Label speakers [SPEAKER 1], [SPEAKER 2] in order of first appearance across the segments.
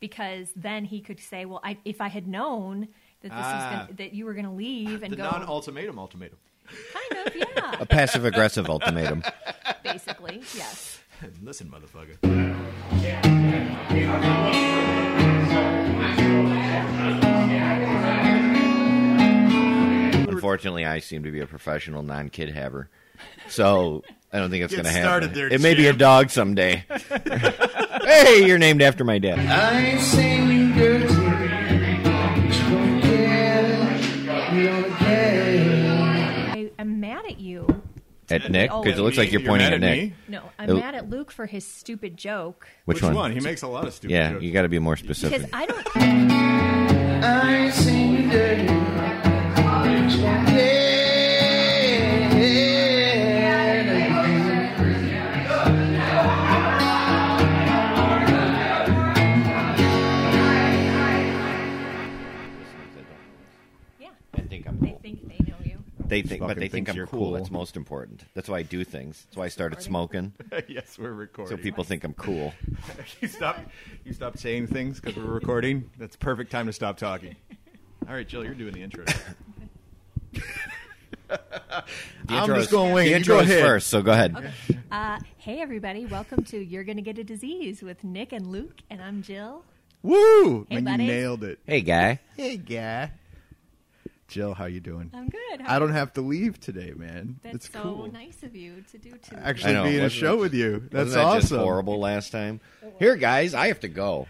[SPEAKER 1] because then he could say, "Well, I, if I had known that this
[SPEAKER 2] Ah.
[SPEAKER 1] was gonna, that you were going to leave and
[SPEAKER 2] the
[SPEAKER 1] go,
[SPEAKER 2] non-ultimatum ultimatum.
[SPEAKER 1] kind of, yeah,
[SPEAKER 3] A passive aggressive ultimatum.
[SPEAKER 1] basically, yes."
[SPEAKER 2] Listen, motherfucker.
[SPEAKER 3] Unfortunately, I seem to be a professional non kid haver. So I don't think it's
[SPEAKER 4] Get
[SPEAKER 3] going to happen.
[SPEAKER 4] started there,
[SPEAKER 3] it may be a
[SPEAKER 4] champ.
[SPEAKER 3] dog someday. hey, you're named after my dad.
[SPEAKER 5] I sing you dirty. But you don't care. You don't care.
[SPEAKER 1] I am mad at you.
[SPEAKER 3] At Nick? Because it looks like you're
[SPEAKER 4] You're
[SPEAKER 3] pointing
[SPEAKER 4] mad
[SPEAKER 3] at
[SPEAKER 4] at
[SPEAKER 3] Nick.
[SPEAKER 4] me?
[SPEAKER 1] No, I'm
[SPEAKER 3] Oh.
[SPEAKER 1] mad at Luke for his stupid joke
[SPEAKER 3] Which,
[SPEAKER 4] Which one? He makes a lot of stupid
[SPEAKER 3] Yeah,
[SPEAKER 4] jokes.
[SPEAKER 3] you got to be more
[SPEAKER 1] because
[SPEAKER 3] specific.
[SPEAKER 1] I don't.
[SPEAKER 5] I sing you dirty. But you don't care.
[SPEAKER 1] Yeah,
[SPEAKER 3] I think I'm
[SPEAKER 1] they
[SPEAKER 3] cool.
[SPEAKER 1] think they know you.
[SPEAKER 3] They think, but
[SPEAKER 2] Fucking
[SPEAKER 3] they think
[SPEAKER 2] thinks
[SPEAKER 3] I'm
[SPEAKER 2] you're
[SPEAKER 3] cool.
[SPEAKER 2] cool.
[SPEAKER 3] That's most important. That's why I do things. That's why I started smoking,
[SPEAKER 2] yes, we're
[SPEAKER 3] so
[SPEAKER 2] recording.
[SPEAKER 3] people think I'm cool.
[SPEAKER 2] you stop. You stop saying things because we're recording. That's perfect time to stop talking. All right, Jill, you're doing the intro.
[SPEAKER 3] The
[SPEAKER 2] I'm
[SPEAKER 3] intro
[SPEAKER 2] just
[SPEAKER 3] is-
[SPEAKER 2] gonna wing it.
[SPEAKER 3] The
[SPEAKER 2] You
[SPEAKER 3] intro
[SPEAKER 2] go
[SPEAKER 3] is
[SPEAKER 2] ahead.
[SPEAKER 3] first, so go ahead.
[SPEAKER 1] Uh, hey, everybody, welcome to You're Gonna Get a Disease with Nick and Luke, and I'm Jill.
[SPEAKER 2] Woo!
[SPEAKER 1] Hey,
[SPEAKER 2] Man,
[SPEAKER 1] buddy.
[SPEAKER 2] you nailed it.
[SPEAKER 3] Hey, guy.
[SPEAKER 2] Hey, guy. Jill, how you doing?
[SPEAKER 1] I'm good. How
[SPEAKER 2] I don't have to leave today, man.
[SPEAKER 1] That's
[SPEAKER 2] it's
[SPEAKER 1] so
[SPEAKER 2] cool.
[SPEAKER 1] nice of you to do. Too.
[SPEAKER 2] Actually,
[SPEAKER 3] I know,
[SPEAKER 2] being a
[SPEAKER 3] wasn't
[SPEAKER 2] show
[SPEAKER 3] it-
[SPEAKER 2] with you. That's
[SPEAKER 3] Wasn't that
[SPEAKER 2] awesome.
[SPEAKER 3] just horrible last time? Here, guys, I have to go.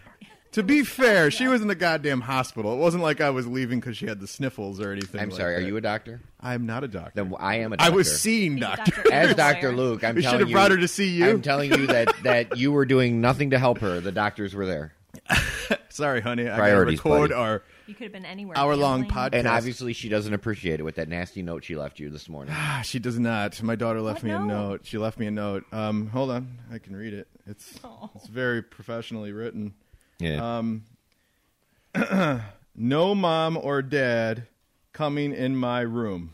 [SPEAKER 2] To be fair, she was in the goddamn hospital. It wasn't like I was leaving because she had the sniffles or anything.
[SPEAKER 3] I'm sorry. Are you a doctor?
[SPEAKER 2] i I'm not a doctor.
[SPEAKER 3] Then I am a
[SPEAKER 2] I
[SPEAKER 3] doctor.
[SPEAKER 2] was seeing
[SPEAKER 1] He's a
[SPEAKER 2] doctor.
[SPEAKER 1] doctor.
[SPEAKER 3] as
[SPEAKER 1] You're a
[SPEAKER 3] Doctor
[SPEAKER 1] liar.
[SPEAKER 3] Luke. I'm
[SPEAKER 2] We should
[SPEAKER 3] telling
[SPEAKER 2] have
[SPEAKER 3] you,
[SPEAKER 2] brought her to see you.
[SPEAKER 3] I'm telling you that that you were doing nothing to help her. The doctors were there,
[SPEAKER 2] Sorry, honey. I gotta
[SPEAKER 3] Priorities,
[SPEAKER 2] record
[SPEAKER 3] buddy.
[SPEAKER 2] our
[SPEAKER 1] You could have been anywhere.
[SPEAKER 2] hour-long
[SPEAKER 1] Gambling.
[SPEAKER 2] podcast.
[SPEAKER 3] and obviously she doesn't appreciate it with that nasty note she left you this morning.
[SPEAKER 2] Ah, she does not. My daughter left
[SPEAKER 1] What
[SPEAKER 2] me
[SPEAKER 1] note?
[SPEAKER 2] a note. She left me a note. Um, hold on, I can read it. It's
[SPEAKER 1] Oh.
[SPEAKER 2] it's very professionally written.
[SPEAKER 3] Yeah.
[SPEAKER 2] No mom or dad coming in my room.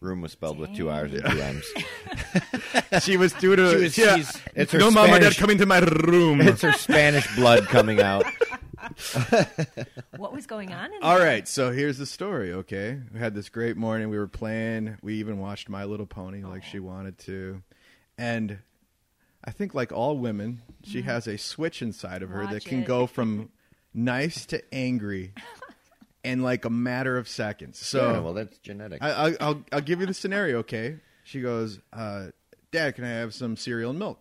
[SPEAKER 3] Room was spelled with two R's and two M's.
[SPEAKER 2] She was due to.
[SPEAKER 3] She was-
[SPEAKER 2] yeah.
[SPEAKER 3] she's- it's her
[SPEAKER 2] no mom or dad
[SPEAKER 3] Spanish-
[SPEAKER 2] coming to my room.
[SPEAKER 3] it's her Spanish blood coming out.
[SPEAKER 1] What was going on? In
[SPEAKER 2] All right, so here's the story, okay? We had this great morning. We were playing. We even watched My Little Pony like she wanted to. And I think, like all women, she has a switch inside of her that
[SPEAKER 1] Mm-hmm. Watch
[SPEAKER 2] can
[SPEAKER 1] it.
[SPEAKER 2] go from nice to angry in like a matter of seconds. So
[SPEAKER 3] Yeah, well, that's genetic.
[SPEAKER 2] I, I, I'll, I'll give you the scenario, okay? She goes, uh, Dad, can I have some cereal and milk?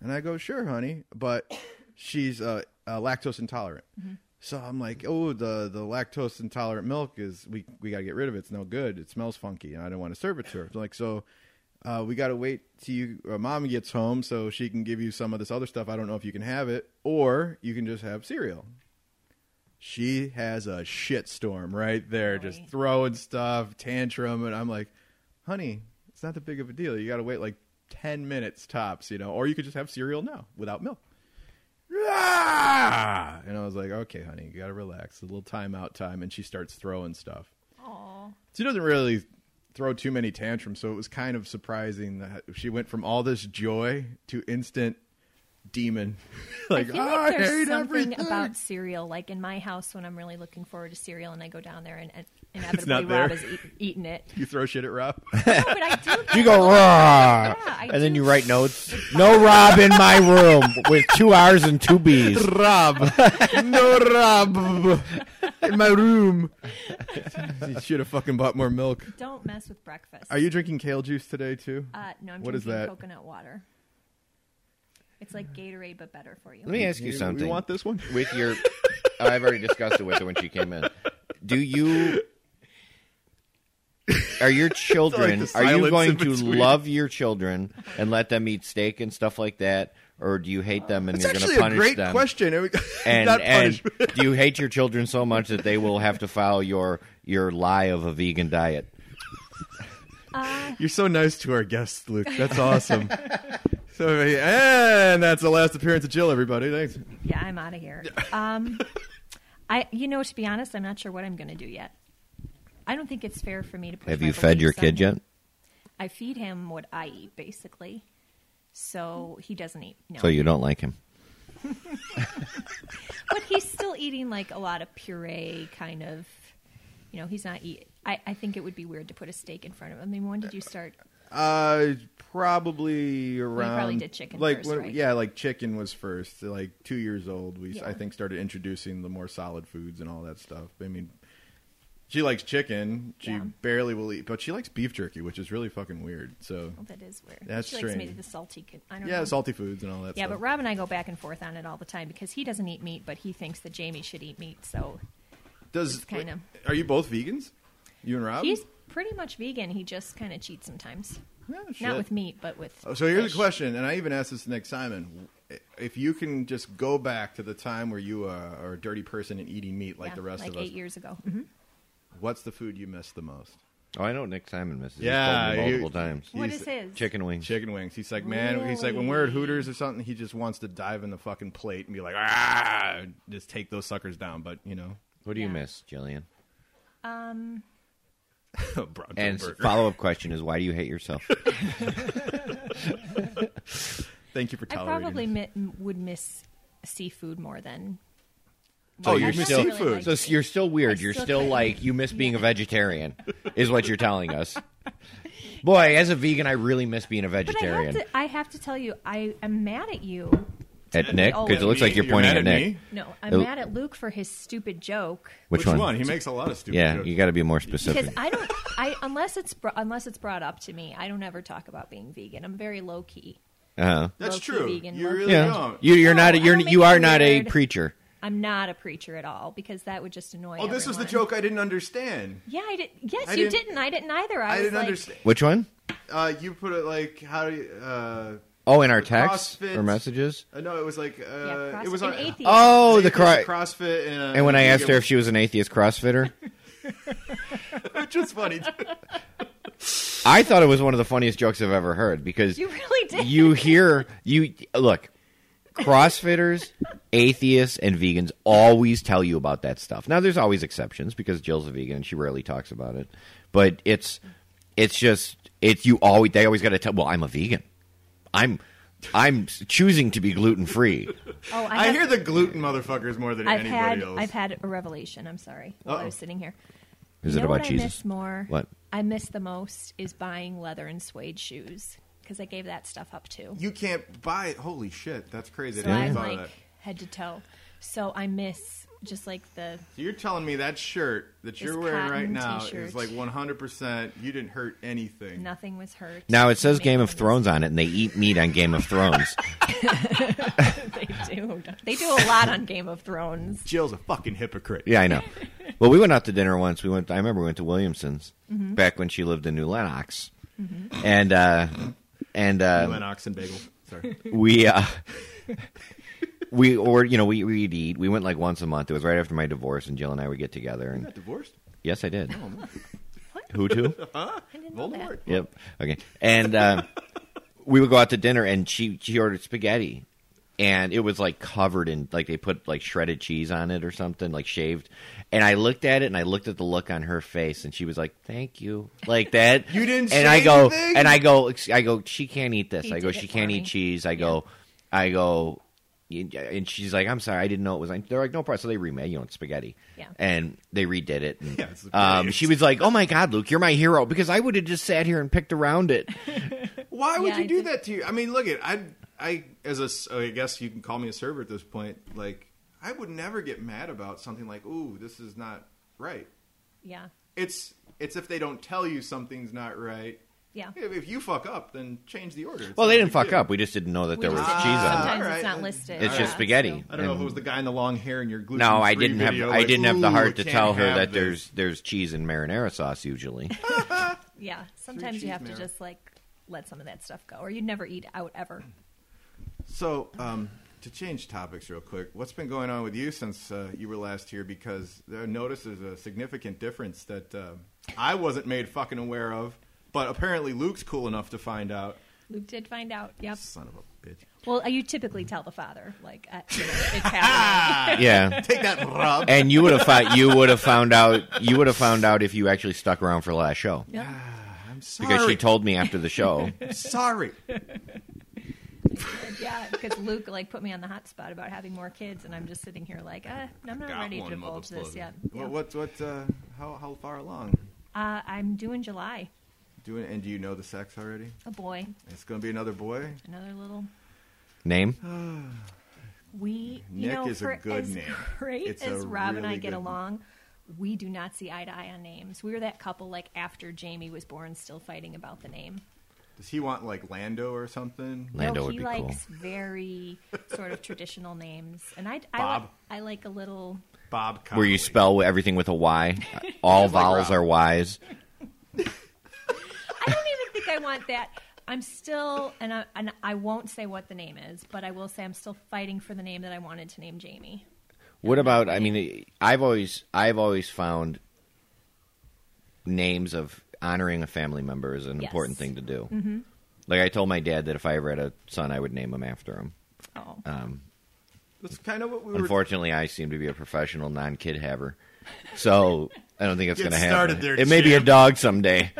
[SPEAKER 2] And I go, Sure, honey. But she's uh, uh, lactose intolerant. So I'm like, Oh, the, the lactose intolerant milk is, we, we got to get rid of it. It's no good. It smells funky, and I don't want to serve it to her. like, so. Uh, we got to wait till you, uh, mom gets home so she can give you some of this other stuff. I don't know if you can have it, or you can just have cereal she has a shit storm right there, just
[SPEAKER 1] Right.
[SPEAKER 2] throwing stuff, tantrum, and I'm like, honey, it's not that big of a deal. You got to wait like ten minutes tops, you know, or you could just have cereal now without milk. Ah! And I was like, okay, honey, you got to relax. A little timeout time, and she starts throwing stuff.
[SPEAKER 1] Aw.
[SPEAKER 2] She doesn't really throw too many tantrums, so it was kind of surprising that she went from all this joy to instant demon. like,
[SPEAKER 1] I feel
[SPEAKER 2] "Ah,
[SPEAKER 1] like
[SPEAKER 2] I
[SPEAKER 1] there's
[SPEAKER 2] hate
[SPEAKER 1] something
[SPEAKER 2] everything.
[SPEAKER 1] about cereal. Like in my house, when I'm really looking forward to cereal, and I go down there, and, and
[SPEAKER 2] not
[SPEAKER 1] inevitably
[SPEAKER 2] there.
[SPEAKER 1] Rob is eat, eating it.
[SPEAKER 2] you throw shit at Rob.
[SPEAKER 1] No, but I do.
[SPEAKER 3] you go raw,
[SPEAKER 1] Yeah, I
[SPEAKER 3] and then
[SPEAKER 1] do.
[SPEAKER 3] you write notes. No Rob in my room with two R's and two B's.
[SPEAKER 2] Rob. no Rob. In my room. you should have fucking bought more milk.
[SPEAKER 1] Don't mess with breakfast.
[SPEAKER 2] Are you drinking kale juice today too?
[SPEAKER 1] Uh, no, I'm
[SPEAKER 2] What is
[SPEAKER 1] drinking
[SPEAKER 2] that?
[SPEAKER 1] coconut water. It's like Gatorade, but better for you.
[SPEAKER 3] Let me ask you
[SPEAKER 2] You- you
[SPEAKER 3] something.
[SPEAKER 2] want this one?
[SPEAKER 3] With your, oh, I've already discussed it with her when she came in. Do you? Are your children?
[SPEAKER 2] the
[SPEAKER 3] are you
[SPEAKER 2] silence
[SPEAKER 3] going
[SPEAKER 2] in
[SPEAKER 3] to
[SPEAKER 2] between.
[SPEAKER 3] love your children and let them eat steak and stuff like that, or do you hate them and
[SPEAKER 2] It's
[SPEAKER 3] you're going
[SPEAKER 2] actually
[SPEAKER 3] to
[SPEAKER 2] a
[SPEAKER 3] punish
[SPEAKER 2] great
[SPEAKER 3] them?
[SPEAKER 2] question. It was-
[SPEAKER 3] And
[SPEAKER 2] not
[SPEAKER 3] and
[SPEAKER 2] punishment.
[SPEAKER 3] do you hate your children so much that they will have to follow your your lie of a vegan diet?
[SPEAKER 2] You're so nice to our guests, Luke. That's awesome. so and that's the last appearance of Jill, everybody. Thanks.
[SPEAKER 1] Yeah, I'm out of here. Um, I, you know, to be honest, I'm not sure what I'm going to do yet. I don't think it's fair for me to. Push
[SPEAKER 3] Have
[SPEAKER 1] my
[SPEAKER 3] you fed
[SPEAKER 1] beliefs
[SPEAKER 3] your
[SPEAKER 1] on
[SPEAKER 3] kid
[SPEAKER 1] him.
[SPEAKER 3] yet?
[SPEAKER 1] I feed him what I eat, basically. So he doesn't eat. No.
[SPEAKER 3] So you don't like him.
[SPEAKER 1] eating like a lot of puree kind of. You know, he's not eat. I, I think it would be weird to put a steak in front of him. I mean, when did you start?
[SPEAKER 2] Uh, probably around.
[SPEAKER 1] did chicken
[SPEAKER 2] like
[SPEAKER 1] first,
[SPEAKER 2] when-
[SPEAKER 1] right?
[SPEAKER 2] yeah, like chicken was first. Like two years old, we
[SPEAKER 1] Yeah.
[SPEAKER 2] I think started introducing the more solid foods and all that stuff. I mean, she likes chicken. She
[SPEAKER 1] Yeah.
[SPEAKER 2] barely will eat, but she likes beef jerky, which is really fucking weird. So
[SPEAKER 1] Well, that is weird.
[SPEAKER 2] That's
[SPEAKER 1] she likes
[SPEAKER 2] strange.
[SPEAKER 1] maybe the salty. con- I don't
[SPEAKER 2] yeah,
[SPEAKER 1] know.
[SPEAKER 2] salty foods and all that.
[SPEAKER 1] Yeah,
[SPEAKER 2] stuff.
[SPEAKER 1] but Rob and I go back and forth on it all the time because he doesn't eat meat, but he thinks that Jamie should eat meat. So
[SPEAKER 2] does
[SPEAKER 1] it's kinda-
[SPEAKER 2] are you both vegans? You and Rob?
[SPEAKER 1] he's pretty much vegan. He just kind of cheats sometimes.
[SPEAKER 2] Yeah, shit.
[SPEAKER 1] Not with meat, but with.
[SPEAKER 2] Oh, So here's
[SPEAKER 1] fish.
[SPEAKER 2] a question, and I even asked this to Nick Simon. If you can just go back to the time where you uh, are a dirty person and eating meat like
[SPEAKER 1] Yeah,
[SPEAKER 2] the rest
[SPEAKER 1] like
[SPEAKER 2] of us,
[SPEAKER 1] eight years ago. Mhm.
[SPEAKER 2] what's the food you miss the most?
[SPEAKER 3] Oh, I know Nick Simon misses.
[SPEAKER 2] Yeah,
[SPEAKER 3] He's told me multiple
[SPEAKER 2] you-
[SPEAKER 3] times.
[SPEAKER 1] What
[SPEAKER 2] He's-
[SPEAKER 1] is his?
[SPEAKER 3] Chicken wings.
[SPEAKER 2] Chicken wings. He's like, man, he's like, when we're at Hooters or something, he just wants to dive in the fucking plate and be like, ah, just take those suckers down. But you know,
[SPEAKER 3] What do you
[SPEAKER 1] Yeah.
[SPEAKER 3] miss, Jillian?
[SPEAKER 2] Bronco
[SPEAKER 3] And
[SPEAKER 2] burger.
[SPEAKER 3] follow up question is why do you hate yourself?
[SPEAKER 2] Thank you for
[SPEAKER 1] I
[SPEAKER 2] tolerating.
[SPEAKER 1] probably
[SPEAKER 2] this.
[SPEAKER 1] mi- m- would miss seafood more than.
[SPEAKER 2] Oh,
[SPEAKER 1] I
[SPEAKER 2] you
[SPEAKER 1] never
[SPEAKER 2] miss
[SPEAKER 1] really
[SPEAKER 2] seafood.
[SPEAKER 1] liked
[SPEAKER 3] So
[SPEAKER 1] it.
[SPEAKER 3] you're still weird.
[SPEAKER 1] I
[SPEAKER 3] You're
[SPEAKER 1] still
[SPEAKER 3] still
[SPEAKER 1] couldn't-
[SPEAKER 3] like you miss being a vegetarian, is what you're telling us. Boy, as a vegan, I really miss being a
[SPEAKER 1] but I have,
[SPEAKER 3] vegetarian.
[SPEAKER 1] to, I have to tell you, I am mad at you.
[SPEAKER 3] At Nick,
[SPEAKER 1] Oh,
[SPEAKER 3] because it looks like you're
[SPEAKER 2] You're
[SPEAKER 3] pointing
[SPEAKER 2] mad
[SPEAKER 3] at
[SPEAKER 2] at
[SPEAKER 3] Nick.
[SPEAKER 2] me?
[SPEAKER 1] No, I'm
[SPEAKER 3] Oh.
[SPEAKER 1] mad at Luke for his stupid joke.
[SPEAKER 3] Which, one?
[SPEAKER 2] He makes a lot of stupid
[SPEAKER 3] Yeah,
[SPEAKER 2] jokes.
[SPEAKER 3] you got to be more
[SPEAKER 1] because
[SPEAKER 3] specific.
[SPEAKER 1] I don't. I unless it's br- unless it's brought up to me, I don't ever talk about being vegan. I'm very low key.
[SPEAKER 3] Uh-huh.
[SPEAKER 2] That's
[SPEAKER 1] low-key
[SPEAKER 2] true.
[SPEAKER 1] vegan,
[SPEAKER 2] you
[SPEAKER 1] low-key
[SPEAKER 2] really
[SPEAKER 3] Yeah,
[SPEAKER 2] don't.
[SPEAKER 3] you, you're
[SPEAKER 1] No,
[SPEAKER 3] not. A,
[SPEAKER 1] I
[SPEAKER 3] you're
[SPEAKER 1] don't
[SPEAKER 3] you
[SPEAKER 1] make
[SPEAKER 3] are
[SPEAKER 1] it
[SPEAKER 3] not a
[SPEAKER 1] weird.
[SPEAKER 3] preacher.
[SPEAKER 1] I'm not a preacher at all because that would just annoy.
[SPEAKER 2] oh, this was the
[SPEAKER 1] everyone.
[SPEAKER 2] joke I didn't understand.
[SPEAKER 1] Yeah, I did. Yes,
[SPEAKER 2] I
[SPEAKER 1] you
[SPEAKER 2] didn't-
[SPEAKER 1] didn't, I didn't either. I,
[SPEAKER 2] I,
[SPEAKER 1] was
[SPEAKER 2] didn't
[SPEAKER 1] like,
[SPEAKER 2] understand.
[SPEAKER 3] Which one?
[SPEAKER 2] Uh, you put it like how do you? Uh,
[SPEAKER 3] Oh, in our
[SPEAKER 2] The
[SPEAKER 3] texts
[SPEAKER 2] CrossFit-
[SPEAKER 3] or messages.
[SPEAKER 2] uh, no, it was like uh,
[SPEAKER 1] Yeah, cross,
[SPEAKER 2] it was
[SPEAKER 1] an
[SPEAKER 2] on,
[SPEAKER 1] atheist.
[SPEAKER 3] Oh,
[SPEAKER 2] it
[SPEAKER 3] the
[SPEAKER 2] was
[SPEAKER 3] cro-
[SPEAKER 2] a CrossFit, and, a-
[SPEAKER 3] And when I asked her
[SPEAKER 2] vegan-
[SPEAKER 3] if she was an atheist CrossFitter,
[SPEAKER 2] which was funny.
[SPEAKER 3] I thought it was one of the funniest jokes I've ever heard because
[SPEAKER 1] You really did.
[SPEAKER 3] you hear you look crossfitters atheists and vegans always tell you about that stuff now there's always exceptions because jill's a vegan and she rarely talks about it but it's it's just it's you always they always got to tell well i'm a vegan i'm i'm choosing to be gluten-free
[SPEAKER 1] Oh, I,
[SPEAKER 2] I
[SPEAKER 1] have-
[SPEAKER 2] hear the gluten motherfuckers more than
[SPEAKER 1] I've
[SPEAKER 2] anybody
[SPEAKER 1] had
[SPEAKER 2] else.
[SPEAKER 1] I've had a revelation. I'm sorry. While
[SPEAKER 2] Uh-oh.
[SPEAKER 1] I was sitting here.
[SPEAKER 3] is
[SPEAKER 1] you
[SPEAKER 3] it
[SPEAKER 1] know
[SPEAKER 3] about
[SPEAKER 1] what I
[SPEAKER 3] jesus
[SPEAKER 1] miss more?
[SPEAKER 3] What?
[SPEAKER 1] I miss the most is buying leather and suede shoes because I gave that stuff up too.
[SPEAKER 2] you can't buy it. Holy shit, that's crazy.
[SPEAKER 1] So
[SPEAKER 2] I
[SPEAKER 1] I'm
[SPEAKER 2] never thought of
[SPEAKER 1] like
[SPEAKER 2] that.
[SPEAKER 1] head to toe. So I miss just like the
[SPEAKER 2] So you're telling me that shirt that you're
[SPEAKER 1] This
[SPEAKER 2] wearing right
[SPEAKER 1] cotton
[SPEAKER 2] now
[SPEAKER 1] t-shirt.
[SPEAKER 2] is like 100. percent You didn't hurt anything.
[SPEAKER 1] nothing was hurt.
[SPEAKER 3] now it says
[SPEAKER 1] Nothing
[SPEAKER 3] game of
[SPEAKER 1] was-
[SPEAKER 3] thrones on it and they eat meat on game of thrones
[SPEAKER 1] They do. don't- They do a lot on Game of Thrones.
[SPEAKER 2] Jill's a fucking hypocrite.
[SPEAKER 3] Yeah, I know. well, we went out to dinner once. We went. I remember we went to Williamson's back when she lived in New Lenox, and uh, and
[SPEAKER 2] You
[SPEAKER 3] uh,
[SPEAKER 2] went ox and bagel. Sorry.
[SPEAKER 3] we uh, we or you know we we'd eat. We went like once a month. It was right after my divorce, and Jill and I would get together.
[SPEAKER 2] You got
[SPEAKER 3] And
[SPEAKER 2] divorced?
[SPEAKER 3] yes, I did.
[SPEAKER 1] What?
[SPEAKER 3] Who too?
[SPEAKER 1] I didn't know that.
[SPEAKER 2] Voldemort.
[SPEAKER 3] Yep. Okay. And uh, we would go out to dinner, and she she ordered spaghetti, and it was like covered in like they put like shredded cheese on it or something, like shaved. And I looked at it, and I looked at the look on her face, and she was like, "Thank you," like that.
[SPEAKER 2] You didn't say
[SPEAKER 3] And I go,
[SPEAKER 2] anything?
[SPEAKER 3] and I go, ex- I go. She can't eat this.
[SPEAKER 1] He
[SPEAKER 3] I go.
[SPEAKER 1] did
[SPEAKER 3] She
[SPEAKER 1] it
[SPEAKER 3] can't
[SPEAKER 1] for
[SPEAKER 3] eat
[SPEAKER 1] me.
[SPEAKER 3] cheese. I go. I go. And she's like, "I'm sorry, I didn't know it was." on-" They're like, "No problem." So they remade, you know, it's spaghetti.
[SPEAKER 1] Yeah.
[SPEAKER 3] And they redid it. And,
[SPEAKER 2] Yeah, it's spaghetti.
[SPEAKER 3] um, she was like, "Oh my God, Luke, you're my hero," because I would have just sat here and picked around it.
[SPEAKER 2] Why would
[SPEAKER 1] Yeah,
[SPEAKER 2] you
[SPEAKER 1] I
[SPEAKER 2] do
[SPEAKER 1] did-
[SPEAKER 2] that to you? I mean, look at I I as a s- I guess you can call me a server at this point. Like I would never get mad about something like, "Ooh, this is not right."
[SPEAKER 1] Yeah.
[SPEAKER 2] It's it's if they don't tell you something's not right.
[SPEAKER 1] Yeah.
[SPEAKER 2] If, if you fuck up, then change the order. It's
[SPEAKER 3] Well,
[SPEAKER 2] not
[SPEAKER 3] they
[SPEAKER 2] a
[SPEAKER 3] didn't
[SPEAKER 2] big
[SPEAKER 3] fuck
[SPEAKER 2] deal.
[SPEAKER 3] up. We just didn't know that
[SPEAKER 1] We
[SPEAKER 3] there was
[SPEAKER 1] just
[SPEAKER 2] didn't-
[SPEAKER 3] cheese
[SPEAKER 2] Ah,
[SPEAKER 3] on it.
[SPEAKER 1] Sometimes
[SPEAKER 2] Alright,
[SPEAKER 1] it's not
[SPEAKER 2] then.
[SPEAKER 1] listed.
[SPEAKER 3] It's
[SPEAKER 1] Yeah.
[SPEAKER 3] just spaghetti.
[SPEAKER 1] So-
[SPEAKER 2] I don't know if
[SPEAKER 3] And-
[SPEAKER 2] it was the guy in the long hair and your gluten.
[SPEAKER 3] no, I didn't have.
[SPEAKER 2] Video,
[SPEAKER 3] I
[SPEAKER 2] like,
[SPEAKER 3] didn't have the
[SPEAKER 2] "Ooh,
[SPEAKER 3] heart
[SPEAKER 2] I
[SPEAKER 3] to
[SPEAKER 2] can't
[SPEAKER 3] tell her
[SPEAKER 2] have
[SPEAKER 3] that
[SPEAKER 2] this."
[SPEAKER 3] there's there's cheese and marinara sauce usually.
[SPEAKER 1] yeah. Sometimes you
[SPEAKER 2] cheese
[SPEAKER 1] have to
[SPEAKER 2] marrow.
[SPEAKER 1] just like let some of that stuff go, or you'd never eat out ever.
[SPEAKER 2] So, um, to change topics real quick, what's been going on with you since uh, you were last here? Because I noticed there's a significant difference that uh, I wasn't made fucking aware of, but apparently Luke's cool enough to find out.
[SPEAKER 1] Luke did find out. Yep.
[SPEAKER 2] Son of a bitch.
[SPEAKER 1] Well, uh, you typically tell the father, like, uh, you know, it's happening.
[SPEAKER 2] Ah.
[SPEAKER 3] yeah.
[SPEAKER 2] Take that, Rob.
[SPEAKER 3] And you would have found you would have found out you would have found out if you actually stuck around for the last show
[SPEAKER 1] Yep.
[SPEAKER 2] I'm sorry.
[SPEAKER 3] because she told me after the show.
[SPEAKER 2] sorry.
[SPEAKER 1] yeah, because Luke like put me on the hot spot about having more kids, and I'm just sitting here like, uh, I'm not
[SPEAKER 4] Got
[SPEAKER 1] ready to
[SPEAKER 4] one, mother
[SPEAKER 1] divulge this
[SPEAKER 4] plug.
[SPEAKER 1] yet.
[SPEAKER 2] What, what, what, uh, how, how far along?
[SPEAKER 1] Uh, I'm due in July.
[SPEAKER 2] Doing, and do you know the sex already?
[SPEAKER 1] A boy,
[SPEAKER 2] It's gonna be another boy.
[SPEAKER 1] another little.
[SPEAKER 3] Name?
[SPEAKER 1] Oh, We you
[SPEAKER 2] Nick
[SPEAKER 1] know,
[SPEAKER 2] is a
[SPEAKER 1] for
[SPEAKER 2] good
[SPEAKER 1] as
[SPEAKER 2] name.
[SPEAKER 1] great
[SPEAKER 2] It's
[SPEAKER 1] as
[SPEAKER 2] a
[SPEAKER 1] Rob and I
[SPEAKER 2] really
[SPEAKER 1] get
[SPEAKER 2] good-
[SPEAKER 1] along, we do not see eye to eye on names. We were that couple like after Jamie was born, still fighting about the name.
[SPEAKER 2] Does he want like Lando or something?
[SPEAKER 3] Lando
[SPEAKER 1] no,
[SPEAKER 3] would
[SPEAKER 1] he
[SPEAKER 3] be cool.
[SPEAKER 1] likes very sort of traditional names, and I I,
[SPEAKER 2] Bob.
[SPEAKER 1] Like, I like a little.
[SPEAKER 2] Bob. Connolly.
[SPEAKER 3] Where you spell everything with a Y. All vowels
[SPEAKER 2] Rob.
[SPEAKER 3] are Y's.
[SPEAKER 1] I don't even think I want that. I'm still, and I, and I won't say what the name is, but I will say I'm still fighting for the name that I wanted to name Jamie.
[SPEAKER 3] What about? I mean, I've always I've always found names of honoring a family member is an
[SPEAKER 1] Yes.
[SPEAKER 3] important thing to do. Mm-hmm. Like I told my dad that if I ever had a son, I would name him after him.
[SPEAKER 1] Oh,
[SPEAKER 3] Um,
[SPEAKER 2] That's kind of what we were.
[SPEAKER 3] unfortunately, I seem to be a professional non-kid haver, so I don't think it's
[SPEAKER 2] Get
[SPEAKER 3] going to happen.
[SPEAKER 2] started there,
[SPEAKER 3] it may be a
[SPEAKER 2] champ.
[SPEAKER 3] dog someday.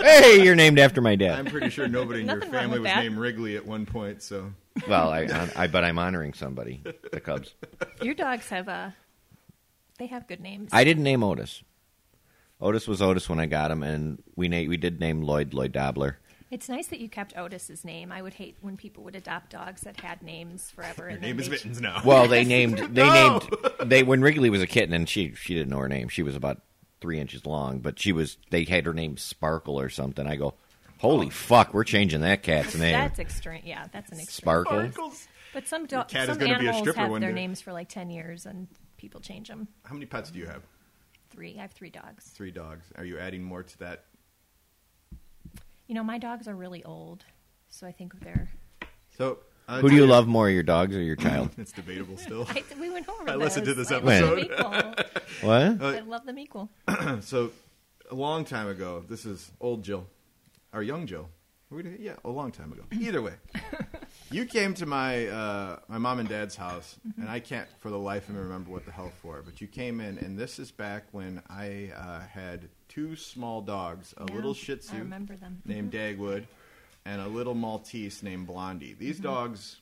[SPEAKER 3] hey, you're named after my dad.
[SPEAKER 2] I'm pretty sure nobody in your
[SPEAKER 1] Nothing wrong
[SPEAKER 2] family
[SPEAKER 1] with
[SPEAKER 2] was
[SPEAKER 1] that.
[SPEAKER 2] named Wrigley at one point. So
[SPEAKER 3] well, I, I, I but I'm honoring somebody. The Cubs.
[SPEAKER 1] your dogs have uh, a, they have good names.
[SPEAKER 3] I didn't name Otis. Otis was Otis when I got him, and we na- we did name Lloyd Lloyd Dobler.
[SPEAKER 1] it's nice that you kept Otis's name. I would hate when people would adopt dogs that had names forever.
[SPEAKER 2] your
[SPEAKER 1] and then
[SPEAKER 2] name is
[SPEAKER 1] they-
[SPEAKER 2] Mittens now.
[SPEAKER 3] Well, they named they
[SPEAKER 2] No!
[SPEAKER 3] named they when Wrigley was a kitten, and she she didn't know her name. She was about three inches long, but she was they had her name Sparkle or something. I
[SPEAKER 2] Oh.
[SPEAKER 3] go, holy fuck, we're changing that cat's name.
[SPEAKER 1] That's extreme. Yeah, that's an extreme.
[SPEAKER 3] Sparkle.
[SPEAKER 2] Sparkles.
[SPEAKER 1] But some do-
[SPEAKER 2] cat is
[SPEAKER 1] some
[SPEAKER 2] gonna be a
[SPEAKER 1] animals
[SPEAKER 2] stripper
[SPEAKER 1] have
[SPEAKER 2] one
[SPEAKER 1] their
[SPEAKER 2] day.
[SPEAKER 1] names for like ten years, and people change them.
[SPEAKER 2] How many pets do you have?
[SPEAKER 1] Three. I have three dogs.
[SPEAKER 2] Three dogs. Are you adding more to that?
[SPEAKER 1] You know, my dogs are really old, so I think they're.
[SPEAKER 2] So uh,
[SPEAKER 3] Who do you love more, your dogs or your child?
[SPEAKER 2] It's debatable still.
[SPEAKER 1] I, we went over.
[SPEAKER 2] I listened to
[SPEAKER 1] those.
[SPEAKER 2] this
[SPEAKER 1] I love them
[SPEAKER 3] episode.
[SPEAKER 1] equal.
[SPEAKER 3] what?
[SPEAKER 1] I love them equal.
[SPEAKER 2] so a long time ago, this is old Jill or young Jill. We're gonna, yeah, a long time ago. Either way, you came to my uh, my mom and dad's house,
[SPEAKER 1] Mm-hmm.
[SPEAKER 2] and I can't for the life of me remember what the hell for. But you came in, and this is back when I uh, had two small dogs, a
[SPEAKER 1] Yeah,
[SPEAKER 2] little Shih
[SPEAKER 1] I
[SPEAKER 2] Tzu
[SPEAKER 1] remember them.
[SPEAKER 2] named Dagwood and a little Maltese named Blondie. These
[SPEAKER 1] Mm-hmm.
[SPEAKER 2] dogs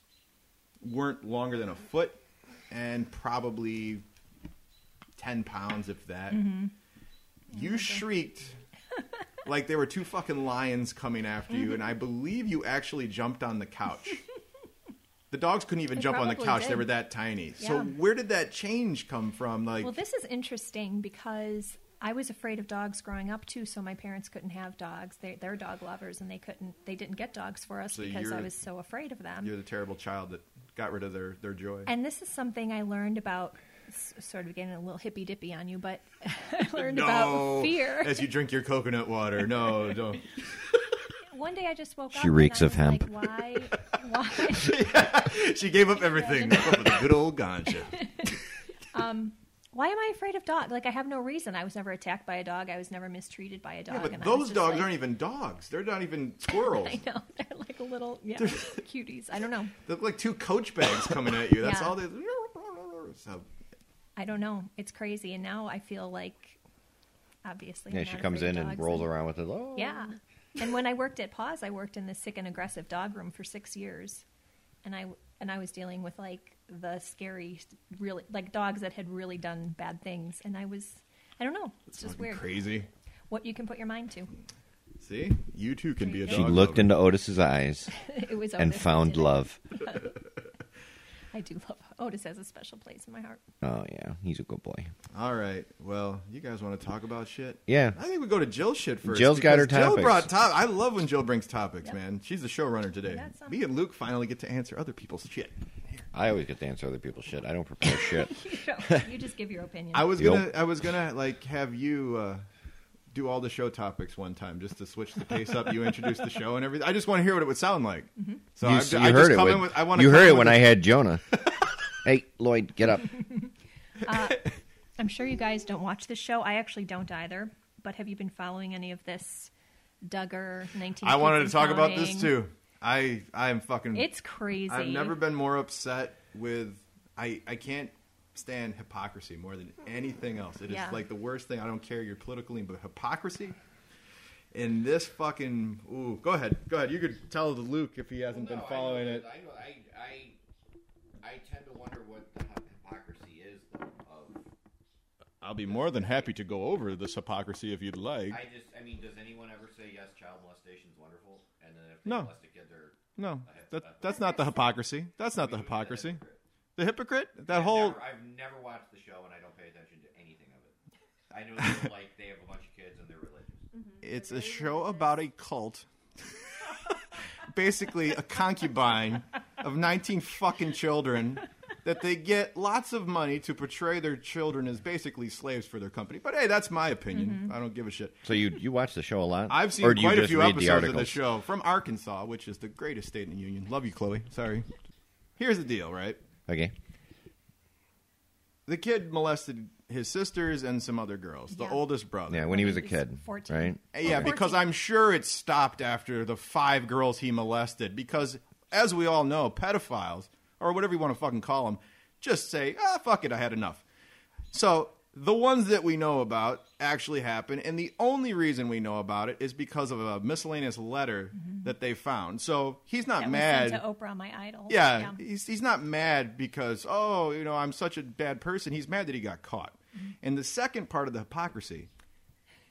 [SPEAKER 2] weren't longer than a foot and probably 10 pounds, if that.
[SPEAKER 1] Mm-hmm.
[SPEAKER 2] You shrieked like there were two fucking lions coming after you,
[SPEAKER 1] Mm-hmm.
[SPEAKER 2] and I believe you actually jumped on the couch. The dogs couldn't even
[SPEAKER 1] They
[SPEAKER 2] jump on the
[SPEAKER 1] probably
[SPEAKER 2] couch. They
[SPEAKER 1] did.
[SPEAKER 2] were that tiny. So
[SPEAKER 1] Yeah.
[SPEAKER 2] where did that change come from? Like
[SPEAKER 1] Well, this is interesting because I was afraid of dogs growing up too. So my parents couldn't have dogs. They, they're dog lovers, and they couldn't. They didn't get dogs for us
[SPEAKER 2] So
[SPEAKER 1] because I
[SPEAKER 2] you're-
[SPEAKER 1] was so afraid of them.
[SPEAKER 2] you're the terrible child that got rid of their, their joy.
[SPEAKER 1] And this is something I learned about, s- sort of getting a little hippy dippy on you, but I learned about fear.
[SPEAKER 2] As you drink your coconut water. No, don't.
[SPEAKER 1] One day I just woke up.
[SPEAKER 3] She reeks
[SPEAKER 1] and I was
[SPEAKER 3] of hemp.
[SPEAKER 1] Like, why? Why?
[SPEAKER 2] She gave up everything for the good old ganja.
[SPEAKER 1] Why am I afraid of dog? Like I have no reason. I was never attacked by a dog. I was never mistreated by a dog.
[SPEAKER 2] Yeah, but
[SPEAKER 1] and I was
[SPEAKER 2] those
[SPEAKER 1] just
[SPEAKER 2] dogs
[SPEAKER 1] like-
[SPEAKER 2] aren't even dogs. They're not even squirrels.
[SPEAKER 1] I know they're like little yeah cuties. I don't know.
[SPEAKER 2] They're like two coach bags coming at you. That's
[SPEAKER 1] Yeah.
[SPEAKER 2] all they. So
[SPEAKER 1] I don't know. It's crazy. And now I feel like obviously.
[SPEAKER 3] Yeah,
[SPEAKER 1] I'm
[SPEAKER 3] she
[SPEAKER 1] not
[SPEAKER 3] comes
[SPEAKER 1] afraid
[SPEAKER 3] in
[SPEAKER 1] of
[SPEAKER 3] and
[SPEAKER 1] dogs
[SPEAKER 3] rolls around with it. Oh.
[SPEAKER 1] Yeah. And when I worked at Paws, I worked in the sick and aggressive dog room for six years, and I and I was dealing with like the scary, really like dogs that had really done bad things, and I was, I don't know, it's just weird
[SPEAKER 2] crazy.
[SPEAKER 1] what you can put your mind to.
[SPEAKER 2] See, you too can be a dog.
[SPEAKER 3] She looked
[SPEAKER 2] lover.
[SPEAKER 3] into Otis's eyes
[SPEAKER 1] It was
[SPEAKER 3] and
[SPEAKER 1] Otis
[SPEAKER 3] found
[SPEAKER 1] did it.
[SPEAKER 3] love.
[SPEAKER 1] I do love Otis has a special place in my heart.
[SPEAKER 3] Oh yeah, he's a good boy.
[SPEAKER 2] All right. Well, you guys want to talk about shit?
[SPEAKER 3] Yeah.
[SPEAKER 2] I think we go to Jill shit first.
[SPEAKER 3] Jill's got her
[SPEAKER 2] because Jill
[SPEAKER 3] topics.
[SPEAKER 2] brought top. I love when Jill brings topics,
[SPEAKER 1] Yep.
[SPEAKER 2] man. She's the showrunner today.
[SPEAKER 1] got some.
[SPEAKER 2] Me and Luke finally get to answer other people's shit.
[SPEAKER 3] I always get to answer other people's shit. I don't prepare shit.
[SPEAKER 1] You, don't- you just give your opinion.
[SPEAKER 2] I was
[SPEAKER 3] Yep.
[SPEAKER 2] gonna, I was gonna like have you uh, do all the show topics one time just to switch the pace up. You introduce the show and everything. I just want to hear what it would sound like.
[SPEAKER 1] Mm-hmm.
[SPEAKER 2] So
[SPEAKER 3] You,
[SPEAKER 2] I've-
[SPEAKER 3] so
[SPEAKER 2] I
[SPEAKER 3] you
[SPEAKER 2] just
[SPEAKER 3] heard it.
[SPEAKER 2] come
[SPEAKER 3] With,
[SPEAKER 2] in with- I want
[SPEAKER 3] you heard it when I had Jonah. hey, Lloyd, get up.
[SPEAKER 1] I'm sure you guys don't watch this show. I actually don't either. But have you been following any of this Duggar 19?
[SPEAKER 2] I wanted to
[SPEAKER 1] Kids
[SPEAKER 2] talk
[SPEAKER 1] and
[SPEAKER 2] about this
[SPEAKER 1] Counting?
[SPEAKER 2] too. I I am fucking.
[SPEAKER 1] It's crazy.
[SPEAKER 2] I've never been more upset with. I I can't stand hypocrisy more than anything else. It is
[SPEAKER 1] Yeah.
[SPEAKER 2] like the worst thing. I don't care your political lean, but hypocrisy And this fucking ooh, go ahead, go ahead. You could tell the Luke if he hasn't
[SPEAKER 4] Well,
[SPEAKER 2] been
[SPEAKER 4] no, I know
[SPEAKER 2] following
[SPEAKER 4] that-
[SPEAKER 2] it.
[SPEAKER 4] I, know, I, I, I tend to wonder what the hy- hypocrisy is though, of.
[SPEAKER 2] I'll be more than happy to go over this hypocrisy if you'd like.
[SPEAKER 4] I just, I mean, does anyone ever say yes? Child molestation's wonderful, and then if they
[SPEAKER 2] No.
[SPEAKER 4] molest a kid, they're
[SPEAKER 2] No, that, that's not the hypocrisy. That's not the
[SPEAKER 4] Who's
[SPEAKER 2] hypocrisy.
[SPEAKER 4] hypocrite?
[SPEAKER 2] The hypocrite. That
[SPEAKER 4] I've
[SPEAKER 2] whole
[SPEAKER 4] Never, I've never watched the show, and I don't pay attention to anything of it. I know that like they have a bunch of kids and they're religious.
[SPEAKER 2] it's a show about a cult. Basically, a concubine of 19 fucking children that they get lots of money to portray their children as basically slaves for their company. But hey, that's my opinion.
[SPEAKER 4] Mm-hmm.
[SPEAKER 2] I don't give a shit.
[SPEAKER 3] So you you watch the show a lot?
[SPEAKER 2] I've seen
[SPEAKER 3] Or do you
[SPEAKER 2] quite a
[SPEAKER 3] just
[SPEAKER 2] few
[SPEAKER 3] read the
[SPEAKER 2] episodes of the
[SPEAKER 3] articles?
[SPEAKER 2] show from Arkansas, which is the greatest state in the union. Love you, Chloe. Sorry. Here's the deal, right?
[SPEAKER 3] Okay.
[SPEAKER 2] The kid molested his sisters and some other girls, the
[SPEAKER 1] Yeah.
[SPEAKER 2] oldest brother.
[SPEAKER 3] Yeah, when he was a
[SPEAKER 1] He's
[SPEAKER 3] kid,
[SPEAKER 1] 14.
[SPEAKER 3] right?
[SPEAKER 2] Yeah, because I'm sure it stopped after the five girls he molested. Because, as we all know, pedophiles, or whatever you want to fucking call them, just say, ah, fuck it, I had enough. So the ones that we know about actually happen, and the only reason we know about it is because of a miscellaneous letter that they found. So he's not
[SPEAKER 1] Mm-hmm. That
[SPEAKER 2] mad.
[SPEAKER 1] was sent to Oprah, my idol.
[SPEAKER 2] Yeah, he's he's not mad because oh, you know, I'm such a bad person. He's mad that he got caught.
[SPEAKER 1] Mm-hmm.
[SPEAKER 2] And the second part of the hypocrisy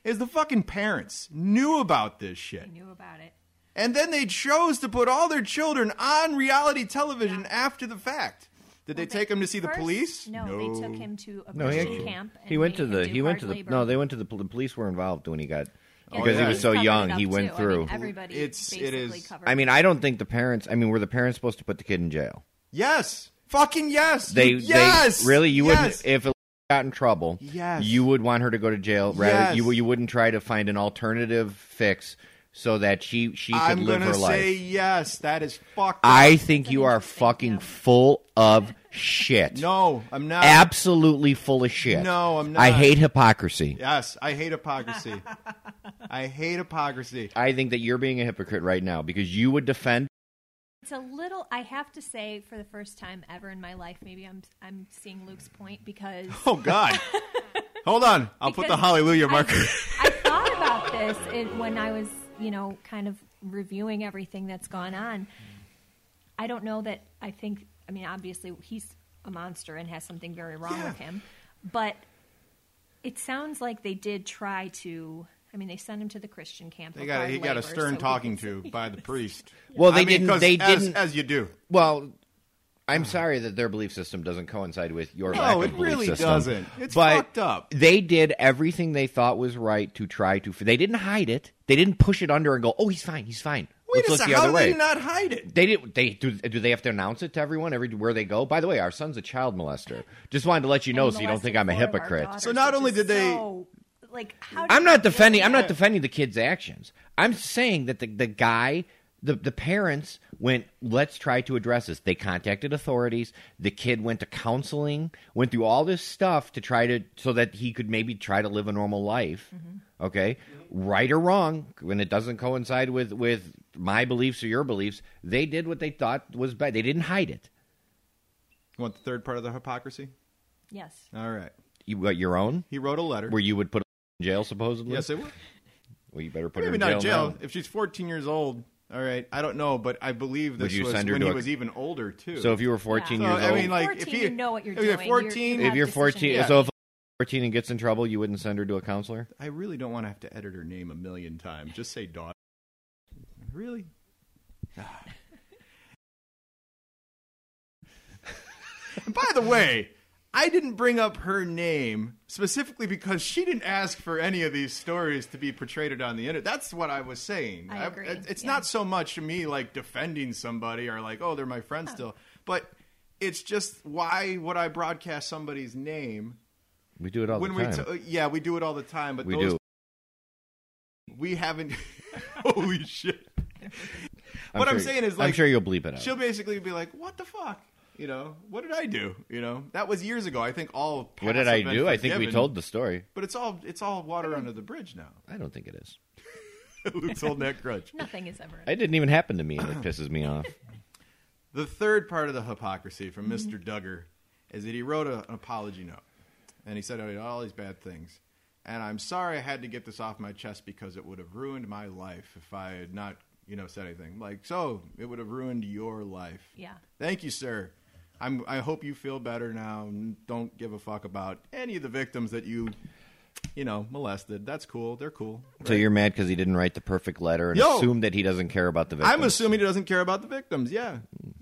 [SPEAKER 2] is the fucking parents knew about this shit.
[SPEAKER 1] I knew about it.
[SPEAKER 2] And then they chose to put all their children on reality television after the fact. Did they take him to see the
[SPEAKER 1] First,
[SPEAKER 2] police?
[SPEAKER 1] No, they took him to a
[SPEAKER 3] No, he
[SPEAKER 1] prison
[SPEAKER 3] actually,
[SPEAKER 1] camp. And
[SPEAKER 3] he went
[SPEAKER 1] made
[SPEAKER 3] to
[SPEAKER 1] him
[SPEAKER 3] the
[SPEAKER 1] do
[SPEAKER 3] he went to
[SPEAKER 1] hard
[SPEAKER 3] the
[SPEAKER 1] labor.
[SPEAKER 3] no they went to the pol- the police were involved when he got
[SPEAKER 1] Yeah,
[SPEAKER 3] because
[SPEAKER 1] the
[SPEAKER 3] he was so
[SPEAKER 1] covered it
[SPEAKER 3] young
[SPEAKER 1] up,
[SPEAKER 3] he went
[SPEAKER 1] too. I
[SPEAKER 3] through.
[SPEAKER 1] mean, everybody
[SPEAKER 2] It's- it
[SPEAKER 1] basically
[SPEAKER 2] is-
[SPEAKER 1] covered
[SPEAKER 3] I
[SPEAKER 1] it.
[SPEAKER 3] mean I don't think the parents I mean were the parents supposed to put the kid in jail?
[SPEAKER 2] Yes. Fucking yes.
[SPEAKER 3] They
[SPEAKER 2] yes.
[SPEAKER 3] they really you
[SPEAKER 2] yes.
[SPEAKER 3] wouldn't if it got in trouble
[SPEAKER 2] Yes.
[SPEAKER 3] you would want her to go to jail rather
[SPEAKER 2] Yes.
[SPEAKER 3] you you wouldn't try to find an alternative fix so that she she could
[SPEAKER 2] I'm
[SPEAKER 3] live
[SPEAKER 2] gonna
[SPEAKER 3] her life.
[SPEAKER 2] say yes. That is fucked.
[SPEAKER 3] I think you are
[SPEAKER 1] interesting,
[SPEAKER 3] fucking
[SPEAKER 1] yeah.
[SPEAKER 3] full of shit.
[SPEAKER 2] no, I'm not.
[SPEAKER 3] absolutely full of shit.
[SPEAKER 2] No, I'm
[SPEAKER 3] I
[SPEAKER 2] not.
[SPEAKER 3] hate hypocrisy.
[SPEAKER 2] Yes, I hate hypocrisy. I hate hypocrisy.
[SPEAKER 3] I think that you're being a hypocrite right now because you would defend.
[SPEAKER 1] It's a little. I have to say, for the first time ever in my life, maybe I'm I'm seeing Luke's point because
[SPEAKER 2] Oh God! Hold on, I'll put the
[SPEAKER 1] Because
[SPEAKER 2] hallelujah marker.
[SPEAKER 1] I, I thought about this in, when I was, you know, kind of reviewing everything that's gone on. I don't know that I think. I mean, obviously, he's a monster and has something very wrong with him, but it sounds like they did try to. I mean, they sent him to the Christian camp.
[SPEAKER 2] They
[SPEAKER 1] of
[SPEAKER 2] got a,
[SPEAKER 1] hard
[SPEAKER 2] he got
[SPEAKER 1] labor,
[SPEAKER 2] a stern
[SPEAKER 1] so
[SPEAKER 2] talking
[SPEAKER 1] he could-
[SPEAKER 2] to by the priest.
[SPEAKER 3] Well, they
[SPEAKER 2] I mean,
[SPEAKER 3] didn't-
[SPEAKER 2] 'cause
[SPEAKER 3] they
[SPEAKER 2] as,
[SPEAKER 3] didn't-
[SPEAKER 2] as you do.
[SPEAKER 3] Well, I'm sorry that their belief system doesn't coincide with your. lack
[SPEAKER 2] Ah. No,
[SPEAKER 3] of
[SPEAKER 2] it
[SPEAKER 3] belief
[SPEAKER 2] really
[SPEAKER 3] system.
[SPEAKER 2] doesn't. It's
[SPEAKER 3] but
[SPEAKER 2] fucked up.
[SPEAKER 3] They did everything they thought was right to try to. They didn't hide it. They didn't push it under and go, "Oh, he's fine. He's fine."
[SPEAKER 2] Wait
[SPEAKER 3] Let's
[SPEAKER 2] a
[SPEAKER 3] look
[SPEAKER 2] second.
[SPEAKER 3] the
[SPEAKER 2] How
[SPEAKER 3] other
[SPEAKER 2] do
[SPEAKER 3] way.
[SPEAKER 2] they not hide it?
[SPEAKER 3] They did. They do. Do they have to announce it to everyone every where they go? By the way, our son's a child molester. Just wanted to let you know
[SPEAKER 1] and
[SPEAKER 3] so you don't think
[SPEAKER 1] molested
[SPEAKER 3] I'm a
[SPEAKER 1] four of our
[SPEAKER 3] hypocrite.
[SPEAKER 1] daughters,
[SPEAKER 2] So not
[SPEAKER 1] which
[SPEAKER 2] only
[SPEAKER 1] is
[SPEAKER 2] did they-
[SPEAKER 1] so- like, how did
[SPEAKER 3] I'm
[SPEAKER 1] you
[SPEAKER 3] not
[SPEAKER 1] really
[SPEAKER 3] defending. I'm
[SPEAKER 1] know?
[SPEAKER 3] not defending the kid's actions. I'm saying that the the guy, the the parents went. Let's try to address this. They contacted authorities. The kid went to counseling. Went through all this stuff to try to so that he could maybe try to live a normal life.
[SPEAKER 1] Mm-hmm.
[SPEAKER 3] Okay, right or wrong, when it doesn't coincide with with my beliefs or your beliefs, they did what they thought was bad. They didn't hide it.
[SPEAKER 2] You want the third part of the hypocrisy?
[SPEAKER 1] Yes.
[SPEAKER 2] All right.
[SPEAKER 3] You, what, your own,
[SPEAKER 2] He wrote a letter.
[SPEAKER 3] where you would put in jail supposedly.
[SPEAKER 2] yes, it was.
[SPEAKER 3] Well, you better put her
[SPEAKER 2] Maybe
[SPEAKER 3] in
[SPEAKER 2] not
[SPEAKER 3] jail.
[SPEAKER 2] in jail.
[SPEAKER 3] now.
[SPEAKER 2] If she's 14 years old, all right. I don't know, but I believe this
[SPEAKER 3] you
[SPEAKER 2] was
[SPEAKER 3] send her
[SPEAKER 2] when
[SPEAKER 3] to
[SPEAKER 2] he
[SPEAKER 3] a-
[SPEAKER 2] was even older too.
[SPEAKER 3] So if you were 14
[SPEAKER 1] Yeah.
[SPEAKER 2] So,
[SPEAKER 3] years
[SPEAKER 2] I
[SPEAKER 3] old,
[SPEAKER 2] mean, like if
[SPEAKER 1] 14,
[SPEAKER 2] you
[SPEAKER 1] you know what you're
[SPEAKER 2] if you're
[SPEAKER 1] doing. You're-
[SPEAKER 2] 14,
[SPEAKER 1] you
[SPEAKER 3] if
[SPEAKER 1] have
[SPEAKER 3] you're
[SPEAKER 1] decision
[SPEAKER 3] 14
[SPEAKER 1] making.
[SPEAKER 3] so if 14 and gets in trouble you wouldn't send her to a counselor
[SPEAKER 2] I really don't want to have to edit her name a million times. Just say daughter. Really? Ah. By the way, I didn't bring up her name specifically because she didn't ask for any of these stories to be portrayed on the internet. That's what I was saying.
[SPEAKER 1] I agree,
[SPEAKER 2] it- It's
[SPEAKER 1] yeah.
[SPEAKER 2] not so much me like defending somebody or like, oh, they're my friend still, but it's just why would I broadcast somebody's name
[SPEAKER 3] we do it all
[SPEAKER 2] when
[SPEAKER 3] the
[SPEAKER 2] we
[SPEAKER 3] time
[SPEAKER 2] t- yeah we do it all the time but
[SPEAKER 3] we
[SPEAKER 2] those
[SPEAKER 3] do
[SPEAKER 2] we haven't holy shit
[SPEAKER 3] I'm
[SPEAKER 2] what i'm
[SPEAKER 3] sure-
[SPEAKER 2] saying is
[SPEAKER 3] i'm
[SPEAKER 2] like
[SPEAKER 3] sure you'll bleep it out
[SPEAKER 2] she'll basically be like what the fuck you know what did i do you know that was years ago i think all
[SPEAKER 3] what
[SPEAKER 2] past
[SPEAKER 3] did i
[SPEAKER 2] have been
[SPEAKER 3] do i think we
[SPEAKER 2] forgiven,
[SPEAKER 3] told the story
[SPEAKER 2] but it's all it's all water under the bridge now
[SPEAKER 3] i don't think it is
[SPEAKER 2] luke's holding that grudge
[SPEAKER 1] Nothing is ever.
[SPEAKER 3] it didn't even happen to me and it pisses me off
[SPEAKER 2] the third part of the hypocrisy from mr duggar is that he wrote a, an apology note and he said all these bad things And I'm sorry I had to get this off my chest because it would have ruined my life if I had not, you know, said anything. Like, so it would have ruined your life.
[SPEAKER 1] Yeah.
[SPEAKER 2] Thank you, sir. I'm, I hope you feel better now. and Don't give a fuck about any of the victims that you, you know, molested. That's cool. They're cool.
[SPEAKER 3] So you're mad because he didn't write the perfect letter and
[SPEAKER 2] Yo!
[SPEAKER 3] assume that he doesn't care about the victims.
[SPEAKER 2] I'm assuming he doesn't care about the victims. Yeah.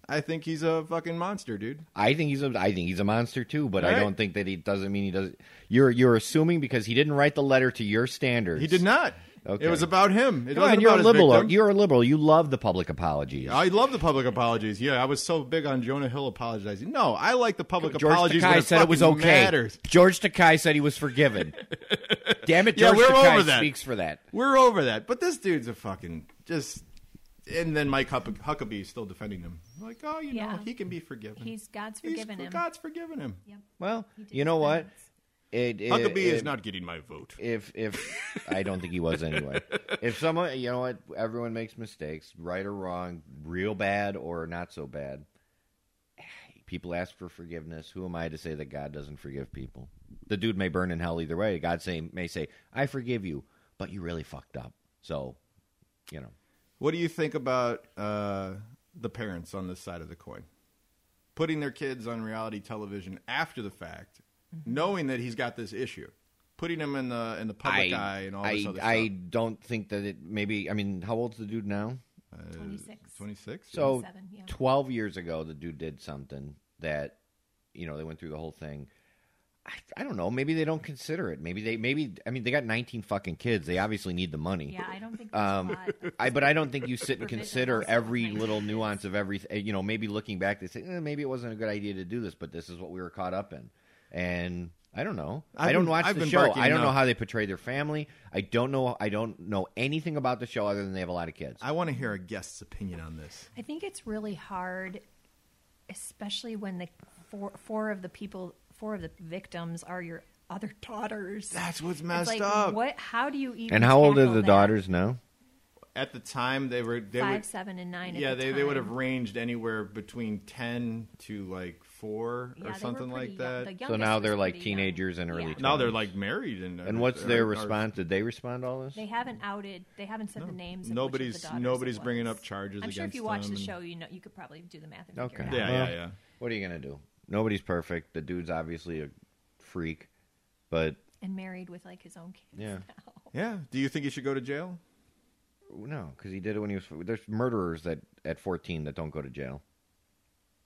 [SPEAKER 2] I think he's a fucking monster, dude.
[SPEAKER 3] I think he's a I think he's a monster too, but I
[SPEAKER 2] Right.
[SPEAKER 3] don't think that he doesn't mean he does. You're you're assuming because he didn't write the letter to your standards.
[SPEAKER 2] He did not.
[SPEAKER 3] Okay.
[SPEAKER 2] It was about him. It
[SPEAKER 3] Come
[SPEAKER 2] wasn't
[SPEAKER 3] on, you're a
[SPEAKER 2] about his
[SPEAKER 3] liberal.
[SPEAKER 2] victim.
[SPEAKER 3] You're a liberal. You love the public apologies.
[SPEAKER 2] I love the public apologies. Yeah, I was so big on Jonah Hill apologizing. No, I like the public
[SPEAKER 3] George
[SPEAKER 2] apologies. when
[SPEAKER 3] Takai said it was
[SPEAKER 2] fucking
[SPEAKER 3] okay.
[SPEAKER 2] Matters.
[SPEAKER 3] George Takai said he was forgiven. Damn it,
[SPEAKER 2] Yeah,
[SPEAKER 3] George
[SPEAKER 2] we're
[SPEAKER 3] Takai
[SPEAKER 2] over that.
[SPEAKER 3] speaks for that.
[SPEAKER 2] We're over that. But this dude's a fucking just. And then Mike Huck- Huckabee is still defending him. Like, oh, you
[SPEAKER 1] Yeah.
[SPEAKER 2] know, he can be forgiven.
[SPEAKER 1] He's God's
[SPEAKER 2] Hmm. He's-
[SPEAKER 1] forgiven him.
[SPEAKER 2] God's forgiven him.
[SPEAKER 1] Yep.
[SPEAKER 3] Well,
[SPEAKER 1] He did
[SPEAKER 3] you know what?
[SPEAKER 1] silence.
[SPEAKER 3] It, it,
[SPEAKER 2] Huckabee
[SPEAKER 3] it,
[SPEAKER 2] is not getting my vote.
[SPEAKER 3] if if I don't think he was anyway. If someone, you know what, everyone makes mistakes, right or wrong, real bad or not so bad. People ask for forgiveness. Who am I to say that God doesn't forgive people? The dude may burn in hell either way. God say, may say, "I forgive you," but you really fucked up. So, you know,
[SPEAKER 2] What do you think about uh, the parents on this side of the coin? Putting their kids on reality television after the fact,
[SPEAKER 1] Mm-hmm.
[SPEAKER 2] knowing that he's got this issue, putting him in the in the public eye and all this
[SPEAKER 3] I,
[SPEAKER 2] other
[SPEAKER 3] I
[SPEAKER 2] stuff.
[SPEAKER 3] don't think that it. Maybe I mean, how old's the dude now?
[SPEAKER 1] 26.
[SPEAKER 2] Twenty six.
[SPEAKER 3] So
[SPEAKER 1] 27, yeah.
[SPEAKER 3] 12 years ago, the dude did something that, you know, they went through the whole thing. I, I don't know. Maybe they don't consider it. Maybe they, maybe, I mean, they got 19 fucking kids. They obviously need the money.
[SPEAKER 1] Yeah, I don't think there's a
[SPEAKER 3] Um,
[SPEAKER 1] lot of-
[SPEAKER 3] I, but I don't think you sit and
[SPEAKER 1] Supervision
[SPEAKER 3] consider
[SPEAKER 1] also
[SPEAKER 3] every
[SPEAKER 1] plays.
[SPEAKER 3] little nuance of everything. You know, maybe looking back, they say, eh, maybe it wasn't a good idea to do this, but this is what we were caught up in. And I don't know.
[SPEAKER 2] I've
[SPEAKER 3] I've I do not
[SPEAKER 2] been-
[SPEAKER 3] watch
[SPEAKER 2] I've
[SPEAKER 3] the
[SPEAKER 2] been
[SPEAKER 3] show.
[SPEAKER 2] barking
[SPEAKER 3] I don't know
[SPEAKER 2] up.
[SPEAKER 3] how they portray their family. I don't know. I don't know anything about the show other than they have a lot of kids.
[SPEAKER 2] I want to hear a guest's opinion on this.
[SPEAKER 1] I think it's really hard, especially when the four, four of the people, four of the victims are your other daughters.
[SPEAKER 2] That's what's
[SPEAKER 1] It's
[SPEAKER 2] messed
[SPEAKER 1] like,
[SPEAKER 2] up.
[SPEAKER 1] What? How do you even?
[SPEAKER 3] and how old are
[SPEAKER 1] tackle
[SPEAKER 3] the
[SPEAKER 1] that?
[SPEAKER 3] daughters now?
[SPEAKER 2] At the time, they were they
[SPEAKER 1] Five,
[SPEAKER 2] would,
[SPEAKER 1] seven, and nine. at
[SPEAKER 2] yeah
[SPEAKER 1] the
[SPEAKER 2] they, they would have
[SPEAKER 1] time.
[SPEAKER 2] ranged anywhere between ten to like four
[SPEAKER 1] Yeah, they
[SPEAKER 2] or
[SPEAKER 1] were
[SPEAKER 2] something
[SPEAKER 1] pretty
[SPEAKER 2] like
[SPEAKER 1] young.
[SPEAKER 2] that.
[SPEAKER 1] The
[SPEAKER 3] So
[SPEAKER 1] youngest
[SPEAKER 3] now
[SPEAKER 1] was
[SPEAKER 3] they're like
[SPEAKER 1] pretty young.
[SPEAKER 3] teenagers and early
[SPEAKER 1] Yeah.
[SPEAKER 3] twenties.
[SPEAKER 2] now they're like married and
[SPEAKER 3] And what's their
[SPEAKER 2] or-
[SPEAKER 3] response? Did they respond to all this?
[SPEAKER 1] They haven't outed. They haven't said the names. Of
[SPEAKER 2] Nobody's-
[SPEAKER 1] which of the daughters
[SPEAKER 2] nobody's
[SPEAKER 1] it was.
[SPEAKER 2] bringing up charges
[SPEAKER 1] I'm sure if you
[SPEAKER 2] against
[SPEAKER 1] watch the
[SPEAKER 2] them and-
[SPEAKER 1] show, you know you could probably do the math. And
[SPEAKER 3] Okay.
[SPEAKER 1] figure it
[SPEAKER 2] Yeah,
[SPEAKER 1] out.
[SPEAKER 2] yeah,
[SPEAKER 3] Well,
[SPEAKER 2] yeah.
[SPEAKER 3] What are you gonna do? Nobody's perfect. The dude's obviously a freak, but
[SPEAKER 1] And married with like his own kids.
[SPEAKER 3] Yeah.
[SPEAKER 1] now.
[SPEAKER 2] Yeah. Do you think he should go to jail?
[SPEAKER 3] no, because he did it when he was. There's murderers that at 14 that don't go to jail.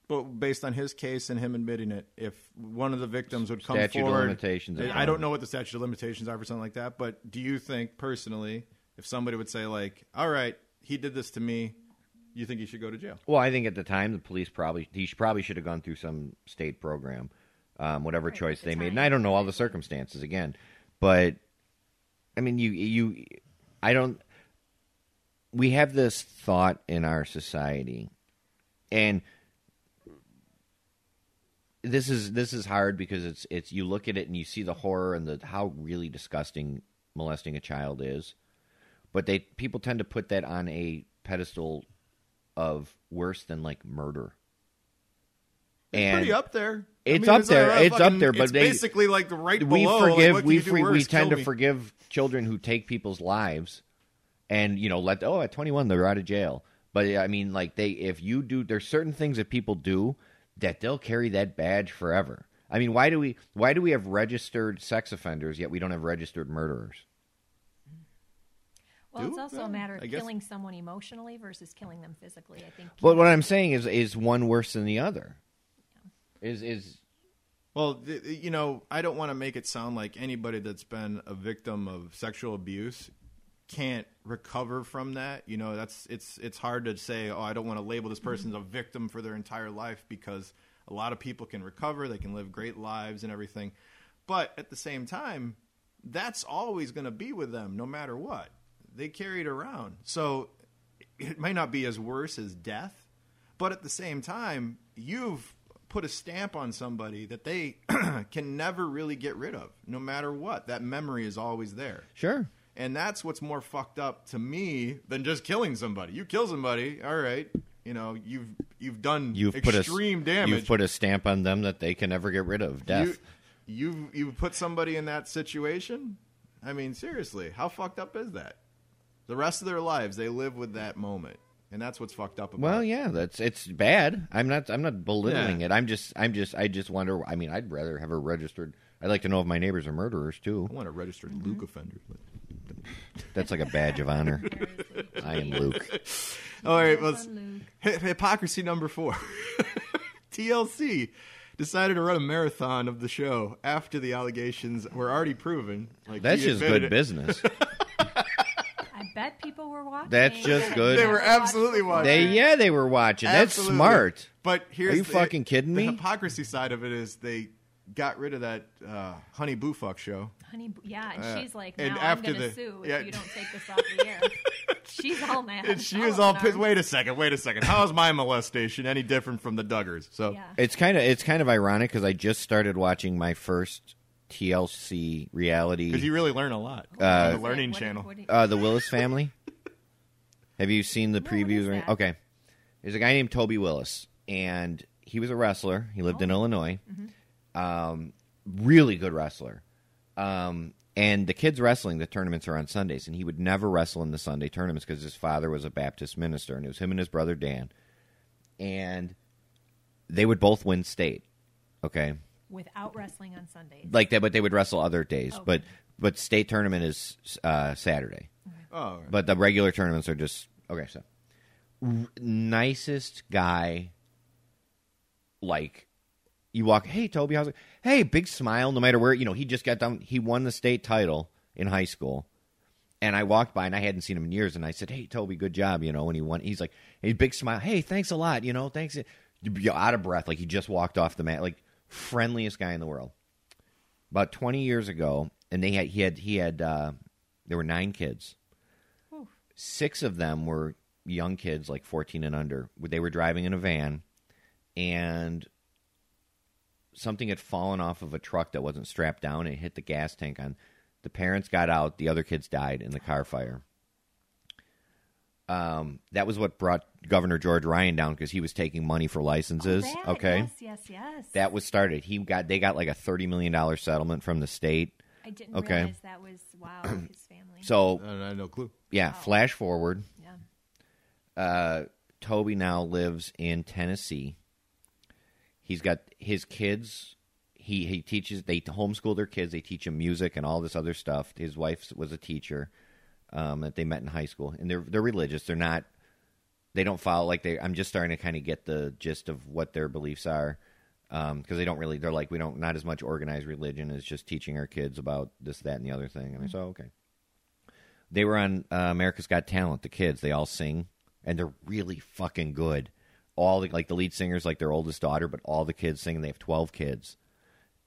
[SPEAKER 2] But based on his case and him admitting it, if one of the victims would come
[SPEAKER 3] Statute of
[SPEAKER 2] forward,
[SPEAKER 3] limitations.
[SPEAKER 2] I I don't know what the statute of limitations are for something like that. But do you think personally, if somebody would say like, "All right, he did this to me," you think he should go to jail?
[SPEAKER 3] Well, I think at the time the police probably he should, probably should have gone through some state program, um, whatever
[SPEAKER 1] Right,
[SPEAKER 3] choice
[SPEAKER 1] at the
[SPEAKER 3] they made. And
[SPEAKER 1] time.
[SPEAKER 3] I don't know all the circumstances again, but I mean, you you, I don't. We have this thought in our society, and this is this is hard because it's it's you look at it and you see the horror and the how really disgusting molesting a child is, but they people tend to put that on a pedestal of worse than like murder. And
[SPEAKER 2] Pretty up there.
[SPEAKER 3] It's
[SPEAKER 2] I
[SPEAKER 3] up
[SPEAKER 2] mean,
[SPEAKER 3] there.
[SPEAKER 2] like,
[SPEAKER 3] It's up
[SPEAKER 2] fucking-
[SPEAKER 3] there, but
[SPEAKER 2] it's
[SPEAKER 3] they-
[SPEAKER 2] basically like the right
[SPEAKER 3] we
[SPEAKER 2] below. like,
[SPEAKER 3] forgive
[SPEAKER 2] what can
[SPEAKER 3] we
[SPEAKER 2] you do
[SPEAKER 3] free- we
[SPEAKER 2] worse?
[SPEAKER 3] tend
[SPEAKER 2] Kill
[SPEAKER 3] to
[SPEAKER 2] me.
[SPEAKER 3] forgive children who take people's lives and you know let oh at 21 they're out of jail but i mean like they if you do there's certain things that people do that they'll carry that badge forever i mean why do we why do we have registered sex offenders yet we don't have registered murderers
[SPEAKER 1] Well,
[SPEAKER 2] Do
[SPEAKER 1] it's also a
[SPEAKER 2] that,
[SPEAKER 1] matter of
[SPEAKER 2] I guess.
[SPEAKER 1] killing someone emotionally versus killing them physically. I think.
[SPEAKER 3] but what i'm saying is is one worse than the other is is
[SPEAKER 2] Well, th- th- you know, I don't want to make it sound like anybody that's been a victim of sexual abuse can't recover from that. You know, that's it's it's hard to say, oh, I don't want to label this person's a victim for their entire life because a lot of people can recover, they can live great lives and everything. But at the same time, that's always going to be with them no matter what. They carry it around. So it may not be as worse as death, but at the same time, you've put a stamp on somebody that they can never really get rid of, no matter what. That memory is always there.
[SPEAKER 3] sure
[SPEAKER 2] And that's what's more fucked up to me than just killing somebody. You kill somebody, all right, you know, you've you've done
[SPEAKER 3] you've
[SPEAKER 2] extreme
[SPEAKER 3] put a
[SPEAKER 2] damage.
[SPEAKER 3] you've put a stamp on them that they can never get rid of death
[SPEAKER 2] You, you've you've put somebody in that situation. I mean, seriously, how fucked up is that? The rest of their lives, they live with that moment, and that's what's fucked up about.
[SPEAKER 3] Well,
[SPEAKER 2] it.
[SPEAKER 3] yeah, that's it's bad. I'm not I'm not belittling
[SPEAKER 2] Yeah.
[SPEAKER 3] it. I'm just I'm just I just wonder. I mean, I'd rather have a registered. I'd like to know if my neighbors are murderers too.
[SPEAKER 2] I want a registered
[SPEAKER 1] Mm-hmm.
[SPEAKER 2] Luke offender.
[SPEAKER 3] That's like a badge of honor. I am Luke.
[SPEAKER 2] All right,
[SPEAKER 1] Well,
[SPEAKER 2] let's
[SPEAKER 1] Luke.
[SPEAKER 2] Hy- hypocrisy number four. TLC decided to run a marathon of the show after the allegations were already proven. Like
[SPEAKER 3] That's
[SPEAKER 2] he
[SPEAKER 3] just
[SPEAKER 2] admitted
[SPEAKER 3] good
[SPEAKER 2] it.
[SPEAKER 3] business.
[SPEAKER 1] I bet people were watching.
[SPEAKER 3] That's just good.
[SPEAKER 2] They were absolutely watching.
[SPEAKER 3] They yeah, they were watching. That's
[SPEAKER 2] Absolutely.
[SPEAKER 3] smart.
[SPEAKER 2] But here's
[SPEAKER 3] you
[SPEAKER 2] the-
[SPEAKER 3] fucking kidding me?
[SPEAKER 2] The hypocrisy side of it is they got rid of that uh, Honey Boo Fuck show.
[SPEAKER 1] Honey, boo- yeah, and
[SPEAKER 2] Uh,
[SPEAKER 1] she's like, now
[SPEAKER 2] and
[SPEAKER 1] I'm
[SPEAKER 2] after
[SPEAKER 1] going to
[SPEAKER 2] the-
[SPEAKER 1] sue
[SPEAKER 2] yeah.
[SPEAKER 1] if you don't take this off the air. she's all mad. Oh,
[SPEAKER 2] And she
[SPEAKER 1] I
[SPEAKER 2] was all
[SPEAKER 1] wasn't
[SPEAKER 2] pissed.
[SPEAKER 1] on.
[SPEAKER 2] Wait a second. Wait a second. How is my molestation any different from the Duggars? So
[SPEAKER 1] Yeah.
[SPEAKER 3] It's kind of it's kind of ironic because I just started watching my first TLC
[SPEAKER 2] because
[SPEAKER 3] reality,
[SPEAKER 2] you really learn a lot
[SPEAKER 1] What
[SPEAKER 2] on
[SPEAKER 1] is
[SPEAKER 2] the
[SPEAKER 1] it?
[SPEAKER 2] Learning
[SPEAKER 1] What-
[SPEAKER 2] Channel.
[SPEAKER 1] what do you-
[SPEAKER 3] uh, the Willis family. Have you seen the
[SPEAKER 1] No, what
[SPEAKER 3] previews?
[SPEAKER 1] is
[SPEAKER 3] or any-
[SPEAKER 1] that?
[SPEAKER 3] Okay, there's a guy named Toby Willis, and he was a wrestler. He lived in
[SPEAKER 1] Oh.
[SPEAKER 3] Illinois.
[SPEAKER 1] Mm-hmm.
[SPEAKER 3] Um, really good wrestler. Um, and the kids wrestling, the tournaments are on Sundays, and he would never wrestle in the Sunday tournaments because his father was a Baptist minister, and it was him and his brother Dan, and they would both win state. Okay,
[SPEAKER 1] without wrestling on Sundays.
[SPEAKER 3] like that, but they would wrestle other days.
[SPEAKER 1] Okay.
[SPEAKER 3] But but state tournament is uh, Saturday,
[SPEAKER 2] Oh, all right.
[SPEAKER 3] but the regular tournaments are just okay. So R- nicest guy, like you walk. Hey Toby, how's it? Hey, big smile. No matter where you know, he just got done. He won the state title in high school. And I walked by and I hadn't seen him in years, and I said, "Hey, Toby, good job," you know. And he won. He's like, "Hey, big smile. Hey, thanks a lot, you know. Thanks." You're out of breath, like he just walked off the mat, like friendliest guy in the world about 20 years ago and they had he had he had uh, there were nine kids six of them were young kids like 14 and under they were driving in a van and something had fallen off of a truck that wasn't strapped down and it hit the gas tank on the parents got out the other kids died in the car fire um, that was what brought governor george ryan down because he was taking money for licenses
[SPEAKER 1] Oh, That,
[SPEAKER 3] okay
[SPEAKER 1] Yes, yes, yes.
[SPEAKER 3] that was started he got they got like a 30 million dollar settlement from the state
[SPEAKER 1] I didn't
[SPEAKER 3] okay.
[SPEAKER 1] realize that was wow his family.
[SPEAKER 3] So
[SPEAKER 2] I, don't know, I had no clue.
[SPEAKER 3] yeah, flash forward.
[SPEAKER 1] yeah.
[SPEAKER 3] Toby now lives in Tennessee. He's got his kids. He he teaches. They homeschool their kids. They teach them music and all this other stuff. His wife was a teacher um, that they met in high school, and they're they're religious. They're not. They don't follow like they. I'm just starting to kind of get the gist of what their beliefs are because they don't really. They're like we don't not as much organized religion as just teaching our kids about this, that, and the other thing. And I said, oh, okay. they were on uh, America's Got Talent. The kids, they all sing, and they're really fucking good. All the, like the lead singers, like their oldest daughter, but all the kids sing. and They have twelve kids,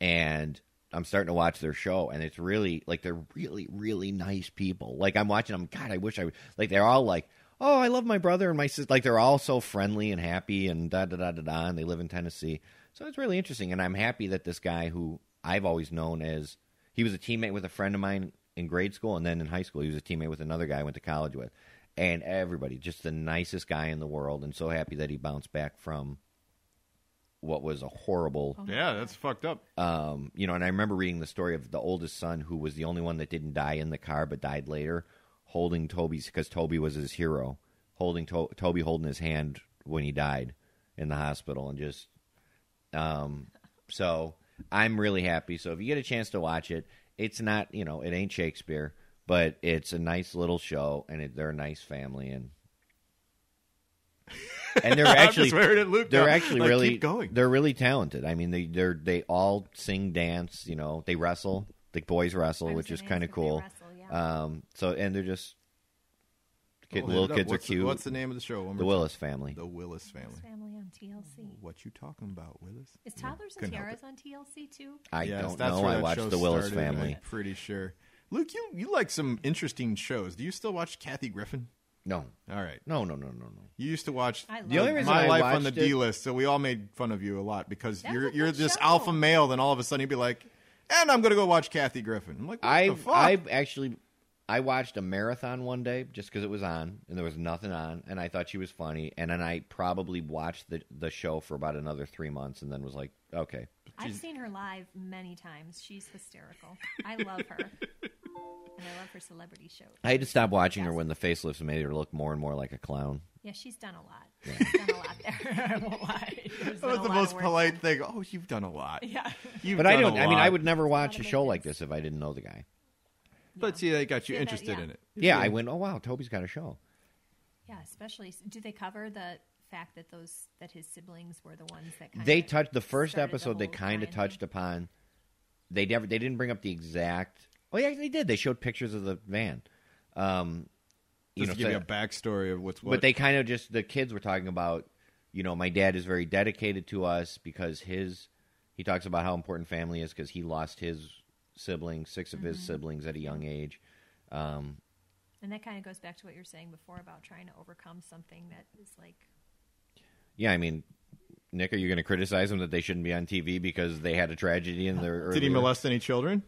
[SPEAKER 3] and I'm starting to watch their show, and it's really like they're really, really nice people. Like I'm watching them. God, I wish I would. Like they're all like, oh, I love my brother and my sister. Like they're all so friendly and happy, and da da da da da. And they live in Tennessee, so it's really interesting. And I'm happy that this guy who I've always known as he was a teammate with a friend of mine in grade school, and then in high school he was a teammate with another guy I went to college with, and everybody just the nicest guy in the world, and so happy that he bounced back from what was a horrible
[SPEAKER 2] Yeah, that's fucked up.
[SPEAKER 3] um, you know, and I remember reading the story of the oldest son who was the only one that didn't die in the car but died later, holding Toby's because Toby was his hero, holding to- Toby holding his hand when he died in the hospital, and just um, so I'm really happy. So if you get a chance to watch it, it's not you know it ain't Shakespeare, but it's a nice little show, and it, they're a nice family, and and they're
[SPEAKER 2] I'm just
[SPEAKER 3] actually
[SPEAKER 2] wearing it, Luke,
[SPEAKER 3] they're
[SPEAKER 2] now.
[SPEAKER 3] actually
[SPEAKER 2] Like,
[SPEAKER 3] really
[SPEAKER 2] keep going.
[SPEAKER 3] they're really talented. I mean, they they're they all sing, dance. You know, they wrestle. The boys
[SPEAKER 1] I
[SPEAKER 3] wrestle,
[SPEAKER 1] was
[SPEAKER 3] which is
[SPEAKER 1] gonna
[SPEAKER 3] kind
[SPEAKER 1] ask
[SPEAKER 3] of
[SPEAKER 1] if they
[SPEAKER 3] cool.
[SPEAKER 1] wrestle, yeah.
[SPEAKER 3] Um, so and they're just kid,
[SPEAKER 2] Hold it
[SPEAKER 3] little
[SPEAKER 2] up.
[SPEAKER 3] kids
[SPEAKER 2] Oh, what's
[SPEAKER 3] are cute.
[SPEAKER 2] The, what's the name of the show? One
[SPEAKER 3] The
[SPEAKER 2] more
[SPEAKER 3] Willis family.
[SPEAKER 2] time. The Willis Family.
[SPEAKER 1] Family on TLC.
[SPEAKER 2] What you talking about, Willis?
[SPEAKER 1] Is Toddlers and
[SPEAKER 2] couldn't help
[SPEAKER 1] Tiaras on TLC too?
[SPEAKER 3] I
[SPEAKER 2] Yes,
[SPEAKER 3] don't
[SPEAKER 2] that's
[SPEAKER 3] know.
[SPEAKER 2] where
[SPEAKER 3] I
[SPEAKER 2] that
[SPEAKER 3] watched
[SPEAKER 2] show
[SPEAKER 3] the Willis
[SPEAKER 2] started,
[SPEAKER 3] family.
[SPEAKER 2] I'm pretty sure. Luke, you you like some interesting shows. Do you still watch Kathy Griffin?
[SPEAKER 3] No,
[SPEAKER 2] All right.
[SPEAKER 3] no, no, no, no, no.
[SPEAKER 2] You used to watch
[SPEAKER 1] I love
[SPEAKER 3] The only
[SPEAKER 1] it.
[SPEAKER 3] reason
[SPEAKER 2] My
[SPEAKER 3] I
[SPEAKER 2] Life on the
[SPEAKER 3] watched it-
[SPEAKER 2] D list, so we all made fun of you a lot because
[SPEAKER 1] That's
[SPEAKER 2] you're
[SPEAKER 1] a
[SPEAKER 2] you're
[SPEAKER 1] good
[SPEAKER 2] this
[SPEAKER 1] show.
[SPEAKER 2] alpha male. Then all of a sudden you'd be like, and I'm gonna go watch Kathy Griffin. I'm like, what
[SPEAKER 3] I
[SPEAKER 2] the fuck?
[SPEAKER 3] I actually I watched a marathon one day just because it was on and there was nothing on and I thought she was funny and then I probably watched the the show for about another three months and then was like okay
[SPEAKER 1] I've seen her live many times. She's hysterical. I love her. And I love her celebrity shows.
[SPEAKER 3] I had to stop watching her when the facelifts made her look more and more like a clown.
[SPEAKER 1] Yeah, she's done a lot. She's done a lot there. I won't lie. There's
[SPEAKER 2] That
[SPEAKER 1] been
[SPEAKER 2] was
[SPEAKER 1] a lot
[SPEAKER 2] the
[SPEAKER 1] of
[SPEAKER 2] most
[SPEAKER 1] work.
[SPEAKER 2] polite thing. Oh, you've done a lot.
[SPEAKER 1] Yeah.
[SPEAKER 2] You've
[SPEAKER 3] But I
[SPEAKER 2] done a
[SPEAKER 3] don't. I mean,
[SPEAKER 2] lot.
[SPEAKER 3] I would never watch
[SPEAKER 1] lot
[SPEAKER 3] a
[SPEAKER 1] of
[SPEAKER 3] show like
[SPEAKER 1] maintenance.
[SPEAKER 3] this if I didn't know the guy.
[SPEAKER 2] But see, that got you
[SPEAKER 1] Yeah, that-
[SPEAKER 2] interested
[SPEAKER 1] yeah.
[SPEAKER 2] in it.
[SPEAKER 3] Yeah, I went. Oh wow, Toby's got a show.
[SPEAKER 1] Yeah, especially do they cover the fact that those that his siblings were the ones that kind
[SPEAKER 3] They
[SPEAKER 1] of
[SPEAKER 3] touched the first
[SPEAKER 1] started the
[SPEAKER 3] episode. they
[SPEAKER 1] whole
[SPEAKER 3] kind of
[SPEAKER 1] Ryan
[SPEAKER 3] touched
[SPEAKER 1] thing?
[SPEAKER 3] upon. They never. They didn't bring up the exact. Oh yeah, they did. They showed pictures of the van. Um, you
[SPEAKER 2] Just
[SPEAKER 3] know,
[SPEAKER 2] to give
[SPEAKER 3] so-
[SPEAKER 2] you a backstory of what's what.
[SPEAKER 3] but they kind of just the kids were talking about you know my dad is very dedicated to us because his he talks about how important family is because he lost his siblings six of
[SPEAKER 1] Mm-hmm.
[SPEAKER 3] his siblings at a young age um,
[SPEAKER 1] And that kind of goes back to what you were saying before about trying to overcome something that is like
[SPEAKER 3] yeah i mean nick are you going to criticize them that they shouldn't be on tv because they had a tragedy in their earlier?
[SPEAKER 2] Did he molest any children?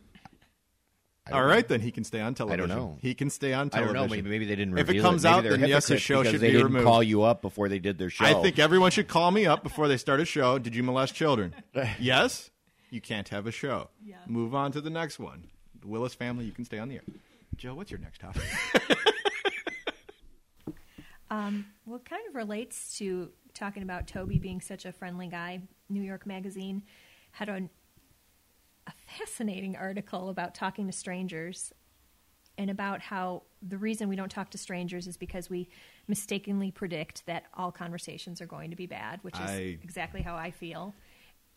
[SPEAKER 3] I don't
[SPEAKER 2] All right, then he can stay on
[SPEAKER 3] don't
[SPEAKER 2] television.
[SPEAKER 3] know.
[SPEAKER 2] He can stay on
[SPEAKER 3] I
[SPEAKER 2] television.
[SPEAKER 3] don't know. Maybe, maybe they didn't.
[SPEAKER 2] If it
[SPEAKER 3] reveal
[SPEAKER 2] comes
[SPEAKER 3] Maybe
[SPEAKER 2] out,
[SPEAKER 3] they're
[SPEAKER 2] then yes,
[SPEAKER 3] hypocrites
[SPEAKER 2] his show
[SPEAKER 3] because
[SPEAKER 2] should
[SPEAKER 3] they
[SPEAKER 2] be
[SPEAKER 3] didn't
[SPEAKER 2] removed.
[SPEAKER 3] call you up before they did their show.
[SPEAKER 2] I think everyone should call me up before they start a show. Did you molest children? yes. You can't have a show.
[SPEAKER 1] Yeah.
[SPEAKER 2] Move on to the next one. The Willis family, you can stay on the air. Joe, what's your next topic?
[SPEAKER 1] Well, it kind of relates to talking about Toby being such a friendly guy. New York Magazine had a, a fascinating article about talking to strangers and about how the reason we don't talk to strangers is because we mistakenly predict that all conversations are going to be bad, which is
[SPEAKER 2] I-
[SPEAKER 1] exactly how I feel.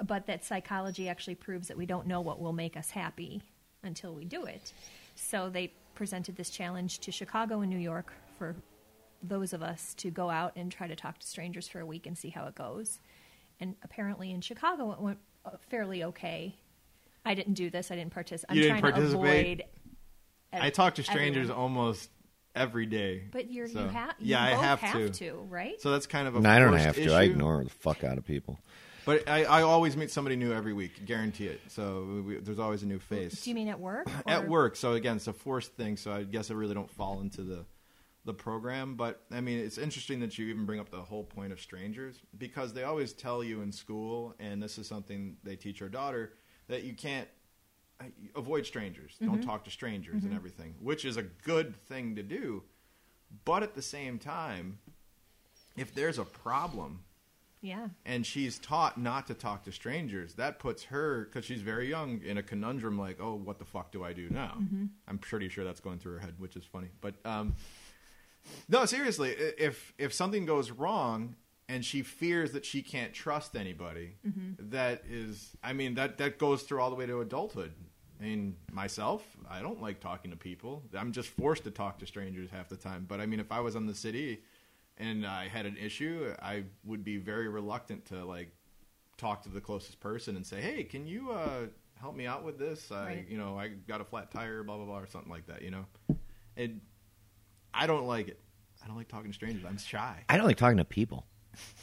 [SPEAKER 1] But that psychology actually proves that we don't know what will make us happy until we do it. So they presented this challenge to Chicago and New York for those of us to go out and try to talk to strangers for a week and see how it goes. And apparently in Chicago, it went uh, fairly okay. I didn't do this. I didn't participate. I'm
[SPEAKER 2] You didn't
[SPEAKER 1] trying
[SPEAKER 2] participate?
[SPEAKER 1] to avoid.
[SPEAKER 2] I talk to strangers
[SPEAKER 1] everyone.
[SPEAKER 2] almost every day.
[SPEAKER 1] But you're,
[SPEAKER 2] So-
[SPEAKER 1] you have.
[SPEAKER 2] yeah, I have,
[SPEAKER 1] have
[SPEAKER 2] to.
[SPEAKER 1] right?
[SPEAKER 2] So that's kind of a.
[SPEAKER 3] No, I don't
[SPEAKER 2] forced
[SPEAKER 3] have to.
[SPEAKER 2] Issue.
[SPEAKER 3] I ignore the fuck out of people.
[SPEAKER 2] But I, I always meet somebody new every week, guarantee it. So we, there's always a new face.
[SPEAKER 1] do you mean at work?
[SPEAKER 2] at
[SPEAKER 1] or-
[SPEAKER 2] work. So again, it's a forced thing. So I guess I really don't fall into the the program. But I mean, it's interesting that you even bring up the whole point of strangers because they always tell you in school, and this is something they teach our daughter that you can't uh, avoid strangers,
[SPEAKER 1] Mm-hmm.
[SPEAKER 2] don't talk to strangers, and everything, which is a good thing to do. But at the same time, if there's a problem
[SPEAKER 1] Yeah.
[SPEAKER 2] and she's taught not to talk to strangers. That puts her, because she's very young, in a conundrum like, oh, what the fuck do I do now? I'm pretty sure that's going through her head, which is funny. But um, no, seriously, i- if if something goes wrong and she fears that she can't trust anybody, that is, I mean, that that goes through all the way to adulthood. I mean, myself, I don't like talking to people. I'm just forced to talk to strangers half the time. But I mean, if I was on the city and I had an issue, I would be very reluctant to like talk to the closest person and say, "Hey, can you uh, help me out with this? I,
[SPEAKER 1] Right.
[SPEAKER 2] you know, I got a flat tire, blah blah blah, or something like that." You know, and I don't like it. I don't like talking to strangers. I'm shy.
[SPEAKER 3] I don't like talking to people.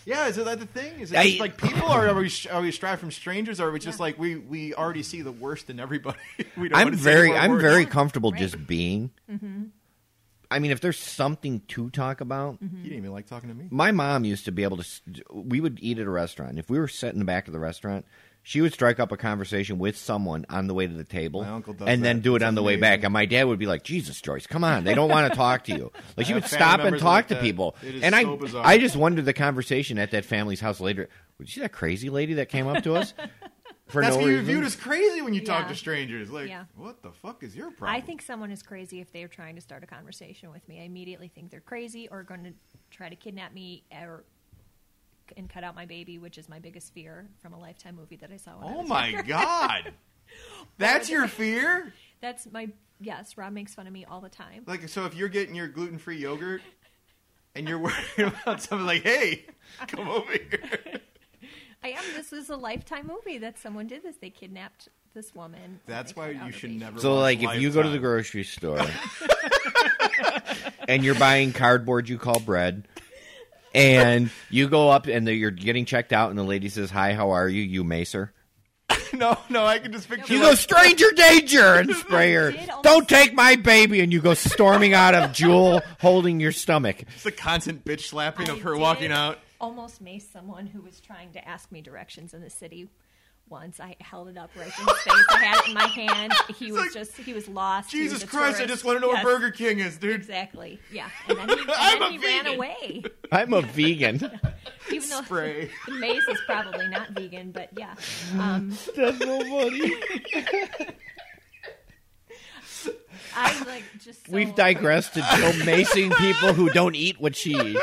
[SPEAKER 2] Yeah, is that the thing? Is it
[SPEAKER 3] I-
[SPEAKER 2] just like people, or are we are we shy from strangers, or are we just
[SPEAKER 1] Yeah.
[SPEAKER 2] like we we already see the worst in everybody? we don't
[SPEAKER 3] I'm
[SPEAKER 2] want to see
[SPEAKER 3] very,
[SPEAKER 2] more
[SPEAKER 3] I'm
[SPEAKER 2] worse.
[SPEAKER 3] very
[SPEAKER 1] Yeah,
[SPEAKER 3] comfortable
[SPEAKER 1] right.
[SPEAKER 3] just being. I mean, if there's something to talk about,
[SPEAKER 2] You didn't even like talking to me.
[SPEAKER 3] my mom used to be able to. s- We would eat at a restaurant. If we were set in the back of the restaurant, she would strike up a conversation with someone on the way to the table,
[SPEAKER 2] My uncle does
[SPEAKER 3] and then
[SPEAKER 2] that.
[SPEAKER 3] do it
[SPEAKER 2] It's
[SPEAKER 3] on the way
[SPEAKER 2] amazing.
[SPEAKER 3] back. And my dad would be like, "Jesus, Joyce, come on! They don't want to talk to you." Like she
[SPEAKER 2] I
[SPEAKER 3] would
[SPEAKER 2] have family
[SPEAKER 3] stop and
[SPEAKER 2] members
[SPEAKER 3] talk
[SPEAKER 2] like
[SPEAKER 3] to
[SPEAKER 2] that.
[SPEAKER 3] people,
[SPEAKER 2] It is
[SPEAKER 3] and I,
[SPEAKER 2] so bizarre.
[SPEAKER 3] I just wondered the conversation at that family's house later. Was she that crazy lady that came up to us? For
[SPEAKER 2] That's
[SPEAKER 3] no
[SPEAKER 2] what you
[SPEAKER 3] reason?
[SPEAKER 2] viewed as crazy when you talk
[SPEAKER 1] Yeah.
[SPEAKER 2] to strangers. Like,
[SPEAKER 1] Yeah.
[SPEAKER 2] what the fuck is your problem?
[SPEAKER 1] I think someone is crazy if they're trying to start a conversation with me. I immediately think they're crazy or going to try to kidnap me or and cut out my baby, which is my biggest fear from a Lifetime movie that I saw. When I
[SPEAKER 2] Oh
[SPEAKER 1] was
[SPEAKER 2] my
[SPEAKER 1] younger.
[SPEAKER 2] god. That's your fear?
[SPEAKER 1] That's my yes. Rob makes fun of me all the time.
[SPEAKER 2] Like so if you're getting your gluten-free yogurt and you're worried about something like, "Hey, come over here."
[SPEAKER 1] I am. This was a Lifetime movie that someone did this. They kidnapped this woman.
[SPEAKER 2] That's
[SPEAKER 1] They
[SPEAKER 2] why
[SPEAKER 1] cut out
[SPEAKER 2] you
[SPEAKER 1] her
[SPEAKER 2] should
[SPEAKER 1] baby.
[SPEAKER 2] never
[SPEAKER 3] So,
[SPEAKER 2] watch
[SPEAKER 3] like, if you go to the
[SPEAKER 2] Lifetime.
[SPEAKER 3] grocery store and you're buying cardboard you call bread, and you go up and the, you're getting checked out, and the lady says, "Hi, how are you?" You macer.
[SPEAKER 2] No, no, I can just picture
[SPEAKER 3] You
[SPEAKER 2] like,
[SPEAKER 3] go stranger danger and spray her.
[SPEAKER 1] Did almost-
[SPEAKER 3] Don't take my baby, and you go storming out of Jewel holding your stomach.
[SPEAKER 2] just the constant bitch slapping
[SPEAKER 1] I
[SPEAKER 2] of her
[SPEAKER 1] did
[SPEAKER 2] walking out.
[SPEAKER 1] Almost maced someone who was trying to ask me directions in the city once. I held it up right in his face. I had it in my hand. He was just he was lost. He was
[SPEAKER 2] Jesus
[SPEAKER 1] a
[SPEAKER 2] Christ, I
[SPEAKER 1] tourist.
[SPEAKER 2] just want to know
[SPEAKER 1] Yes,
[SPEAKER 2] what Burger King is, dude.
[SPEAKER 1] Exactly. Yeah. And then he, and
[SPEAKER 2] I'm
[SPEAKER 1] then
[SPEAKER 2] a
[SPEAKER 1] he ran
[SPEAKER 2] vegan.
[SPEAKER 1] away.
[SPEAKER 3] I'm a vegan.
[SPEAKER 1] Even though
[SPEAKER 2] Spray.
[SPEAKER 1] the mace is probably not vegan, but yeah. Um,
[SPEAKER 3] That's so funny.
[SPEAKER 1] I'm like just so-
[SPEAKER 3] We've digressed to Jill macing people who don't eat what she eats.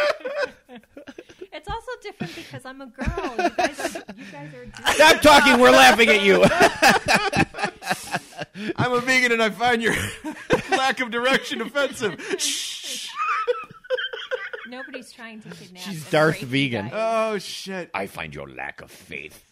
[SPEAKER 1] It's also different because I'm a girl. You guys are you guys are doing
[SPEAKER 3] Stop talking. We're laughing at you.
[SPEAKER 2] I'm a vegan and I find your lack of direction offensive. Shh.
[SPEAKER 1] nobody's trying to kidnap.
[SPEAKER 3] She's
[SPEAKER 1] and
[SPEAKER 3] Darth
[SPEAKER 1] rape you
[SPEAKER 3] Vegan.
[SPEAKER 1] guys.
[SPEAKER 2] Oh shit.
[SPEAKER 3] I find your lack of faith.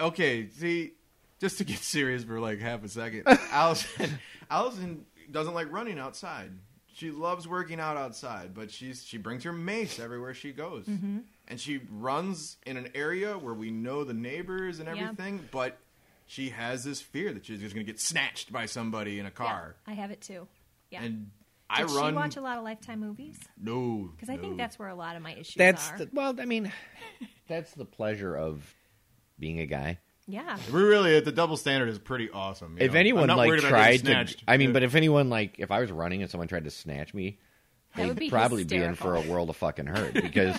[SPEAKER 2] Okay, see, just to get serious for like half a second, Allison, Allison doesn't like running outside. She loves working out outside, but she's she brings her mace everywhere she goes,
[SPEAKER 1] Mm-hmm.
[SPEAKER 2] and she runs in an area where we know the neighbors and
[SPEAKER 1] Yeah.
[SPEAKER 2] everything. But she has this fear that she's just going to get snatched by somebody in a
[SPEAKER 1] Yeah,
[SPEAKER 2] car,
[SPEAKER 1] I have it too. Yeah.
[SPEAKER 2] and
[SPEAKER 1] Did
[SPEAKER 2] I
[SPEAKER 1] she
[SPEAKER 2] run.
[SPEAKER 1] watch a lot of Lifetime movies?
[SPEAKER 2] no,
[SPEAKER 1] Because I think
[SPEAKER 2] no.
[SPEAKER 1] that's where a lot of my issues
[SPEAKER 3] That's
[SPEAKER 1] are.
[SPEAKER 3] the, well. I mean, that's the pleasure of being a guy.
[SPEAKER 1] Yeah.
[SPEAKER 2] we really the double standard is pretty awesome. you
[SPEAKER 3] if
[SPEAKER 2] know? I'm
[SPEAKER 3] anyone
[SPEAKER 2] not
[SPEAKER 3] like
[SPEAKER 2] worried about getting
[SPEAKER 3] tried to,
[SPEAKER 2] snatched.
[SPEAKER 3] I mean,
[SPEAKER 2] Yeah.
[SPEAKER 3] but if anyone like, if I was running and someone tried to snatch me,
[SPEAKER 1] That would be
[SPEAKER 3] they'd probably be in for a world of fucking hurt because,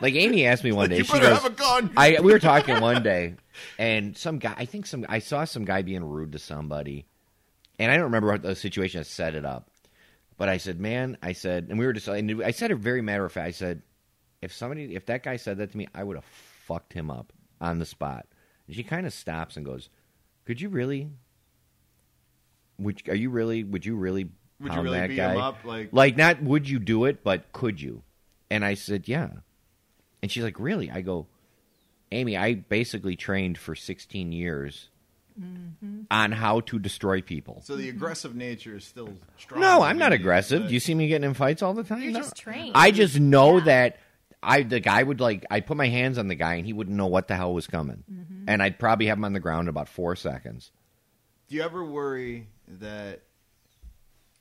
[SPEAKER 3] like, Amy asked me one day,
[SPEAKER 2] you
[SPEAKER 3] she
[SPEAKER 2] better
[SPEAKER 3] goes,
[SPEAKER 2] have a gun.
[SPEAKER 3] I we were talking one day, and some guy, I think some, I saw some guy being rude to somebody, and I don't remember what the situation that set it up, but I said, man, I said, and we were just, and I said it very matter of fact, I said, if somebody, if that guy said that to me, I would have fucked him up on the spot. And she kind of stops and goes, could you really? Would are you really? Would you really?
[SPEAKER 2] Would you
[SPEAKER 3] pound
[SPEAKER 2] really
[SPEAKER 3] that
[SPEAKER 2] beat
[SPEAKER 3] guy?
[SPEAKER 2] him up? Like-
[SPEAKER 3] like not would you do it, but could you? And I said, yeah. And she's like, really? I go, Amy, I basically trained for 16 years
[SPEAKER 1] Mm-hmm.
[SPEAKER 3] on how to destroy people.
[SPEAKER 2] So the aggressive nature is still strong.
[SPEAKER 3] No, I'm not
[SPEAKER 2] in you,
[SPEAKER 3] aggressive.
[SPEAKER 2] but-
[SPEAKER 3] Do you see me getting in fights all the time?
[SPEAKER 1] You're
[SPEAKER 3] No.
[SPEAKER 1] just trained.
[SPEAKER 3] I just know
[SPEAKER 1] Yeah.
[SPEAKER 3] that I the guy would like I'd put my hands on the guy and he wouldn't know what the hell was coming,
[SPEAKER 1] Mm-hmm.
[SPEAKER 3] and I'd probably have him on the ground in about four seconds.
[SPEAKER 2] Do you ever worry that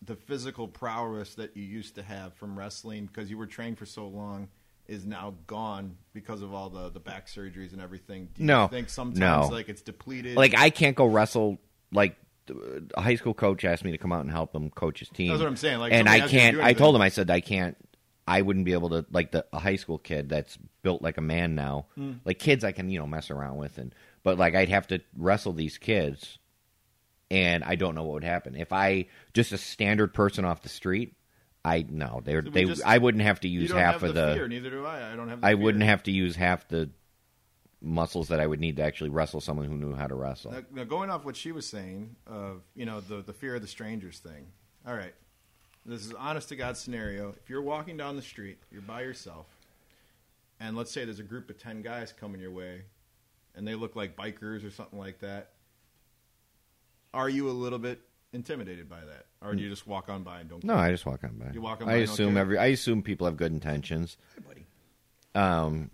[SPEAKER 2] the physical prowess that you used to have from wrestling because you were trained for so long is now gone because of all the, the back surgeries and everything? Do you
[SPEAKER 3] No.
[SPEAKER 2] think sometimes
[SPEAKER 3] No.
[SPEAKER 2] like it's depleted?
[SPEAKER 3] Like I can't go wrestle like. A high school coach asked me to come out and help him coach his team.
[SPEAKER 2] That's what I'm saying, like,
[SPEAKER 3] and
[SPEAKER 2] somebody
[SPEAKER 3] I
[SPEAKER 2] asks you to
[SPEAKER 3] can't.
[SPEAKER 2] do
[SPEAKER 3] I
[SPEAKER 2] anything.
[SPEAKER 3] told him. I said I can't. I wouldn't be able to like the a high school kid that's built like a man now.
[SPEAKER 2] Mm.
[SPEAKER 3] Like kids, I can you know mess around with, and but like I'd have to wrestle these kids, and I don't know what would happen if I just a standard person off the street. I no, they are
[SPEAKER 2] we
[SPEAKER 3] they
[SPEAKER 2] just-
[SPEAKER 3] I wouldn't have to
[SPEAKER 2] you
[SPEAKER 3] use
[SPEAKER 2] don't
[SPEAKER 3] half
[SPEAKER 2] have
[SPEAKER 3] of
[SPEAKER 2] the,
[SPEAKER 3] the.
[SPEAKER 2] fear. Neither do I. I don't have. The
[SPEAKER 3] I
[SPEAKER 2] fear.
[SPEAKER 3] wouldn't have to use half the muscles that I would need to actually wrestle someone who knew how to wrestle.
[SPEAKER 2] Now, now going off what she was saying of you know the the fear of the strangers thing. All right, this is honest to god scenario. If you're walking down the street, you're by yourself, and let's say there's a group of ten guys coming your way, and they look like bikers or something like that. Are you a little bit intimidated by that, or do you just walk on by and don't?
[SPEAKER 3] No, I just walk on by.
[SPEAKER 2] You walk on
[SPEAKER 3] I
[SPEAKER 2] by, don't
[SPEAKER 3] assume
[SPEAKER 2] care.
[SPEAKER 3] every. I assume people have good intentions.
[SPEAKER 2] buddy.
[SPEAKER 3] Um,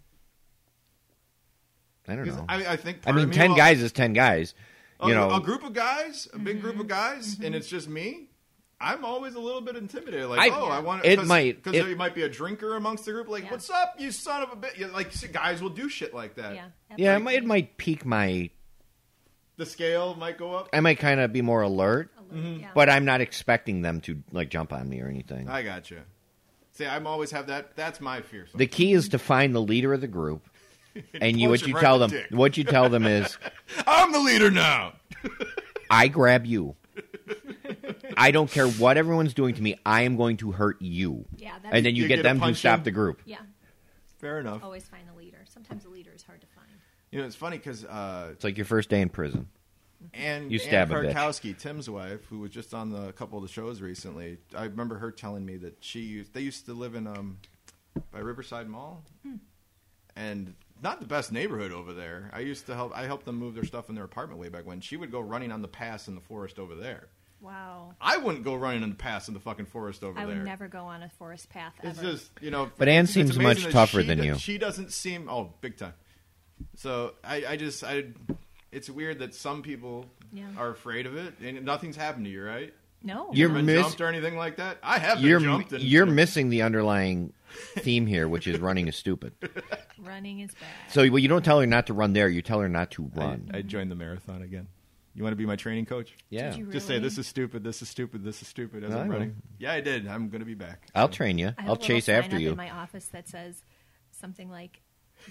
[SPEAKER 3] I don't
[SPEAKER 2] 'Cause
[SPEAKER 3] know. I,
[SPEAKER 2] I, I think. part
[SPEAKER 3] mean,
[SPEAKER 2] of me
[SPEAKER 3] ten
[SPEAKER 2] will-
[SPEAKER 3] guys is ten guys.
[SPEAKER 2] a,
[SPEAKER 3] You know,
[SPEAKER 2] Oh, a group of guys, a big
[SPEAKER 1] Mm-hmm.
[SPEAKER 2] group of guys, and it's just me. I'm always a little bit intimidated. Like,
[SPEAKER 3] I-
[SPEAKER 2] oh, I want
[SPEAKER 3] it might-
[SPEAKER 2] because
[SPEAKER 3] it-
[SPEAKER 2] there might be a drinker amongst the group. Like,
[SPEAKER 1] Yeah.
[SPEAKER 2] what's up, you son of a bitch? Yeah, Like, see, guys will do shit like that.
[SPEAKER 1] Yeah.
[SPEAKER 3] yeah, it
[SPEAKER 1] absolutely.
[SPEAKER 3] might, it might pique my.
[SPEAKER 2] The scale might go up.
[SPEAKER 3] I might kind of be more alert,
[SPEAKER 2] Mm-hmm.
[SPEAKER 1] Yeah.
[SPEAKER 3] but I'm not expecting them to like jump on me or anything.
[SPEAKER 2] I got you. See, I'm always have that. That's my fear.
[SPEAKER 3] the key is to find the leader of the group, and you
[SPEAKER 2] punch
[SPEAKER 3] what
[SPEAKER 2] him
[SPEAKER 3] you
[SPEAKER 2] right
[SPEAKER 3] tell
[SPEAKER 2] in
[SPEAKER 3] them.
[SPEAKER 2] the dick.
[SPEAKER 3] What you tell them is,
[SPEAKER 2] I'm the leader now.
[SPEAKER 3] I grab you. I don't care what everyone's doing to me. I am going to hurt you.
[SPEAKER 1] Yeah, that's-
[SPEAKER 3] and then you,
[SPEAKER 2] You
[SPEAKER 3] get,
[SPEAKER 2] get a
[SPEAKER 3] them to
[SPEAKER 2] punch
[SPEAKER 3] stop
[SPEAKER 2] in.
[SPEAKER 3] the group.
[SPEAKER 1] Yeah.
[SPEAKER 2] Fair enough.
[SPEAKER 1] Always find a leader. Sometimes a leader is hard to find.
[SPEAKER 2] You know, it's funny because uh,
[SPEAKER 3] It's like your first day in prison.
[SPEAKER 2] And
[SPEAKER 3] You
[SPEAKER 2] Ann
[SPEAKER 3] stab a bitch.
[SPEAKER 2] Karkowski, Tim's wife, who was just on the a couple of the shows recently. I remember her telling me that she used they used to live in um by Riverside Mall,
[SPEAKER 1] Hmm.
[SPEAKER 2] and not the best neighborhood over there. I used to help. I helped them move their stuff in their apartment way back when. She would go running on the pass in the forest over there.
[SPEAKER 1] Wow.
[SPEAKER 2] I wouldn't go running on the pass in the fucking forest over
[SPEAKER 1] I
[SPEAKER 2] there.
[SPEAKER 1] would never go on a forest path ever.
[SPEAKER 2] It's just you know.
[SPEAKER 3] But Ann
[SPEAKER 2] it's
[SPEAKER 3] seems
[SPEAKER 2] amazing
[SPEAKER 3] much
[SPEAKER 2] that
[SPEAKER 3] tougher
[SPEAKER 2] she
[SPEAKER 3] than
[SPEAKER 2] do-
[SPEAKER 3] you.
[SPEAKER 2] She doesn't seem oh big time. So I, I just I, it's weird that some people
[SPEAKER 1] Yeah.
[SPEAKER 2] are afraid of it and nothing's happened to you, right?
[SPEAKER 1] no.
[SPEAKER 3] You're
[SPEAKER 2] Been
[SPEAKER 3] Miss-
[SPEAKER 2] jumped or anything like that? I have been
[SPEAKER 3] you're
[SPEAKER 2] jumped. And,
[SPEAKER 3] you're missing the underlying theme here, which is running is stupid.
[SPEAKER 1] Running is bad.
[SPEAKER 3] So well, you don't tell her not to run there. You tell her not to
[SPEAKER 2] I,
[SPEAKER 3] run.
[SPEAKER 2] I joined the marathon again. You want to be my training coach?
[SPEAKER 3] yeah,
[SPEAKER 1] Did you
[SPEAKER 2] Just say
[SPEAKER 1] really?
[SPEAKER 2] this is stupid. This is stupid. This is stupid. As
[SPEAKER 3] No, I
[SPEAKER 2] I'm
[SPEAKER 3] know.
[SPEAKER 2] running. Yeah, I did. I'm gonna be back.
[SPEAKER 3] I'll train
[SPEAKER 1] I
[SPEAKER 3] you.
[SPEAKER 1] have a
[SPEAKER 3] I'll
[SPEAKER 1] little
[SPEAKER 3] chase
[SPEAKER 1] sign
[SPEAKER 3] after
[SPEAKER 1] up
[SPEAKER 3] you.
[SPEAKER 1] in my office that says something like,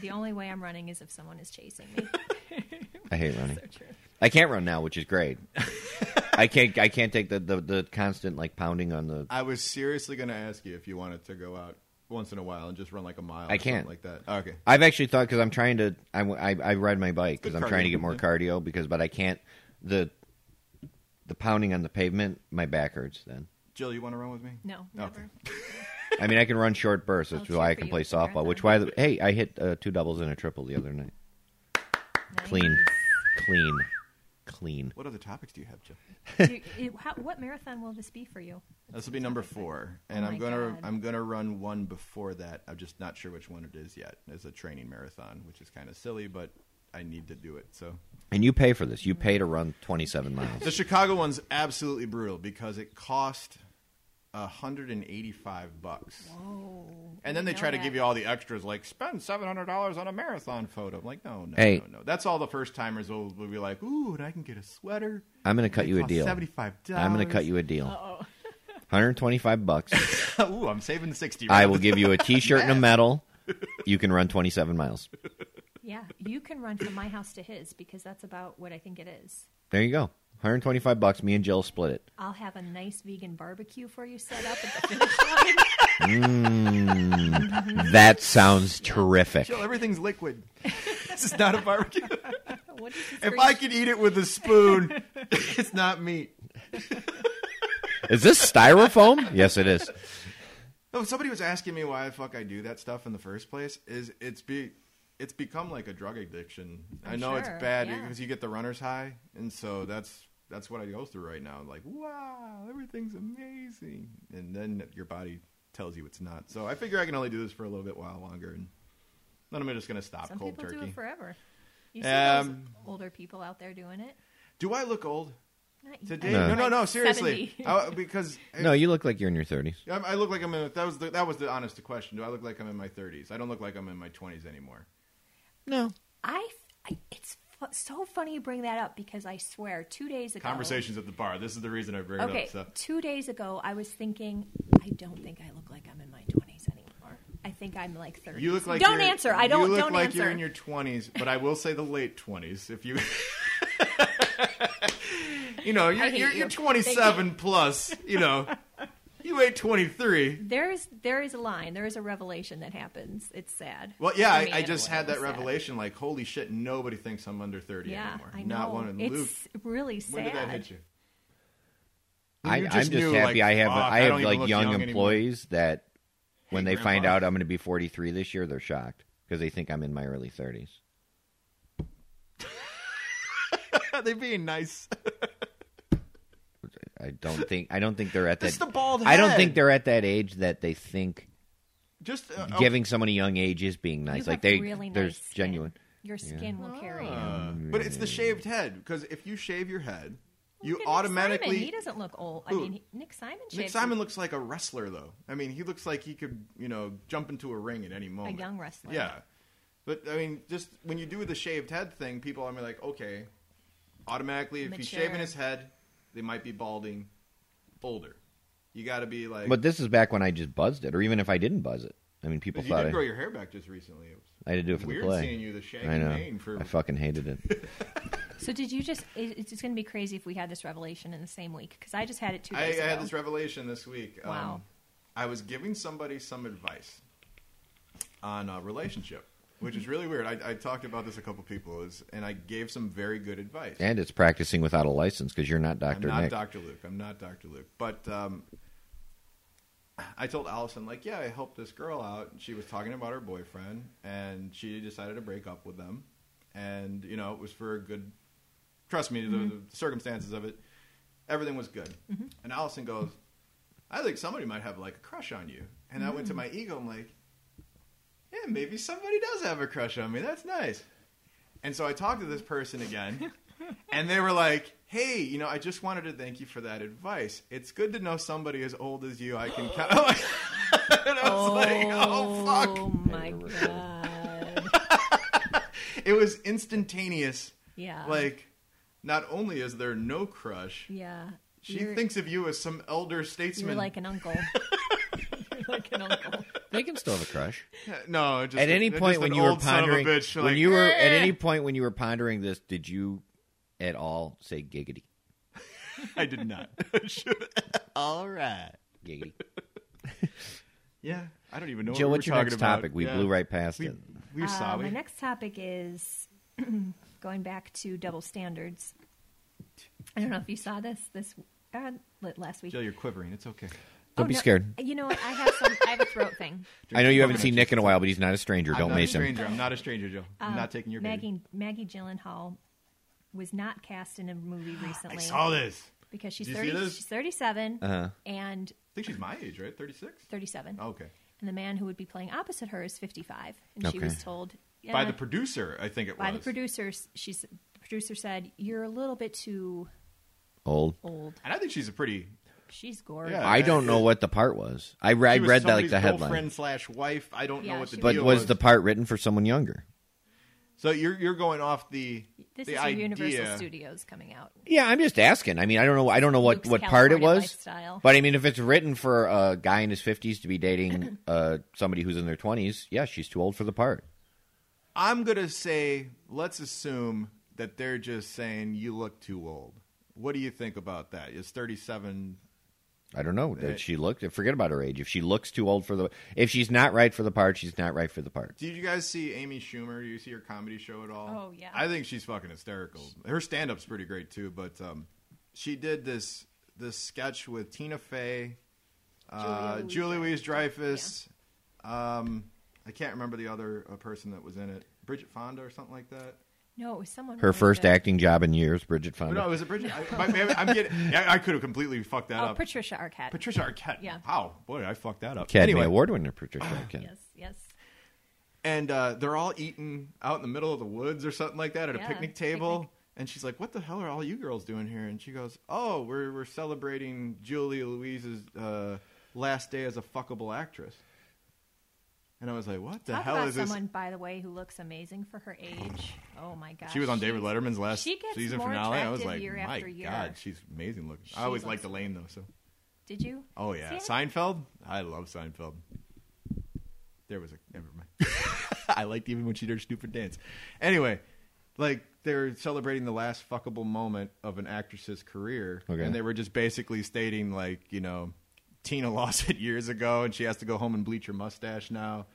[SPEAKER 1] "The only way I'm running is if someone is chasing me."
[SPEAKER 3] I hate running.
[SPEAKER 1] so true.
[SPEAKER 3] I can't run now, which is great. I can't. I can't take the, the, the constant like pounding on the.
[SPEAKER 2] I was seriously gonna ask you if you wanted to go out once in a while and just run like a mile.
[SPEAKER 3] I
[SPEAKER 2] or something
[SPEAKER 3] can't.
[SPEAKER 2] like that. Oh, okay.
[SPEAKER 3] I've actually thought because I'm trying to. I, I, I ride my bike because
[SPEAKER 2] Good
[SPEAKER 3] I'm trying to
[SPEAKER 2] cardio,
[SPEAKER 3] get more
[SPEAKER 2] yeah.
[SPEAKER 3] cardio because but I can't the the pounding on the pavement. My back hurts then.
[SPEAKER 2] Jill, you want to run with me?
[SPEAKER 1] No,
[SPEAKER 2] Okay.
[SPEAKER 1] never.
[SPEAKER 3] I mean, I can run short bursts.
[SPEAKER 1] I'll
[SPEAKER 3] That's why
[SPEAKER 1] cheer for
[SPEAKER 3] I can
[SPEAKER 1] you
[SPEAKER 3] play
[SPEAKER 1] with the
[SPEAKER 3] softball. Which why
[SPEAKER 1] marathon.
[SPEAKER 3] the hey, I hit uh, two doubles and a triple the other night. Clean, clean, clean.
[SPEAKER 2] What other topics do you have, Jill?
[SPEAKER 1] Nice. Do- it- how- what marathon will this be for you?
[SPEAKER 2] This will be number four, and
[SPEAKER 1] Oh
[SPEAKER 2] I'm
[SPEAKER 1] my
[SPEAKER 2] gonna
[SPEAKER 1] God.
[SPEAKER 2] I'm gonna run one before that. I'm just not sure which one it is yet. It's a training marathon, which is kind of silly, but I need to do it. So
[SPEAKER 3] And you pay for this. You pay to run 27 miles.
[SPEAKER 2] the Chicago one's absolutely brutal because it cost 185 bucks,
[SPEAKER 1] Oh,
[SPEAKER 2] and then they try to give you all the extras like spend 700 dollars on a marathon photo. I'm like, no, no,
[SPEAKER 3] Hey.
[SPEAKER 2] no, no. That's all the first timers will, will be like, ooh, and I can get a sweater.
[SPEAKER 3] I'm going to cut you a deal.
[SPEAKER 2] Seventy five dollars.
[SPEAKER 3] I'm going to cut you a deal. 125 bucks.
[SPEAKER 2] ooh, I'm saving the sixty.
[SPEAKER 3] I
[SPEAKER 2] rather
[SPEAKER 3] will give you a T-shirt and a medal. You can run 27 miles.
[SPEAKER 1] Yeah, you can run from my house to his because that's about what I think it is.
[SPEAKER 3] There you go. 125 bucks. Me and Jill split it.
[SPEAKER 1] I'll have a nice vegan barbecue for you set up at the finish line.
[SPEAKER 3] That sounds terrific.
[SPEAKER 2] Jill, everything's liquid. this is not a barbecue.
[SPEAKER 1] What is this
[SPEAKER 2] if
[SPEAKER 1] green-
[SPEAKER 2] I could eat it with a spoon, it's not meat.
[SPEAKER 3] Is this styrofoam? Yes, it is.
[SPEAKER 2] Oh, somebody was asking me why the fuck I do that stuff in the first place. Is it's be it's become like a drug addiction. i
[SPEAKER 1] I'm
[SPEAKER 2] know it's
[SPEAKER 1] sure,
[SPEAKER 2] bad
[SPEAKER 1] yeah.
[SPEAKER 2] because you get the runner's high, and so that's that's what I go through right now. Like, wow, everything's amazing, and then your body tells you it's not. So I figure I can only do this for a little bit while longer, and then I'm just gonna stop
[SPEAKER 1] Some
[SPEAKER 2] cold
[SPEAKER 1] people do
[SPEAKER 2] turkey.
[SPEAKER 1] it forever. You see
[SPEAKER 2] Um,
[SPEAKER 1] those older people out there doing it.
[SPEAKER 2] do I look old?
[SPEAKER 1] Not you.
[SPEAKER 2] Today?
[SPEAKER 1] I mean,
[SPEAKER 3] No.
[SPEAKER 2] No, no,
[SPEAKER 1] like
[SPEAKER 2] no. Seriously, Oh.
[SPEAKER 1] 70.
[SPEAKER 2] I, because
[SPEAKER 3] No, you look like you're in your 30s.
[SPEAKER 2] I, I look like I'm in. That was the, that was the honest question. Do I look like I'm in my 30s? I don't look like I'm in my 20s anymore.
[SPEAKER 3] No.
[SPEAKER 1] I, I it's fu- so funny you bring that up because I swear two days ago
[SPEAKER 2] Conversations at the bar. This is the reason I bring
[SPEAKER 1] Okay,
[SPEAKER 2] it up. So.
[SPEAKER 1] two days ago I was thinking I don't think I look like I'm in my twenties anymore. I think I'm like thirty.
[SPEAKER 2] You look like
[SPEAKER 1] don't
[SPEAKER 2] you're-
[SPEAKER 1] answer. I don't
[SPEAKER 2] You look
[SPEAKER 1] don't
[SPEAKER 2] like
[SPEAKER 1] answer.
[SPEAKER 2] you're in your 20s, but I will say the late 20s. If you, you know, you're,
[SPEAKER 1] I hate
[SPEAKER 2] you're,
[SPEAKER 1] you.
[SPEAKER 2] you're 27 plus. You know, you ain't 23.
[SPEAKER 1] there is there is a line. There is a revelation that happens. It's sad.
[SPEAKER 2] Well, yeah,
[SPEAKER 1] For
[SPEAKER 2] I,
[SPEAKER 1] me
[SPEAKER 2] I just
[SPEAKER 1] anyway.
[SPEAKER 2] had that
[SPEAKER 1] It's sad.
[SPEAKER 2] revelation. Like, holy shit, nobody thinks I'm under 30
[SPEAKER 1] Yeah,
[SPEAKER 2] anymore.
[SPEAKER 1] I know.
[SPEAKER 2] Not one of Luke.
[SPEAKER 1] It's really sad.
[SPEAKER 2] When did that hit you?
[SPEAKER 3] I,
[SPEAKER 2] You just
[SPEAKER 3] I'm just
[SPEAKER 2] knew,
[SPEAKER 3] happy
[SPEAKER 2] like,
[SPEAKER 3] I have
[SPEAKER 2] fuck,
[SPEAKER 3] I
[SPEAKER 2] I
[SPEAKER 3] have
[SPEAKER 2] don't even
[SPEAKER 3] like
[SPEAKER 2] look
[SPEAKER 3] young,
[SPEAKER 2] young anymore.
[SPEAKER 3] employees that when
[SPEAKER 2] Hey,
[SPEAKER 3] they find
[SPEAKER 2] Grandpa.
[SPEAKER 3] out I'm going to be 43 this year, they're shocked because they think I'm in my early 30s.
[SPEAKER 2] They're being nice.
[SPEAKER 3] I don't think I don't think they're at that.
[SPEAKER 2] It's the bald
[SPEAKER 3] I don't
[SPEAKER 2] head.
[SPEAKER 3] think they're at that age that they think
[SPEAKER 2] Just uh, oh,
[SPEAKER 3] giving someone a young age is being
[SPEAKER 1] You
[SPEAKER 3] nice.
[SPEAKER 1] have
[SPEAKER 3] like they,
[SPEAKER 1] really
[SPEAKER 3] they're
[SPEAKER 1] nice skin.
[SPEAKER 3] genuine.
[SPEAKER 1] Your skin will carry you.
[SPEAKER 2] Uh, but it's the shaved head because if you shave your head, you
[SPEAKER 1] Look at Nick
[SPEAKER 2] automatically.
[SPEAKER 1] Simon. He doesn't look old. I
[SPEAKER 2] Who?
[SPEAKER 1] mean, he, Nick Simon.
[SPEAKER 2] Nick
[SPEAKER 1] shaves
[SPEAKER 2] Simon looks like a wrestler, though. I mean, he looks like he could, you know, jump into a ring at any
[SPEAKER 1] a
[SPEAKER 2] moment.
[SPEAKER 1] young wrestler.
[SPEAKER 2] Yeah, but I mean, just when you do the shaved head thing, people are gonna be like, okay, automatically, if he's
[SPEAKER 1] Mature.
[SPEAKER 2] shaving his head, they might be balding, older. You got to be like,
[SPEAKER 3] But this is back when I just buzzed it, or even if I didn't buzz it. I mean, people
[SPEAKER 2] you
[SPEAKER 3] thought
[SPEAKER 2] did
[SPEAKER 3] I,
[SPEAKER 2] grow your hair back just recently. It was
[SPEAKER 3] I had to do it for
[SPEAKER 2] weird
[SPEAKER 3] the play.
[SPEAKER 2] seeing you the shaggy
[SPEAKER 3] I know.
[SPEAKER 2] mane for.
[SPEAKER 3] I fucking hated it.
[SPEAKER 1] So did you just? it- It's going to be crazy if we had this revelation in the same week because I just had it two
[SPEAKER 2] I, I
[SPEAKER 1] days ago.
[SPEAKER 2] had this revelation this week.
[SPEAKER 1] Wow.
[SPEAKER 2] Um, I was giving somebody some advice on a relationship, which is really weird. I, I talked about this a couple people, is, and I gave some very good advice.
[SPEAKER 3] and it's practicing without a license because you're not
[SPEAKER 2] I'm
[SPEAKER 3] Doctor
[SPEAKER 2] not
[SPEAKER 3] Nick.
[SPEAKER 2] Dr. Luke. I'm not Dr. Luke. But um, I told Allison, like, yeah, I helped this girl out. She was talking about her boyfriend, and she decided to break up with them. And, you know, it was for a good, trust me, the, the circumstances of it, everything was good. And Allison goes, I think somebody might have, like, a crush on you. And I
[SPEAKER 1] Mm.
[SPEAKER 2] went to my ego, I'm like, yeah, maybe somebody does have a crush on me. That's nice. And so I talked to this person again, and they were like, "Hey, you know, I just wanted to thank you for that advice. It's good to know somebody as old as you. I can count." and I was like, oh fuck.
[SPEAKER 1] Oh my god.
[SPEAKER 2] It was instantaneous.
[SPEAKER 1] Yeah.
[SPEAKER 2] Like, not only is there no crush,
[SPEAKER 1] Yeah.
[SPEAKER 2] she
[SPEAKER 1] You're-
[SPEAKER 2] thinks of you as some elder statesman.
[SPEAKER 1] you're like an uncle. you're like an uncle. Uh,
[SPEAKER 3] They can still have a crush.
[SPEAKER 2] no, just
[SPEAKER 3] at any
[SPEAKER 2] just
[SPEAKER 3] point
[SPEAKER 2] an
[SPEAKER 3] when you were
[SPEAKER 2] old son of a
[SPEAKER 3] pondering,
[SPEAKER 2] bitch,
[SPEAKER 3] when
[SPEAKER 2] like,
[SPEAKER 3] you were at
[SPEAKER 2] "Eh."
[SPEAKER 3] any point when you were pondering this, did you at all say giggity,
[SPEAKER 2] I did not. All right.
[SPEAKER 3] giggity?
[SPEAKER 2] Yeah, I don't even know.
[SPEAKER 3] Jill,
[SPEAKER 2] what
[SPEAKER 3] what's
[SPEAKER 2] we
[SPEAKER 3] your
[SPEAKER 2] were
[SPEAKER 3] next
[SPEAKER 2] talking about.
[SPEAKER 3] topic? We
[SPEAKER 2] Yeah.
[SPEAKER 3] blew right past
[SPEAKER 2] We,
[SPEAKER 3] it.
[SPEAKER 2] we were
[SPEAKER 1] Uh,
[SPEAKER 2] sorry.
[SPEAKER 1] my next topic is going back to double standards. I don't know if you saw this this uh, li- last week.
[SPEAKER 2] Jill, you're quivering. It's okay.
[SPEAKER 3] Don't
[SPEAKER 1] Oh,
[SPEAKER 3] be
[SPEAKER 1] no.
[SPEAKER 3] scared.
[SPEAKER 1] You know what? I have some. I have a throat thing.
[SPEAKER 3] I know you haven't seen Nick in a while, but he's not a stranger.
[SPEAKER 2] I'm
[SPEAKER 3] Don't
[SPEAKER 2] not a
[SPEAKER 3] mace him.
[SPEAKER 2] stranger. I'm not a stranger, Jill. I'm
[SPEAKER 1] Um,
[SPEAKER 2] not taking your baby.
[SPEAKER 1] Maggie Maggie Gyllenhaal was not cast in a movie recently
[SPEAKER 2] I saw this. I
[SPEAKER 1] because she's
[SPEAKER 2] Did you see
[SPEAKER 1] 30,
[SPEAKER 2] this?
[SPEAKER 1] she's 37
[SPEAKER 3] Uh-huh.
[SPEAKER 1] and
[SPEAKER 2] think she's my age, right? 36.
[SPEAKER 1] 37.
[SPEAKER 2] Oh, okay.
[SPEAKER 1] And the man who would be playing opposite her is 55 and she
[SPEAKER 3] Okay.
[SPEAKER 1] was told
[SPEAKER 2] By
[SPEAKER 1] "Yeah,
[SPEAKER 2] the producer, I think it
[SPEAKER 1] by the
[SPEAKER 2] was.
[SPEAKER 1] producers she's the producer said you're a little bit too
[SPEAKER 3] Old.
[SPEAKER 2] Uh,
[SPEAKER 1] old.
[SPEAKER 2] And I think she's a pretty.
[SPEAKER 1] She's gorgeous.
[SPEAKER 2] Yeah.
[SPEAKER 3] I don't know what the part was. I read,
[SPEAKER 2] she was
[SPEAKER 3] read that like
[SPEAKER 2] somebody's
[SPEAKER 3] the
[SPEAKER 2] Girlfriend
[SPEAKER 3] headline,
[SPEAKER 2] slash wife. I don't
[SPEAKER 1] Yeah,
[SPEAKER 2] know what the
[SPEAKER 1] she
[SPEAKER 2] deal
[SPEAKER 3] but was the part written for someone younger?
[SPEAKER 2] So you're you're going off the
[SPEAKER 1] This
[SPEAKER 2] the
[SPEAKER 1] is
[SPEAKER 2] idea.
[SPEAKER 1] your Universal Studios coming out.
[SPEAKER 3] Yeah, I'm just asking. I mean, I don't know. I don't know what
[SPEAKER 1] Luke's
[SPEAKER 3] what part it
[SPEAKER 1] California
[SPEAKER 3] was.
[SPEAKER 1] lifestyle.
[SPEAKER 3] But I mean, if it's written for a guy in his 50s to be dating uh, somebody who's in their 20s, yeah, she's too old for the part.
[SPEAKER 2] I'm gonna say let's assume that they're just saying you look too old. What do you think about that? Is 37
[SPEAKER 3] I don't know that she looked. Forget about her age. If she looks too old for the, if she's not right for the part, she's not right for the part.
[SPEAKER 2] Did you guys see Amy Schumer? Do you see her comedy show at all?
[SPEAKER 1] Oh, yeah.
[SPEAKER 2] I think she's fucking hysterical. Her stand up's pretty great too, but um, she did this this sketch with Tina Fey, uh,
[SPEAKER 1] Julia
[SPEAKER 2] Julie Louise Dreyfus. Um, I can't remember the other uh, person that was in it. Bridget Fonda or something like that.
[SPEAKER 1] No, it was someone
[SPEAKER 3] Her
[SPEAKER 1] really
[SPEAKER 3] first
[SPEAKER 1] good.
[SPEAKER 3] acting job in years, Bridget Fonda.
[SPEAKER 2] No, it was it Bridget? I, I, am getting. I, I could have completely fucked that
[SPEAKER 1] Oh,
[SPEAKER 2] up.
[SPEAKER 1] Patricia Arquette.
[SPEAKER 2] Patricia Arquette.
[SPEAKER 1] Yeah.
[SPEAKER 2] Wow, boy, did I fucked that up.
[SPEAKER 3] Academy
[SPEAKER 2] Uh, anyway,
[SPEAKER 3] Award winner Patricia Arquette.
[SPEAKER 1] yes, yes.
[SPEAKER 2] and uh, they're all eating out in the middle of the woods or something like that at
[SPEAKER 1] Yeah,
[SPEAKER 2] a picnic table.
[SPEAKER 1] picnic.
[SPEAKER 2] And she's like, "What the hell are all you girls doing here?" And she goes, "Oh, we're we're celebrating Julia Louise's uh, last day as a fuckable actress." And I was like, "What the
[SPEAKER 1] Talk
[SPEAKER 2] hell
[SPEAKER 1] about
[SPEAKER 2] is this?"
[SPEAKER 1] someone, by the way, who looks amazing for her age. Oh my gosh.
[SPEAKER 2] She was on David
[SPEAKER 1] she's-
[SPEAKER 2] Letterman's last
[SPEAKER 1] she gets
[SPEAKER 2] season
[SPEAKER 1] more
[SPEAKER 2] finale. I was
[SPEAKER 1] attractive
[SPEAKER 2] like,
[SPEAKER 1] year
[SPEAKER 2] "My
[SPEAKER 1] after year."
[SPEAKER 2] God, she's amazing looking."
[SPEAKER 1] She
[SPEAKER 2] I always
[SPEAKER 1] looks-
[SPEAKER 2] liked Elaine though. So,
[SPEAKER 1] Did you?
[SPEAKER 2] oh yeah,
[SPEAKER 1] See,
[SPEAKER 2] Seinfeld. I love Seinfeld. There was a never mind. I liked even when she did her stupid dance. Anyway, like they're celebrating the last fuckable moment of an actress's career,
[SPEAKER 3] Okay.
[SPEAKER 2] and they were just basically stating like, you know, Tina lost it years ago, and she has to go home and bleach her mustache now.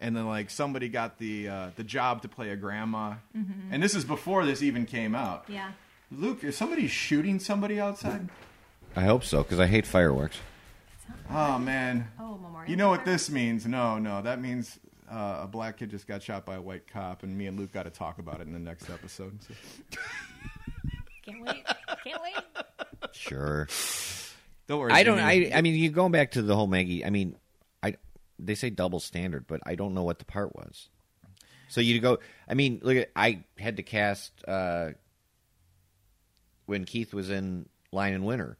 [SPEAKER 2] And then like somebody got the uh, the job to play a grandma, and this is before this even came out.
[SPEAKER 1] Mm-hmm. Yeah.
[SPEAKER 2] Luke, is somebody shooting somebody outside?
[SPEAKER 3] I hope so because I hate fireworks.
[SPEAKER 2] Oh man.
[SPEAKER 1] Oh, Memorial.
[SPEAKER 2] You know what
[SPEAKER 1] Park.
[SPEAKER 2] this means? No, no, that means uh, a black kid just got shot by a white cop, and me and Luke got to talk about it in the next episode. So-
[SPEAKER 1] Can't wait. Can't wait.
[SPEAKER 3] Sure.
[SPEAKER 2] don't worry.
[SPEAKER 3] I don't.
[SPEAKER 2] Jimmy.
[SPEAKER 3] I. I mean, you going back to the whole Maggie. I mean, I. They say double standard, but I don't know what the part was. So you go. I mean, look. At, I had to cast uh, when Keith was in Lion and Winter,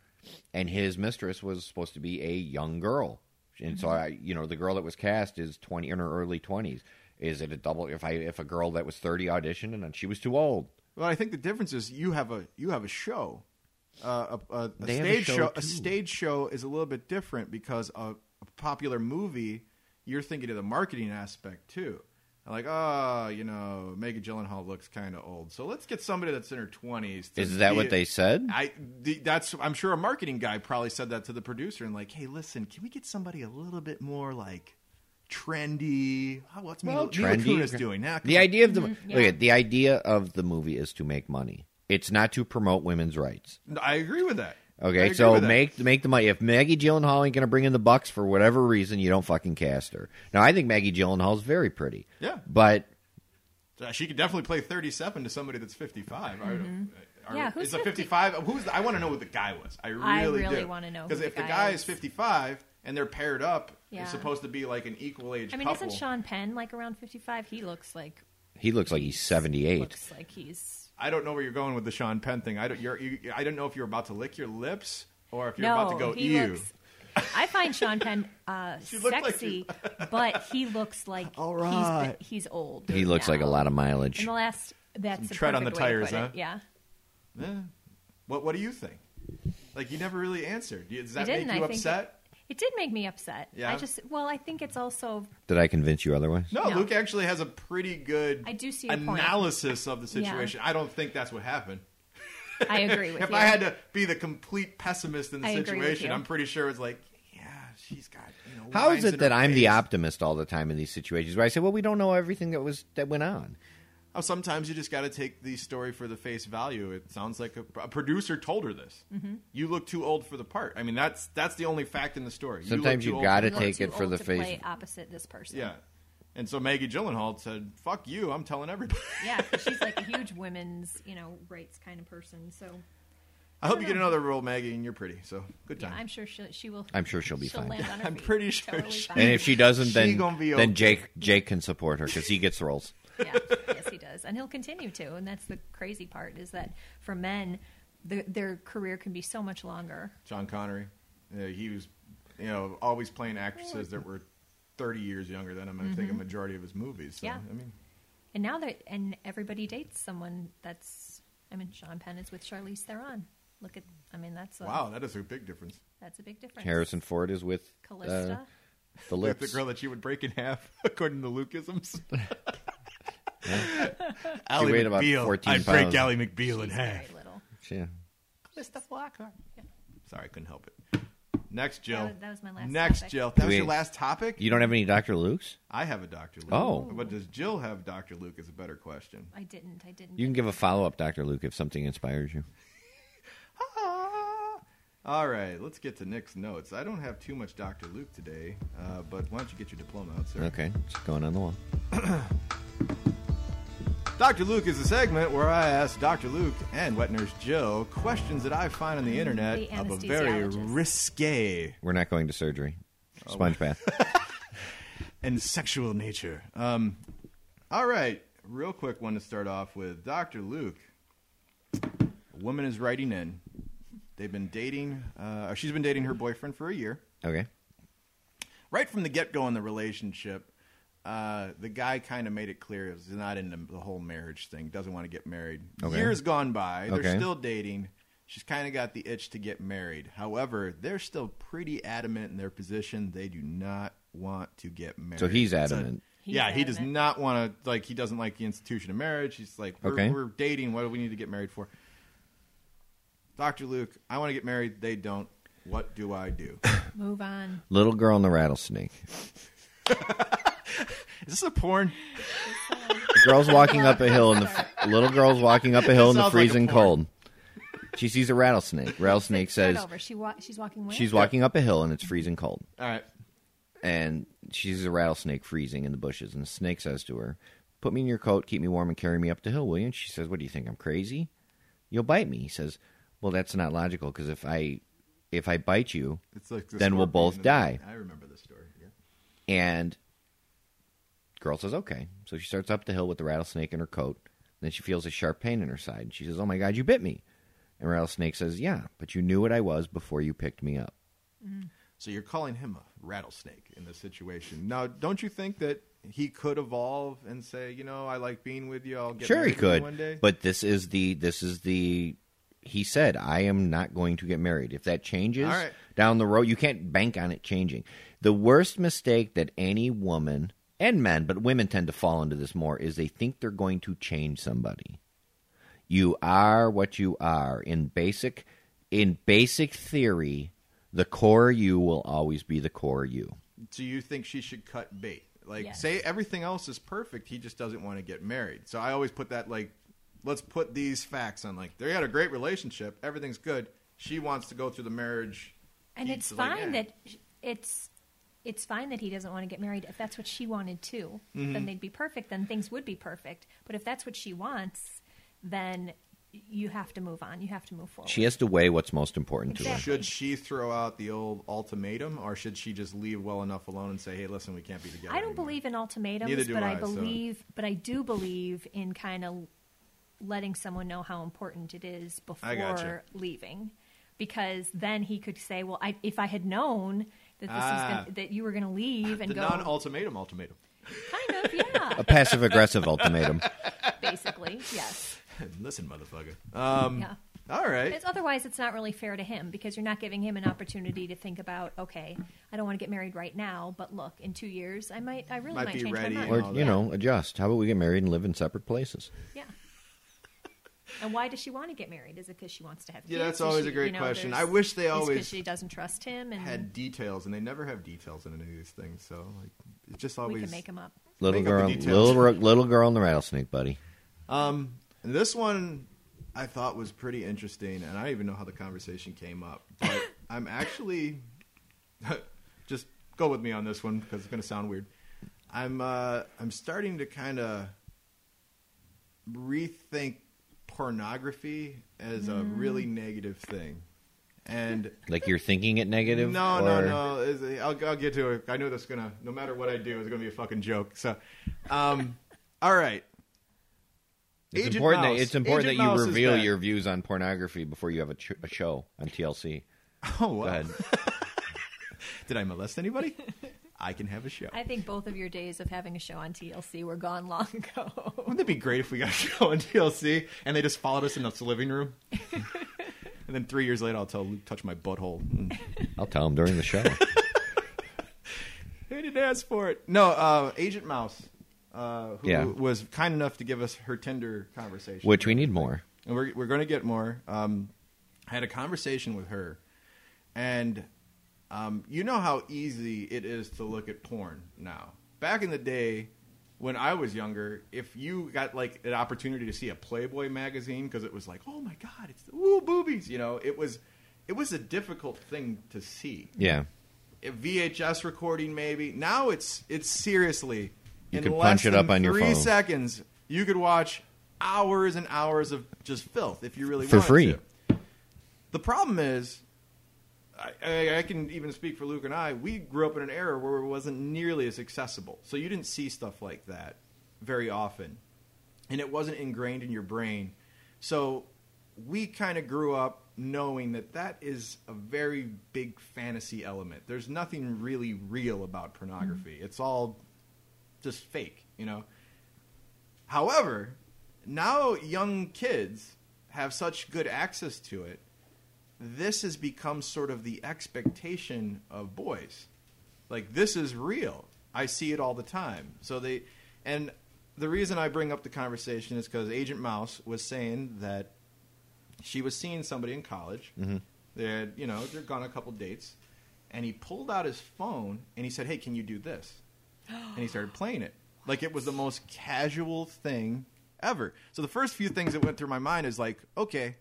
[SPEAKER 3] and his mistress was supposed to be a young girl, and so I, you know, the girl that was cast is twenty in her early twenties. Is it a double? If I if a girl that was thirty auditioned and she was too old,
[SPEAKER 2] Well, I think the difference is you have a you have a show. Uh, a, a, a
[SPEAKER 3] They have a
[SPEAKER 2] stage
[SPEAKER 3] show,
[SPEAKER 2] show.
[SPEAKER 3] too.
[SPEAKER 2] A stage show is a little bit different because a, a popular movie, you're thinking of the marketing aspect too. Like, oh, you know, Megan Gyllenhaal looks kind of old, so let's get somebody that's in her twenties.
[SPEAKER 3] is that what they said?
[SPEAKER 2] I the, that's I'm sure a marketing guy probably said that to the producer and like, hey, listen, can we get somebody a little bit more like trendy? Oh, what's Mila, Mila
[SPEAKER 3] trendy.
[SPEAKER 2] Kunis doing now?
[SPEAKER 3] The idea of the look
[SPEAKER 2] Mm-hmm,
[SPEAKER 1] yeah.
[SPEAKER 3] at, the idea of the movie is to make money. It's not to promote women's rights.
[SPEAKER 2] I agree with that. I
[SPEAKER 3] Okay,
[SPEAKER 2] agree
[SPEAKER 3] so
[SPEAKER 2] with that.
[SPEAKER 3] make make the money. If Maggie Gyllenhaal ain't gonna bring in the bucks for whatever reason, you don't fucking cast her. Now I think Maggie Gyllenhaal's very pretty.
[SPEAKER 2] Yeah.
[SPEAKER 3] but
[SPEAKER 2] Uh, she could definitely play 37 to somebody that's 55. I- I-
[SPEAKER 1] Mm-hmm. Yeah, who's
[SPEAKER 2] is a
[SPEAKER 1] 50?
[SPEAKER 2] 55? Who's the, I want to know what the guy was. I really,
[SPEAKER 1] I really
[SPEAKER 2] do.
[SPEAKER 1] wanna know who
[SPEAKER 2] because
[SPEAKER 1] the
[SPEAKER 2] if the
[SPEAKER 1] guy
[SPEAKER 2] guy
[SPEAKER 1] is.
[SPEAKER 2] is 55 and they're paired up,
[SPEAKER 1] Yeah.
[SPEAKER 2] it's supposed to be like an equal age.
[SPEAKER 1] I mean,
[SPEAKER 2] couple.
[SPEAKER 1] isn't Sean Penn like around 55? He looks like
[SPEAKER 3] he looks like he's seventy eight.
[SPEAKER 1] looks like he's
[SPEAKER 2] I don't know where you're going with the Sean Penn thing. I don't. You're, you, I don't know if you're about to lick your lips or if you're
[SPEAKER 1] no,
[SPEAKER 2] about to go
[SPEAKER 1] he
[SPEAKER 2] ew.
[SPEAKER 1] looks I find Sean Penn uh,
[SPEAKER 2] looked like
[SPEAKER 1] sexy, but he looks like
[SPEAKER 2] All
[SPEAKER 1] he's-
[SPEAKER 2] right.
[SPEAKER 1] he's, old.
[SPEAKER 3] He looks
[SPEAKER 1] now.
[SPEAKER 3] like a lot of
[SPEAKER 1] In
[SPEAKER 3] mileage.
[SPEAKER 1] the last, that's
[SPEAKER 2] Some
[SPEAKER 1] the
[SPEAKER 2] tread on
[SPEAKER 1] perfect
[SPEAKER 2] the
[SPEAKER 1] way to
[SPEAKER 2] tires,
[SPEAKER 1] put it.
[SPEAKER 2] huh?
[SPEAKER 1] Yeah,
[SPEAKER 2] Yeah. What What do you think? Like you never really answered. Does
[SPEAKER 1] I
[SPEAKER 2] that
[SPEAKER 1] didn't.
[SPEAKER 2] make you
[SPEAKER 1] I think
[SPEAKER 2] upset?
[SPEAKER 1] It, it did make me upset.
[SPEAKER 2] Yeah?
[SPEAKER 1] I just, well, I think it's also
[SPEAKER 3] Did I convince you otherwise?
[SPEAKER 2] No,
[SPEAKER 1] No.
[SPEAKER 2] Luke actually has a pretty good
[SPEAKER 1] I do see your point.
[SPEAKER 2] analysis of the situation. I don't think that's what happened.
[SPEAKER 1] I agree with
[SPEAKER 2] if
[SPEAKER 1] you.
[SPEAKER 2] I had to be the complete pessimist in the
[SPEAKER 1] I agree with
[SPEAKER 2] situation,
[SPEAKER 1] you.
[SPEAKER 2] I'm pretty sure it's like, yeah, she's got. You know,
[SPEAKER 3] How
[SPEAKER 2] lines
[SPEAKER 3] is it
[SPEAKER 2] in
[SPEAKER 3] that
[SPEAKER 2] her
[SPEAKER 3] I'm the
[SPEAKER 2] face.
[SPEAKER 3] optimist all the time in these situations where I say, well, we don't know everything that was that went on?
[SPEAKER 2] Oh, sometimes you just got to take the story for the face value. It sounds like a, a producer told her this.
[SPEAKER 1] Mm-hmm.
[SPEAKER 2] You look too old for the part. I mean, that's that's the only fact in the story.
[SPEAKER 3] Sometimes
[SPEAKER 2] look too
[SPEAKER 3] you
[SPEAKER 2] old for
[SPEAKER 3] gotta
[SPEAKER 1] You
[SPEAKER 2] the
[SPEAKER 1] look
[SPEAKER 2] part.
[SPEAKER 3] take
[SPEAKER 1] too
[SPEAKER 3] it for
[SPEAKER 1] old
[SPEAKER 3] the
[SPEAKER 1] to
[SPEAKER 3] face-
[SPEAKER 1] Play opposite this person.
[SPEAKER 2] Yeah, and so Maggie Gyllenhaal said, "Fuck you, I'm telling everybody."
[SPEAKER 1] yeah. 'cause She's like a huge women's, you know, rights kind of person. So
[SPEAKER 2] I hope you get another role, Maggie, and you're pretty. So good
[SPEAKER 1] yeah,
[SPEAKER 2] time.
[SPEAKER 1] I'm sure she she will.
[SPEAKER 3] I'm sure she'll be fine.
[SPEAKER 1] land on her
[SPEAKER 2] I'm
[SPEAKER 1] feet.
[SPEAKER 2] pretty sure
[SPEAKER 1] Totally
[SPEAKER 2] she-
[SPEAKER 1] fine.
[SPEAKER 3] And if she doesn't,
[SPEAKER 2] She
[SPEAKER 3] then
[SPEAKER 2] gonna be
[SPEAKER 3] then
[SPEAKER 2] okay.
[SPEAKER 3] Jake Jake can support her because he gets roles.
[SPEAKER 1] yeah, yes, he does, and he'll continue to. And that's the crazy part is that for men, the, their career can be so much longer.
[SPEAKER 2] John Connery. Uh, he was, you know, always playing actresses that were 30 years younger than him. I think a majority of his movies. So,
[SPEAKER 1] Mm-hmm. Yeah.
[SPEAKER 2] I mean,
[SPEAKER 1] And now that and everybody dates someone that's. I mean, Sean Penn is with Charlize Theron. Look at, I mean, that's a,
[SPEAKER 2] wow, that is a big difference.
[SPEAKER 1] That's a big difference.
[SPEAKER 3] Harrison Ford is with uh,
[SPEAKER 1] Callista.
[SPEAKER 3] the
[SPEAKER 2] Like
[SPEAKER 3] lips.
[SPEAKER 2] the girl that she would break in half, according to Lucasms. Ally
[SPEAKER 3] She weighed about
[SPEAKER 2] McBeal.
[SPEAKER 3] 14
[SPEAKER 2] I'd break
[SPEAKER 3] pounds.
[SPEAKER 2] Ally McBeal in
[SPEAKER 3] uh,
[SPEAKER 1] She's
[SPEAKER 2] half.
[SPEAKER 1] very little.
[SPEAKER 3] yeah.
[SPEAKER 2] Stuff Lockhart. Sorry, I couldn't help it. Next, Jill.
[SPEAKER 1] That was, that was my last.
[SPEAKER 2] Next,
[SPEAKER 1] topic.
[SPEAKER 2] Jill. That was
[SPEAKER 3] Wait.
[SPEAKER 2] your last topic.
[SPEAKER 3] You don't have any Dr. Luke's?
[SPEAKER 2] I have a Dr. Luke.
[SPEAKER 3] Oh.
[SPEAKER 2] but does Jill have Dr. Luke? Is a better question.
[SPEAKER 1] I didn't. I didn't.
[SPEAKER 3] You can give a follow up, Dr. Luke, if something inspires you.
[SPEAKER 2] Ah. All right, let's get to Nick's notes. I don't have too much Dr. Luke today, uh, but why don't you get your diploma out, sir?
[SPEAKER 3] Okay, it's going on the wall.
[SPEAKER 2] Dr. Luke is a segment where I ask Dr. Luke and wet nurse Jill questions that I find on the internet
[SPEAKER 1] The
[SPEAKER 2] of a very
[SPEAKER 1] anesthesiologist.
[SPEAKER 2] risque
[SPEAKER 3] We're not going to surgery.
[SPEAKER 2] Oh.
[SPEAKER 3] Sponge bath.
[SPEAKER 2] and sexual nature. Um, all right, real quick one to start off with Dr. Luke. A woman is writing in. They've been dating, uh, or she's been dating her boyfriend for a year.
[SPEAKER 3] Okay.
[SPEAKER 2] right from the get go in the relationship, uh, the guy kind of made it clear he was not into the whole marriage thing. Doesn't want to get married.
[SPEAKER 3] Okay.
[SPEAKER 2] Years gone by, they're
[SPEAKER 3] Okay.
[SPEAKER 2] still dating. She's kind of got the itch to get married. However, they're still pretty adamant in their position. They do not want to get married.
[SPEAKER 3] So he's
[SPEAKER 2] It's a-
[SPEAKER 3] adamant.
[SPEAKER 1] He's
[SPEAKER 2] yeah, he does
[SPEAKER 1] adamant.
[SPEAKER 2] not want to. Like, he doesn't like the institution of marriage. He's like, we're,
[SPEAKER 3] Okay.
[SPEAKER 2] we're dating. What do we need to get married for? Doctor Luke, I want to get married. They don't. What do I do?
[SPEAKER 1] Move on.
[SPEAKER 3] Little girl and the rattlesnake.
[SPEAKER 2] Is this a porn?
[SPEAKER 3] The girl's walking up a hill in the f- little girl's walking up a hill in the
[SPEAKER 2] Sounds like a
[SPEAKER 3] freezing
[SPEAKER 2] porn.
[SPEAKER 3] cold. She sees a rattlesnake. Rattlesnake
[SPEAKER 1] Start
[SPEAKER 3] says
[SPEAKER 1] over. She wa- she's walking away.
[SPEAKER 3] she's walking up a hill and it's freezing cold.
[SPEAKER 2] All right.
[SPEAKER 3] And she sees a rattlesnake freezing in the bushes and the snake says to her, "Put me in your coat, keep me warm and carry me up the hill, will you?" And she says, "What do you think? I'm crazy? You'll bite me." He says, "Well, that's not logical because if I if I bite you,
[SPEAKER 2] It's like the
[SPEAKER 3] Then we'll
[SPEAKER 2] scorpion
[SPEAKER 3] both
[SPEAKER 2] and-
[SPEAKER 3] die.
[SPEAKER 2] I remember the story. Yeah.
[SPEAKER 3] And girl says, okay. So she starts up the hill with the rattlesnake in her coat. Then she feels a sharp pain in her side. She says, oh my God, you bit me. And rattlesnake says, yeah, but you knew what I was before you picked me up.
[SPEAKER 2] So you're calling him a rattlesnake in this situation. Now, don't you think that he could evolve and say, you know, I like being with you. I'll get
[SPEAKER 3] sure, he
[SPEAKER 2] married to you
[SPEAKER 3] could.
[SPEAKER 2] one day.
[SPEAKER 3] But this is the, this is the, he said, I am not going to get married. If that changes
[SPEAKER 2] All right.
[SPEAKER 3] down the road, you can't bank on it changing. The worst mistake that any woman and men, but women tend to fall into this more, is they think they're going to change somebody. you are what you are in basic in basic theory the core you will always be the core you
[SPEAKER 2] do you think she should cut bait? Like,
[SPEAKER 1] Yes.
[SPEAKER 2] say everything else is perfect. He just doesn't want to get married. So I always put that like, let's put these facts on. Like, they had a great relationship. Everything's good. She wants to go through the marriage.
[SPEAKER 1] and
[SPEAKER 2] He-
[SPEAKER 1] it's
[SPEAKER 2] like,
[SPEAKER 1] fine
[SPEAKER 2] eh.
[SPEAKER 1] that sh- it's it's fine that he doesn't want to get married. If that's what she wanted too,
[SPEAKER 2] Mm-hmm.
[SPEAKER 1] then they'd be perfect. Then things would be perfect. But if that's what she wants, then you have to move on. You have to move forward.
[SPEAKER 3] she has to weigh what's most important to her
[SPEAKER 1] Exactly.
[SPEAKER 2] Should she throw out the old ultimatum, or should she just leave well enough alone and say, "Hey, listen, we can't be together"?
[SPEAKER 1] I don't
[SPEAKER 2] anymore?
[SPEAKER 1] believe in ultimatums,
[SPEAKER 2] Neither do
[SPEAKER 1] but I,
[SPEAKER 2] I, so-
[SPEAKER 1] believe, but I do believe in kind of letting someone know how important it is
[SPEAKER 2] I gotcha.
[SPEAKER 1] before leaving, because then he could say, "Well, I, if I had known that this
[SPEAKER 2] Ah.
[SPEAKER 1] was gonna, that you were going to leave and
[SPEAKER 2] the
[SPEAKER 1] go,
[SPEAKER 2] non-ultimatum ultimatum.
[SPEAKER 1] kind of, yeah,
[SPEAKER 3] A passive aggressive ultimatum.
[SPEAKER 1] basically, yes,
[SPEAKER 2] Listen, motherfucker. Um,
[SPEAKER 1] yeah."
[SPEAKER 2] All right.
[SPEAKER 1] It's, otherwise, it's not really fair to him because you're not giving him an opportunity to think about, okay, I don't want to get married right now, but look, in two years, I might, I really
[SPEAKER 2] Might
[SPEAKER 1] might,
[SPEAKER 2] be
[SPEAKER 1] change
[SPEAKER 2] ready
[SPEAKER 1] my mind.
[SPEAKER 3] Or,
[SPEAKER 2] all
[SPEAKER 3] you
[SPEAKER 2] that.
[SPEAKER 3] know, adjust. How about we get married and live in separate places?
[SPEAKER 1] Yeah. And why does she want to get married? Is it because she wants to have kids?
[SPEAKER 2] Yeah, that's
[SPEAKER 1] Is
[SPEAKER 2] always
[SPEAKER 1] she-
[SPEAKER 2] a great
[SPEAKER 1] you know,
[SPEAKER 2] question.
[SPEAKER 1] there's-
[SPEAKER 2] I wish they
[SPEAKER 1] is 'cause
[SPEAKER 2] always
[SPEAKER 1] she doesn't trust him, and
[SPEAKER 2] Had details, and they never have details in any of these things. So like, it's just
[SPEAKER 1] we
[SPEAKER 2] always
[SPEAKER 1] can make him up.
[SPEAKER 3] Little
[SPEAKER 2] Make up the
[SPEAKER 3] girl,
[SPEAKER 2] details.
[SPEAKER 3] little, ro- little girl and the rattlesnake, buddy.
[SPEAKER 2] Um, and this one I thought was pretty interesting, and I don't even know how the conversation came up, but I'm actually just go with me on this one because it's going to sound weird. I'm uh, I'm starting to kind of rethink pornography as a really negative thing, and
[SPEAKER 3] Like you're thinking it negative?
[SPEAKER 2] no,
[SPEAKER 3] or-
[SPEAKER 2] no, no. It's- I'll, I'll get to it. I know that's gonna. No matter what I do, it's gonna be a fucking joke. So, um, all right.
[SPEAKER 3] It's
[SPEAKER 2] Agent
[SPEAKER 3] important
[SPEAKER 2] Mouse.
[SPEAKER 3] that it's important
[SPEAKER 2] Agent
[SPEAKER 3] that you
[SPEAKER 2] Mouse is
[SPEAKER 3] reveal
[SPEAKER 2] back.
[SPEAKER 3] your views on pornography before you have a, ch- a show on TLC.
[SPEAKER 2] Oh,
[SPEAKER 3] Go
[SPEAKER 2] wow.
[SPEAKER 3] ahead.
[SPEAKER 2] Did I molest anybody? I can have a show.
[SPEAKER 1] I think both of your days of having a show on TLC were gone long ago.
[SPEAKER 2] Wouldn't it be great if we got a show on TLC and they just followed us in the living room? and then three years later, I'll tell Luke, touch my butthole. Mm.
[SPEAKER 3] I'll tell him during the show.
[SPEAKER 2] They didn't ask for it. No, uh, Agent Mouse, uh, who
[SPEAKER 3] Yeah.
[SPEAKER 2] was kind enough to give us her Tinder conversation.
[SPEAKER 3] Which we need more.
[SPEAKER 2] and we're we're going to get more. Um, I had a conversation with her, and um, you know how easy it is to look at porn now. Back in the day, when I was younger, if you got like an opportunity to see a Playboy magazine because it was like, oh my god, it's ooh boobies, you know, it was it was a difficult thing to see.
[SPEAKER 3] Yeah.
[SPEAKER 2] A VHS recording, maybe. Now it's it's seriously
[SPEAKER 3] You
[SPEAKER 2] in
[SPEAKER 3] could
[SPEAKER 2] less
[SPEAKER 3] punch it
[SPEAKER 2] than
[SPEAKER 3] up on your
[SPEAKER 2] three
[SPEAKER 3] phone.
[SPEAKER 2] seconds. You could watch hours and hours of just filth if you really
[SPEAKER 3] For
[SPEAKER 2] wanted
[SPEAKER 3] free.
[SPEAKER 2] to. The problem is, I, I, I can even speak for Luke and I. We grew up in an era where it wasn't nearly as accessible, so you didn't see stuff like that very often, and it wasn't ingrained in your brain. So we kind of grew up knowing that that is a very big fantasy element. There's nothing really real about pornography. It's all just fake, you know. However, now young kids have such good access to it. This has become sort of the expectation of boys. Like this is real. I see it all the time. So they and the reason I bring up the conversation is cuz Agent Mouse was saying that she was seeing somebody in college. They had, you know, they're gone a couple dates and he pulled out his phone and he said, "Hey, can you do this?" and he started playing it like it was the most casual thing ever so the first few things that went through my mind is like okay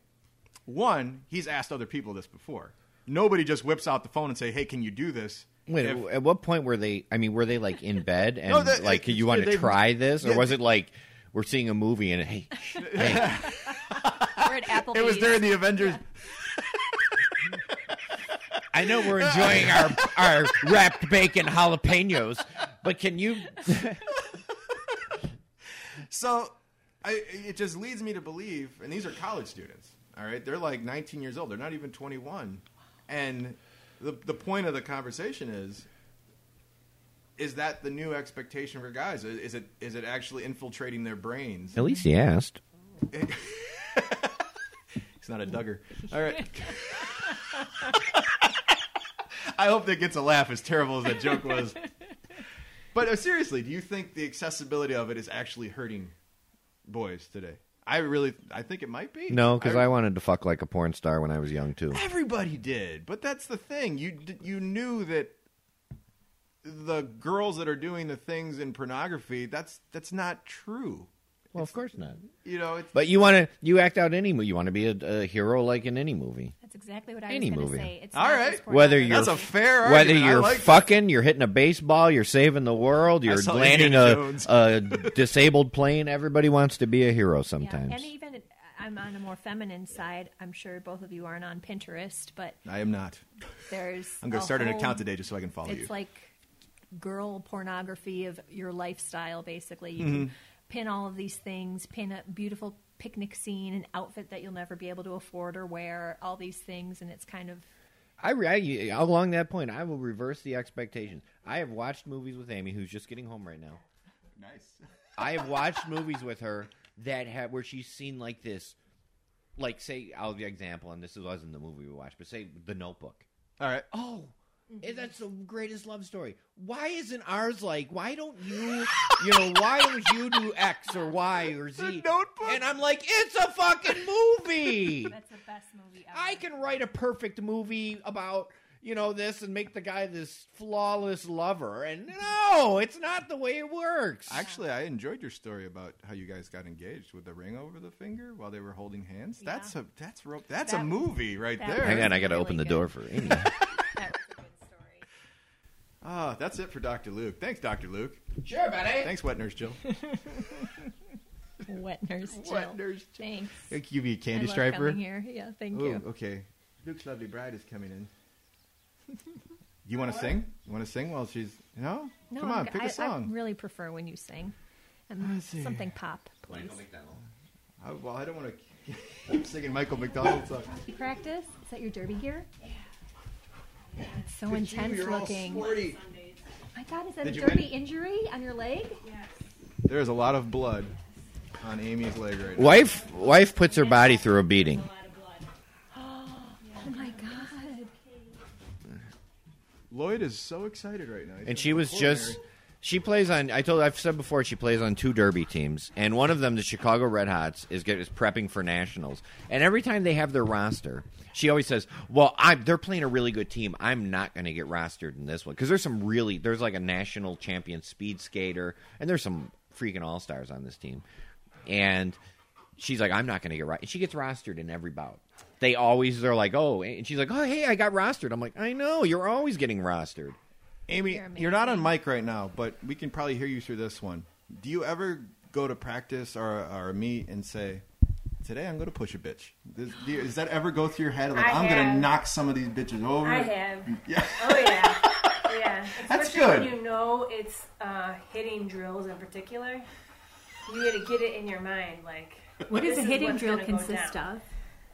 [SPEAKER 2] one he's asked other people this before nobody just whips out the phone and say hey can you do this
[SPEAKER 3] Wait,
[SPEAKER 2] If-
[SPEAKER 3] at what point were they? I mean, were they like in bed and
[SPEAKER 2] No, that-
[SPEAKER 3] like
[SPEAKER 2] it-
[SPEAKER 3] you want
[SPEAKER 2] they-
[SPEAKER 3] to try this, or
[SPEAKER 2] yeah,
[SPEAKER 3] was it like we're seeing a movie and hey, shh, hey,
[SPEAKER 1] We're at Applebee's.
[SPEAKER 2] it was during the avengers
[SPEAKER 3] I know we're enjoying our our wrapped bacon jalapenos, but can you?
[SPEAKER 2] so I, it just leads me to believe and these are college students all right they're like 19 years old they're not even 21 and the, the point of the conversation is is that the new expectation for guys is, is it is it actually infiltrating their brains
[SPEAKER 3] At least he asked.
[SPEAKER 2] He's not a Duggar. All right. I hope that gets a laugh, as terrible as that joke was. But uh, seriously, do you think the accessibility of it is actually hurting boys today? I really, I think it might be.
[SPEAKER 3] No, because I wanted to fuck like a porn star when I was young too.
[SPEAKER 2] everybody did. But that's the thing. You d- you knew that the girls that are doing the things in pornography that's that's not true.
[SPEAKER 3] Well, of course not.
[SPEAKER 2] You know, it's
[SPEAKER 3] But you want to you act out any movie. You want to be a, a hero like in any movie.
[SPEAKER 1] That's exactly what I
[SPEAKER 3] Any
[SPEAKER 1] was going
[SPEAKER 3] movie.
[SPEAKER 1] to say. It's
[SPEAKER 2] All
[SPEAKER 1] not
[SPEAKER 2] right.
[SPEAKER 1] just
[SPEAKER 3] Whether
[SPEAKER 1] pornography.
[SPEAKER 3] you're
[SPEAKER 2] that's a fair
[SPEAKER 3] Whether
[SPEAKER 2] argument. I
[SPEAKER 3] you're
[SPEAKER 2] like that.
[SPEAKER 3] fucking, you're hitting a baseball, you're saving the world, you're
[SPEAKER 2] saw
[SPEAKER 3] landing
[SPEAKER 2] Indiana
[SPEAKER 3] a,
[SPEAKER 2] Jones.
[SPEAKER 3] a disabled plane. Everybody wants to be a hero
[SPEAKER 1] Yeah,
[SPEAKER 3] sometimes.
[SPEAKER 1] and even uh, I'm on a more feminine side. I'm sure both of you aren't on Pinterest, but
[SPEAKER 2] I am not.
[SPEAKER 1] there's.
[SPEAKER 2] I'm going
[SPEAKER 1] a
[SPEAKER 2] to start an
[SPEAKER 1] whole-
[SPEAKER 2] account today just so I can follow you.
[SPEAKER 1] It's like girl
[SPEAKER 2] Mm-hmm.
[SPEAKER 1] pornography of your lifestyle, basically. You can pin all of these things, pin a beautiful picnic scene, an outfit that you'll never be able to afford or wear, all these things, and it's kind of
[SPEAKER 3] I, I along that point, I will reverse the expectations. I have watched movies with Amy, who's just getting home right now.
[SPEAKER 2] Nice.
[SPEAKER 3] I have watched movies with her that have where she's seen like this, like say I'll give you an example, and this wasn't the movie we watched, but say The Notebook.
[SPEAKER 2] All right.
[SPEAKER 3] Oh, eh, that's the greatest love story. Why isn't ours like? Why don't you, you know, why don't you do X or Y or Z?
[SPEAKER 2] Notebook?
[SPEAKER 3] And I'm like, it's a fucking movie.
[SPEAKER 1] that's the best movie ever.
[SPEAKER 3] I can write a perfect movie about you know this and make the guy this flawless lover. And no, it's not the way it works.
[SPEAKER 2] Actually, I enjoyed your story about how you guys got engaged with the ring over the finger while they were holding hands.
[SPEAKER 1] Yeah.
[SPEAKER 2] That's a that's rope. That's a
[SPEAKER 1] That-
[SPEAKER 2] movie right
[SPEAKER 1] that
[SPEAKER 2] there.
[SPEAKER 1] was-
[SPEAKER 3] Hang on, I gotta
[SPEAKER 1] Really
[SPEAKER 3] open the
[SPEAKER 1] good.
[SPEAKER 3] door for Amy.
[SPEAKER 1] That was a good story.
[SPEAKER 2] Ah, that's it for Dr. Luke. Thanks, Dr. Luke.
[SPEAKER 3] sure, buddy.
[SPEAKER 2] Thanks, Wet Nurse Jill.
[SPEAKER 1] Wet nurse Jill.
[SPEAKER 2] Wet Nurse Jill.
[SPEAKER 1] Thanks.
[SPEAKER 2] Thank you, Candy
[SPEAKER 1] I love
[SPEAKER 2] Striper.
[SPEAKER 1] coming here. Yeah, thank
[SPEAKER 2] Ooh,
[SPEAKER 1] you.
[SPEAKER 2] okay. Luke's lovely bride is coming in. You want to sing? You want to sing while she's no?
[SPEAKER 1] No,
[SPEAKER 2] Come on,
[SPEAKER 1] I'm-
[SPEAKER 2] pick
[SPEAKER 1] I-
[SPEAKER 2] a song.
[SPEAKER 1] I really prefer when you sing. Um,
[SPEAKER 2] Let's see.
[SPEAKER 1] something pop, please.
[SPEAKER 4] Michael McDonald.
[SPEAKER 2] I, well, I don't want to keep singing Michael McDonald's song.
[SPEAKER 1] You practice? Is that your derby gear? It's so
[SPEAKER 2] Look at you,
[SPEAKER 1] intense
[SPEAKER 2] you're all
[SPEAKER 1] looking.
[SPEAKER 2] sporty.
[SPEAKER 6] Oh
[SPEAKER 1] My God, is that
[SPEAKER 2] Did you
[SPEAKER 1] a derby
[SPEAKER 2] win?
[SPEAKER 1] injury on your leg?
[SPEAKER 2] There is a lot of blood on Amy's leg right now.
[SPEAKER 3] Wife, wife puts her body through a beating.
[SPEAKER 1] Oh my God.
[SPEAKER 2] Lloyd is so excited right now. He's
[SPEAKER 3] and
[SPEAKER 2] gonna
[SPEAKER 3] she
[SPEAKER 2] go
[SPEAKER 3] was
[SPEAKER 2] coronary.
[SPEAKER 3] just she plays on i told i've said before she plays on two derby teams and one of them the chicago red hots is get, is prepping for nationals and every time they have their roster she always says well i'm they're playing a really good team i'm not going to get rostered in this one because there's some really there's like a national champion speed skater and there's some freaking all-stars on this team and she's like, I'm not going to get right. And she gets rostered in every bout. They always, they're like, oh, and she's like, oh, hey, I got rostered. I'm like, I know, you're always getting rostered.
[SPEAKER 2] Amy,
[SPEAKER 1] You're
[SPEAKER 2] you're, not on mic right now, but we can probably hear you through this one. Do you ever go to practice or, or a meet and say, "Today I'm going to push a bitch"? Does, do you- does that ever go through your head? Like
[SPEAKER 6] I
[SPEAKER 2] I'm going to
[SPEAKER 6] have.
[SPEAKER 2] knock some of these bitches over.
[SPEAKER 6] I have.
[SPEAKER 2] Yeah.
[SPEAKER 6] Oh yeah. Yeah.
[SPEAKER 2] That's
[SPEAKER 6] Especially
[SPEAKER 2] good.
[SPEAKER 6] When you know it's uh, hitting drills in particular, you got to get it in your mind. Like,
[SPEAKER 1] What does
[SPEAKER 6] this
[SPEAKER 1] a hitting
[SPEAKER 6] what's
[SPEAKER 1] drill
[SPEAKER 6] gonna go
[SPEAKER 1] consist
[SPEAKER 6] down.
[SPEAKER 1] of?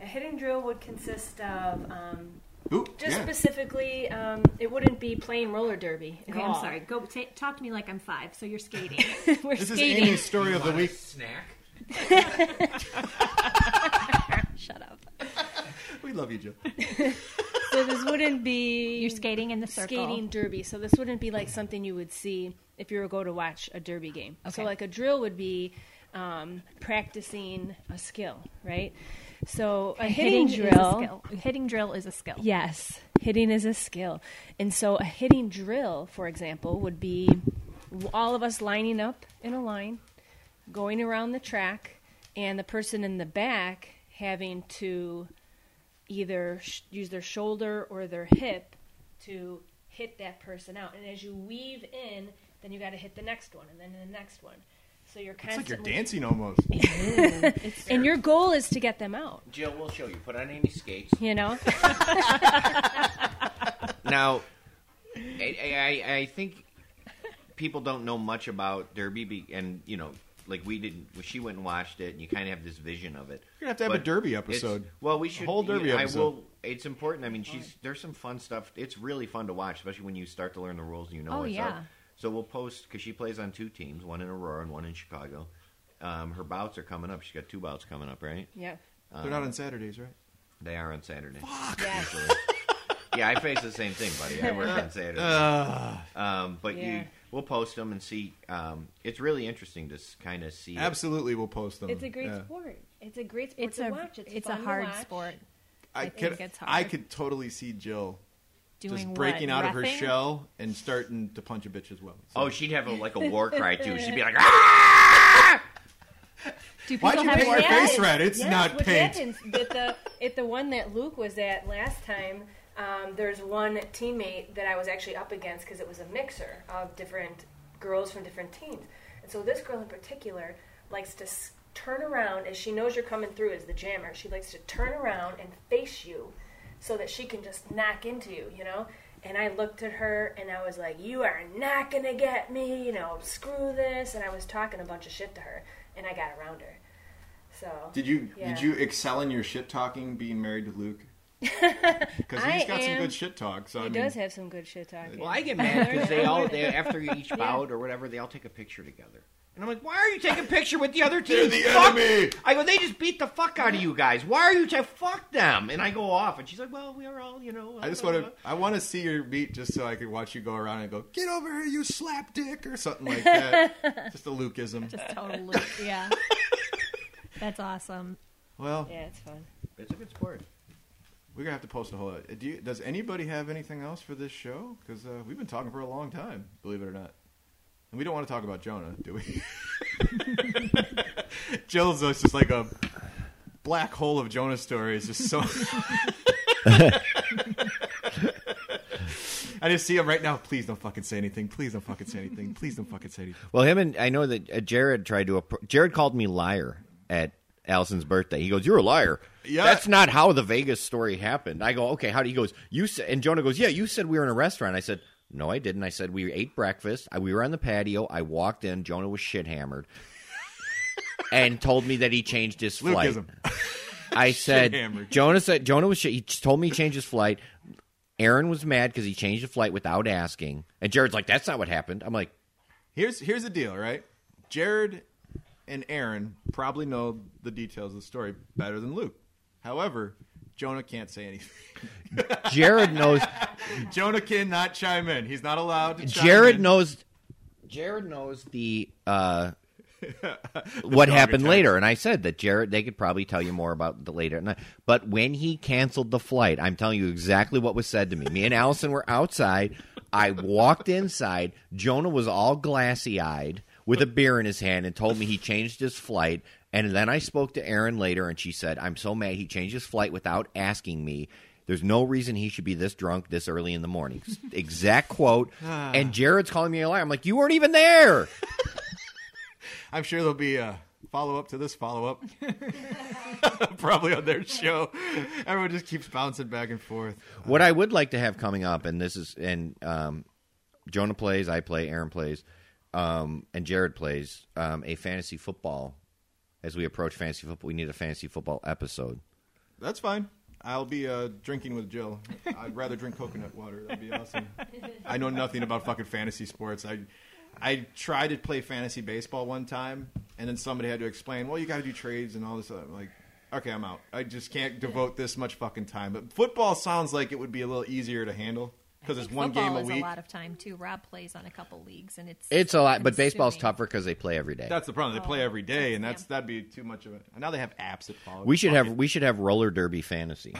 [SPEAKER 6] A hitting drill would consist of um,
[SPEAKER 2] Ooh,
[SPEAKER 6] just
[SPEAKER 2] yeah.
[SPEAKER 6] specifically. Um, it wouldn't be playing roller derby. at
[SPEAKER 1] Okay,
[SPEAKER 6] all.
[SPEAKER 1] I'm sorry. Go ta talk to me like I'm five. So you're skating. We're
[SPEAKER 2] This is
[SPEAKER 1] skating.
[SPEAKER 2] Amy's story of the week.
[SPEAKER 4] Snack.
[SPEAKER 1] Shut up.
[SPEAKER 2] We love you, Jill.
[SPEAKER 6] So this wouldn't be
[SPEAKER 1] You're skating in the circle.
[SPEAKER 6] skating derby. So this wouldn't be like something you would see if you were go to watch a derby game.
[SPEAKER 1] Okay.
[SPEAKER 6] So like a drill would be um, practicing a skill, right? So a hitting,
[SPEAKER 1] is a
[SPEAKER 6] drill.
[SPEAKER 1] skill. Hitting drill is a skill.
[SPEAKER 6] Yes, hitting is a skill. And so a hitting drill, for example, would be all of us lining up in a line, going around the track, and the person in the back having to either sh- use their shoulder or their hip to hit that person out. And as you weave in, then you got to hit the next one and then the next one. So you're
[SPEAKER 2] It's like
[SPEAKER 6] constantly
[SPEAKER 2] you're dancing almost.
[SPEAKER 6] and your goal is to get them out,
[SPEAKER 3] Jill, we'll show you. Put on Amy's skates.
[SPEAKER 6] you know?
[SPEAKER 3] now, I, I, I think people don't know much about Derby, be, and you know, like we didn't. well, She went and watched it, and you kind of have this vision of it.
[SPEAKER 2] You're gonna have to have a
[SPEAKER 3] But
[SPEAKER 2] derby
[SPEAKER 3] it's-
[SPEAKER 2] episode.
[SPEAKER 3] Well, we should
[SPEAKER 2] whole derby
[SPEAKER 3] I
[SPEAKER 2] episode.
[SPEAKER 3] will. It's important. I mean, she's there's some fun stuff. It's really fun to watch, especially when you start to learn the rules and you know.
[SPEAKER 1] Oh,
[SPEAKER 3] what's
[SPEAKER 1] yeah.
[SPEAKER 3] Up. So we'll post because she plays on two teams, one in Aurora and one in Chicago. Um, her bouts are coming up. She's got two bouts coming up, right?
[SPEAKER 6] yeah.
[SPEAKER 3] Uh,
[SPEAKER 2] They're not on Saturdays, right?
[SPEAKER 3] They are on Saturday.
[SPEAKER 6] Yes.
[SPEAKER 3] yeah, I face the same thing, buddy. I work on Saturday. um, but you,
[SPEAKER 6] Yeah.
[SPEAKER 3] we'll post them and see. Um, it's really interesting to s- kind of see.
[SPEAKER 2] Absolutely, we'll post them.
[SPEAKER 6] It's a great
[SPEAKER 2] Yeah.
[SPEAKER 6] sport. It's a great sport
[SPEAKER 1] It's
[SPEAKER 6] to
[SPEAKER 1] a
[SPEAKER 6] watch. It's,
[SPEAKER 1] it's a
[SPEAKER 6] fun to
[SPEAKER 1] hard
[SPEAKER 6] watch.
[SPEAKER 1] sport.
[SPEAKER 2] I
[SPEAKER 1] I
[SPEAKER 2] could,
[SPEAKER 1] think it's
[SPEAKER 2] I
[SPEAKER 1] hard.
[SPEAKER 2] could totally see Jill
[SPEAKER 1] Doing
[SPEAKER 2] just
[SPEAKER 1] what?
[SPEAKER 2] breaking out of her
[SPEAKER 1] Reffing?
[SPEAKER 2] shell and starting to punch a bitch as well. So-
[SPEAKER 3] Oh, she'd have a, like a war cry too. She'd be like, "Ah!"
[SPEAKER 1] Do
[SPEAKER 2] Why'd
[SPEAKER 1] people
[SPEAKER 2] you
[SPEAKER 1] have
[SPEAKER 2] paint your
[SPEAKER 1] that?
[SPEAKER 2] face red? It's
[SPEAKER 6] Yes,
[SPEAKER 2] not
[SPEAKER 6] what
[SPEAKER 2] paint.
[SPEAKER 6] happens at the at the one that Luke was at last time. Um, there's one teammate that I was actually up against because it was a mixer of different girls from different teams, and so this girl in particular likes to s- turn around as she knows you're coming through as the jammer. She likes to turn around and face you, so that she can just knock into you, you know. And I looked at her and I was like, "You are not gonna get me, you know. Screw this." And I was talking a bunch of shit to her, and I got around her. So
[SPEAKER 2] Did you
[SPEAKER 6] Yeah.
[SPEAKER 2] did you excel in your shit talking being married to Luke? Because
[SPEAKER 6] I
[SPEAKER 2] he's got some
[SPEAKER 6] am-
[SPEAKER 2] good shit talk. So
[SPEAKER 6] he
[SPEAKER 2] I mean,
[SPEAKER 6] does have some good shit talking.
[SPEAKER 3] Well, I get mad because they all they after each bout or whatever, they all take a picture together. And I'm like, why are you taking a picture with the other team?
[SPEAKER 2] the
[SPEAKER 3] Fuck-
[SPEAKER 2] enemy!
[SPEAKER 3] I go, they just beat the fuck out of you guys. Why are you ta- fuck them? And I go off, and she's like, well, we are all, you know.
[SPEAKER 2] I just want to I want to see your beat just so I can watch you go around and go get over here, you slap dick or something like that. just a Lukeism.
[SPEAKER 1] Just totally. Yeah. That's awesome.
[SPEAKER 2] Well,
[SPEAKER 6] yeah, it's fun.
[SPEAKER 3] It's a good sport.
[SPEAKER 2] we're gonna have to post a whole. Lot. Do you, does anybody have anything else for this show? Because uh, we've been talking for a long time, believe it or not. And we don't want to talk about Jonah, do we? Jill's is just like a black hole of Jonah stories. Just so. I just see him right now. Please don't fucking say anything. Please don't fucking say anything. Please don't fucking say anything.
[SPEAKER 3] Well, him and I know that uh, Jared tried to. Appro- Jared called me liar at Allison's birthday. He goes, "You're a liar."
[SPEAKER 2] Yeah.
[SPEAKER 3] That's not how the Vegas story happened. I go, okay, how do he goes? You said, and Jonah goes, yeah, you said we were in a restaurant. I said, no, I didn't. I said we ate breakfast. I, we were on the patio. I walked in. Jonah was shit hammered, and told me that he changed his flight.
[SPEAKER 2] Lukeism.
[SPEAKER 3] I said,
[SPEAKER 2] Shit-hammered.
[SPEAKER 3] Jonah said Jonah was. Shit. He just told me he changed his flight. Aaron was mad because he changed the flight without asking, and Jared's like, "That's not what happened." I'm like,
[SPEAKER 2] Here's here's the deal, right? Jared and Aaron probably know the details of the story better than Luke. However, Jonah can't say anything.
[SPEAKER 3] "Jared knows."
[SPEAKER 2] Jonah cannot chime in. He's not allowed to. Chime
[SPEAKER 3] Jared
[SPEAKER 2] in.
[SPEAKER 3] knows. Jared knows the uh, what happened
[SPEAKER 2] attacks.
[SPEAKER 3] later, and I said that Jared they could probably tell you more about the later. And I- But when he canceled the flight, I'm telling you exactly what was said to me. Me and Allison were outside. I walked inside. Jonah was all glassy eyed with a beer in his hand and told me he changed his flight. And then I spoke to Erin later, and she said, "I'm so mad he changed his flight without asking me." There's no reason he should be this drunk this early in the morning. Exact quote. and Jared's calling me a liar. I'm like, you weren't even there.
[SPEAKER 2] I'm sure there'll be a follow up to this follow up. probably on their show. Everyone just keeps bouncing back and forth.
[SPEAKER 3] what I would like to have coming up, and this is, and um, Jonah plays, I play, Aaron plays, um, and Jared plays um, a fantasy football. As we approach fantasy football, we need a fantasy football episode.
[SPEAKER 2] That's fine. I'll be uh, drinking with Jill. I'd rather drink coconut water. That'd be awesome. I know nothing about fucking fantasy sports. I I tried to play fantasy baseball one time, and then somebody had to explain, well, you got to do trades and all this. Other. I'm like, okay, I'm out. I just can't devote this much fucking time. But football sounds like it would be a little easier to handle because it's
[SPEAKER 1] Like,
[SPEAKER 2] one game
[SPEAKER 1] football
[SPEAKER 2] a
[SPEAKER 1] is
[SPEAKER 2] week.
[SPEAKER 1] a lot of time too. Rob plays on a couple leagues, and it's
[SPEAKER 3] It's a lot, but baseball's
[SPEAKER 1] consuming.
[SPEAKER 3] tougher because they play every day.
[SPEAKER 2] That's the problem. They
[SPEAKER 1] Oh,
[SPEAKER 2] play every day, and that's
[SPEAKER 1] Yeah.
[SPEAKER 2] that'd be too much of it. And now they have apps that follow.
[SPEAKER 3] We should
[SPEAKER 2] Fuck
[SPEAKER 3] have
[SPEAKER 2] it.
[SPEAKER 3] we should have roller derby fantasy.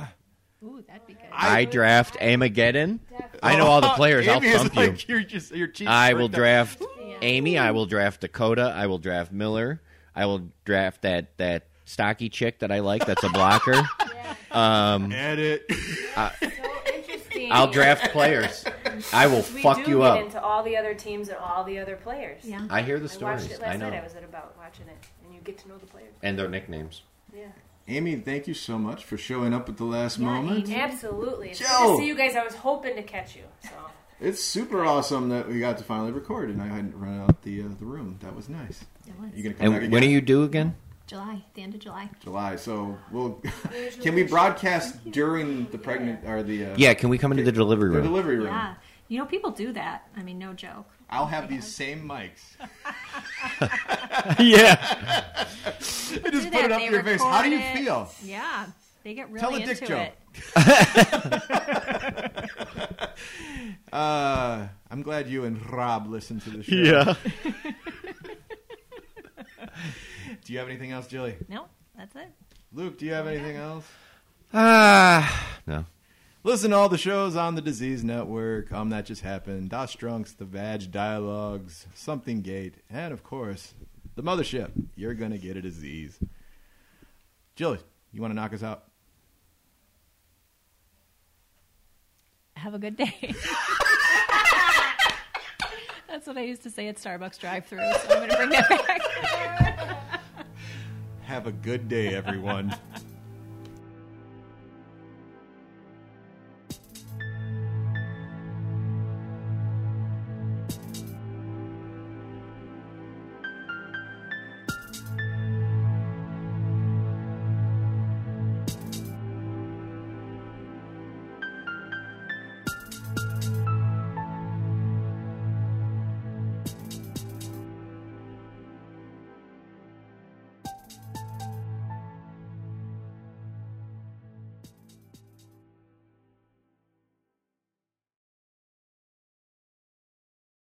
[SPEAKER 1] Ooh, that'd be good.
[SPEAKER 3] I, draft Amageddon. I know all the players. I'll
[SPEAKER 2] Amy is
[SPEAKER 3] thump you.
[SPEAKER 2] like, You're just, your cheeks
[SPEAKER 3] I will
[SPEAKER 2] perked up.
[SPEAKER 3] draft
[SPEAKER 1] Yeah.
[SPEAKER 3] Amy. I will draft Dakota. I will draft Miller. I will draft that that stocky chick that I like. That's a blocker.
[SPEAKER 2] Edit.
[SPEAKER 6] So interesting.
[SPEAKER 3] I'll draft players. I will
[SPEAKER 6] We
[SPEAKER 3] fuck
[SPEAKER 6] do
[SPEAKER 3] you
[SPEAKER 6] get
[SPEAKER 3] up.
[SPEAKER 6] into all the other teams and all the other players.
[SPEAKER 1] Yeah.
[SPEAKER 3] I hear the
[SPEAKER 6] I watched
[SPEAKER 3] stories.
[SPEAKER 6] it
[SPEAKER 3] I,
[SPEAKER 6] last
[SPEAKER 3] know,
[SPEAKER 6] night. I was at about watching it, and you get to know the players.
[SPEAKER 3] and their nicknames.
[SPEAKER 6] Yeah,
[SPEAKER 2] Amy, thank you so much for showing up at the last moment.
[SPEAKER 6] absolutely. It's good
[SPEAKER 2] Joe!
[SPEAKER 6] to see you guys. I was hoping to catch you. So
[SPEAKER 2] It's super awesome that we got to finally record, and I hadn't run out the uh, the room. That was nice. You gonna come
[SPEAKER 3] And
[SPEAKER 2] back again?
[SPEAKER 3] when are you due again?
[SPEAKER 1] July, the end of July.
[SPEAKER 2] July. So we'll. can we broadcast during the pregnant or the? Uh,
[SPEAKER 3] Yeah, can we come into the delivery
[SPEAKER 2] The
[SPEAKER 3] room?
[SPEAKER 2] delivery room.
[SPEAKER 1] Yeah, you know people do that. I mean, no joke.
[SPEAKER 2] I'll have these same mics.
[SPEAKER 3] yeah.
[SPEAKER 2] I just
[SPEAKER 1] Do
[SPEAKER 2] put
[SPEAKER 1] that,
[SPEAKER 2] it up
[SPEAKER 1] they
[SPEAKER 2] to your face. How do you
[SPEAKER 1] record it.
[SPEAKER 2] feel?
[SPEAKER 1] Yeah, they get really
[SPEAKER 2] Tell a
[SPEAKER 1] into
[SPEAKER 2] dick joke.
[SPEAKER 1] it.
[SPEAKER 2] Uh, I'm glad you and Rob listened to the show. Do you have anything else, Jilly?
[SPEAKER 1] No, that's it.
[SPEAKER 2] Luke, do you have
[SPEAKER 1] Oh,
[SPEAKER 2] anything else?
[SPEAKER 3] Ah, no.
[SPEAKER 2] Listen to all the shows on the Disease Network. Um, that just happened. Das Drunks, The Vag Dialogues, Something Gate, and of course, the Mothership. You're gonna get a disease. Jilly, you want to knock us out?
[SPEAKER 1] Have a good day. that's what I used to say at Starbucks drive-through. So I'm going to bring that back.
[SPEAKER 2] Have a good day, everyone.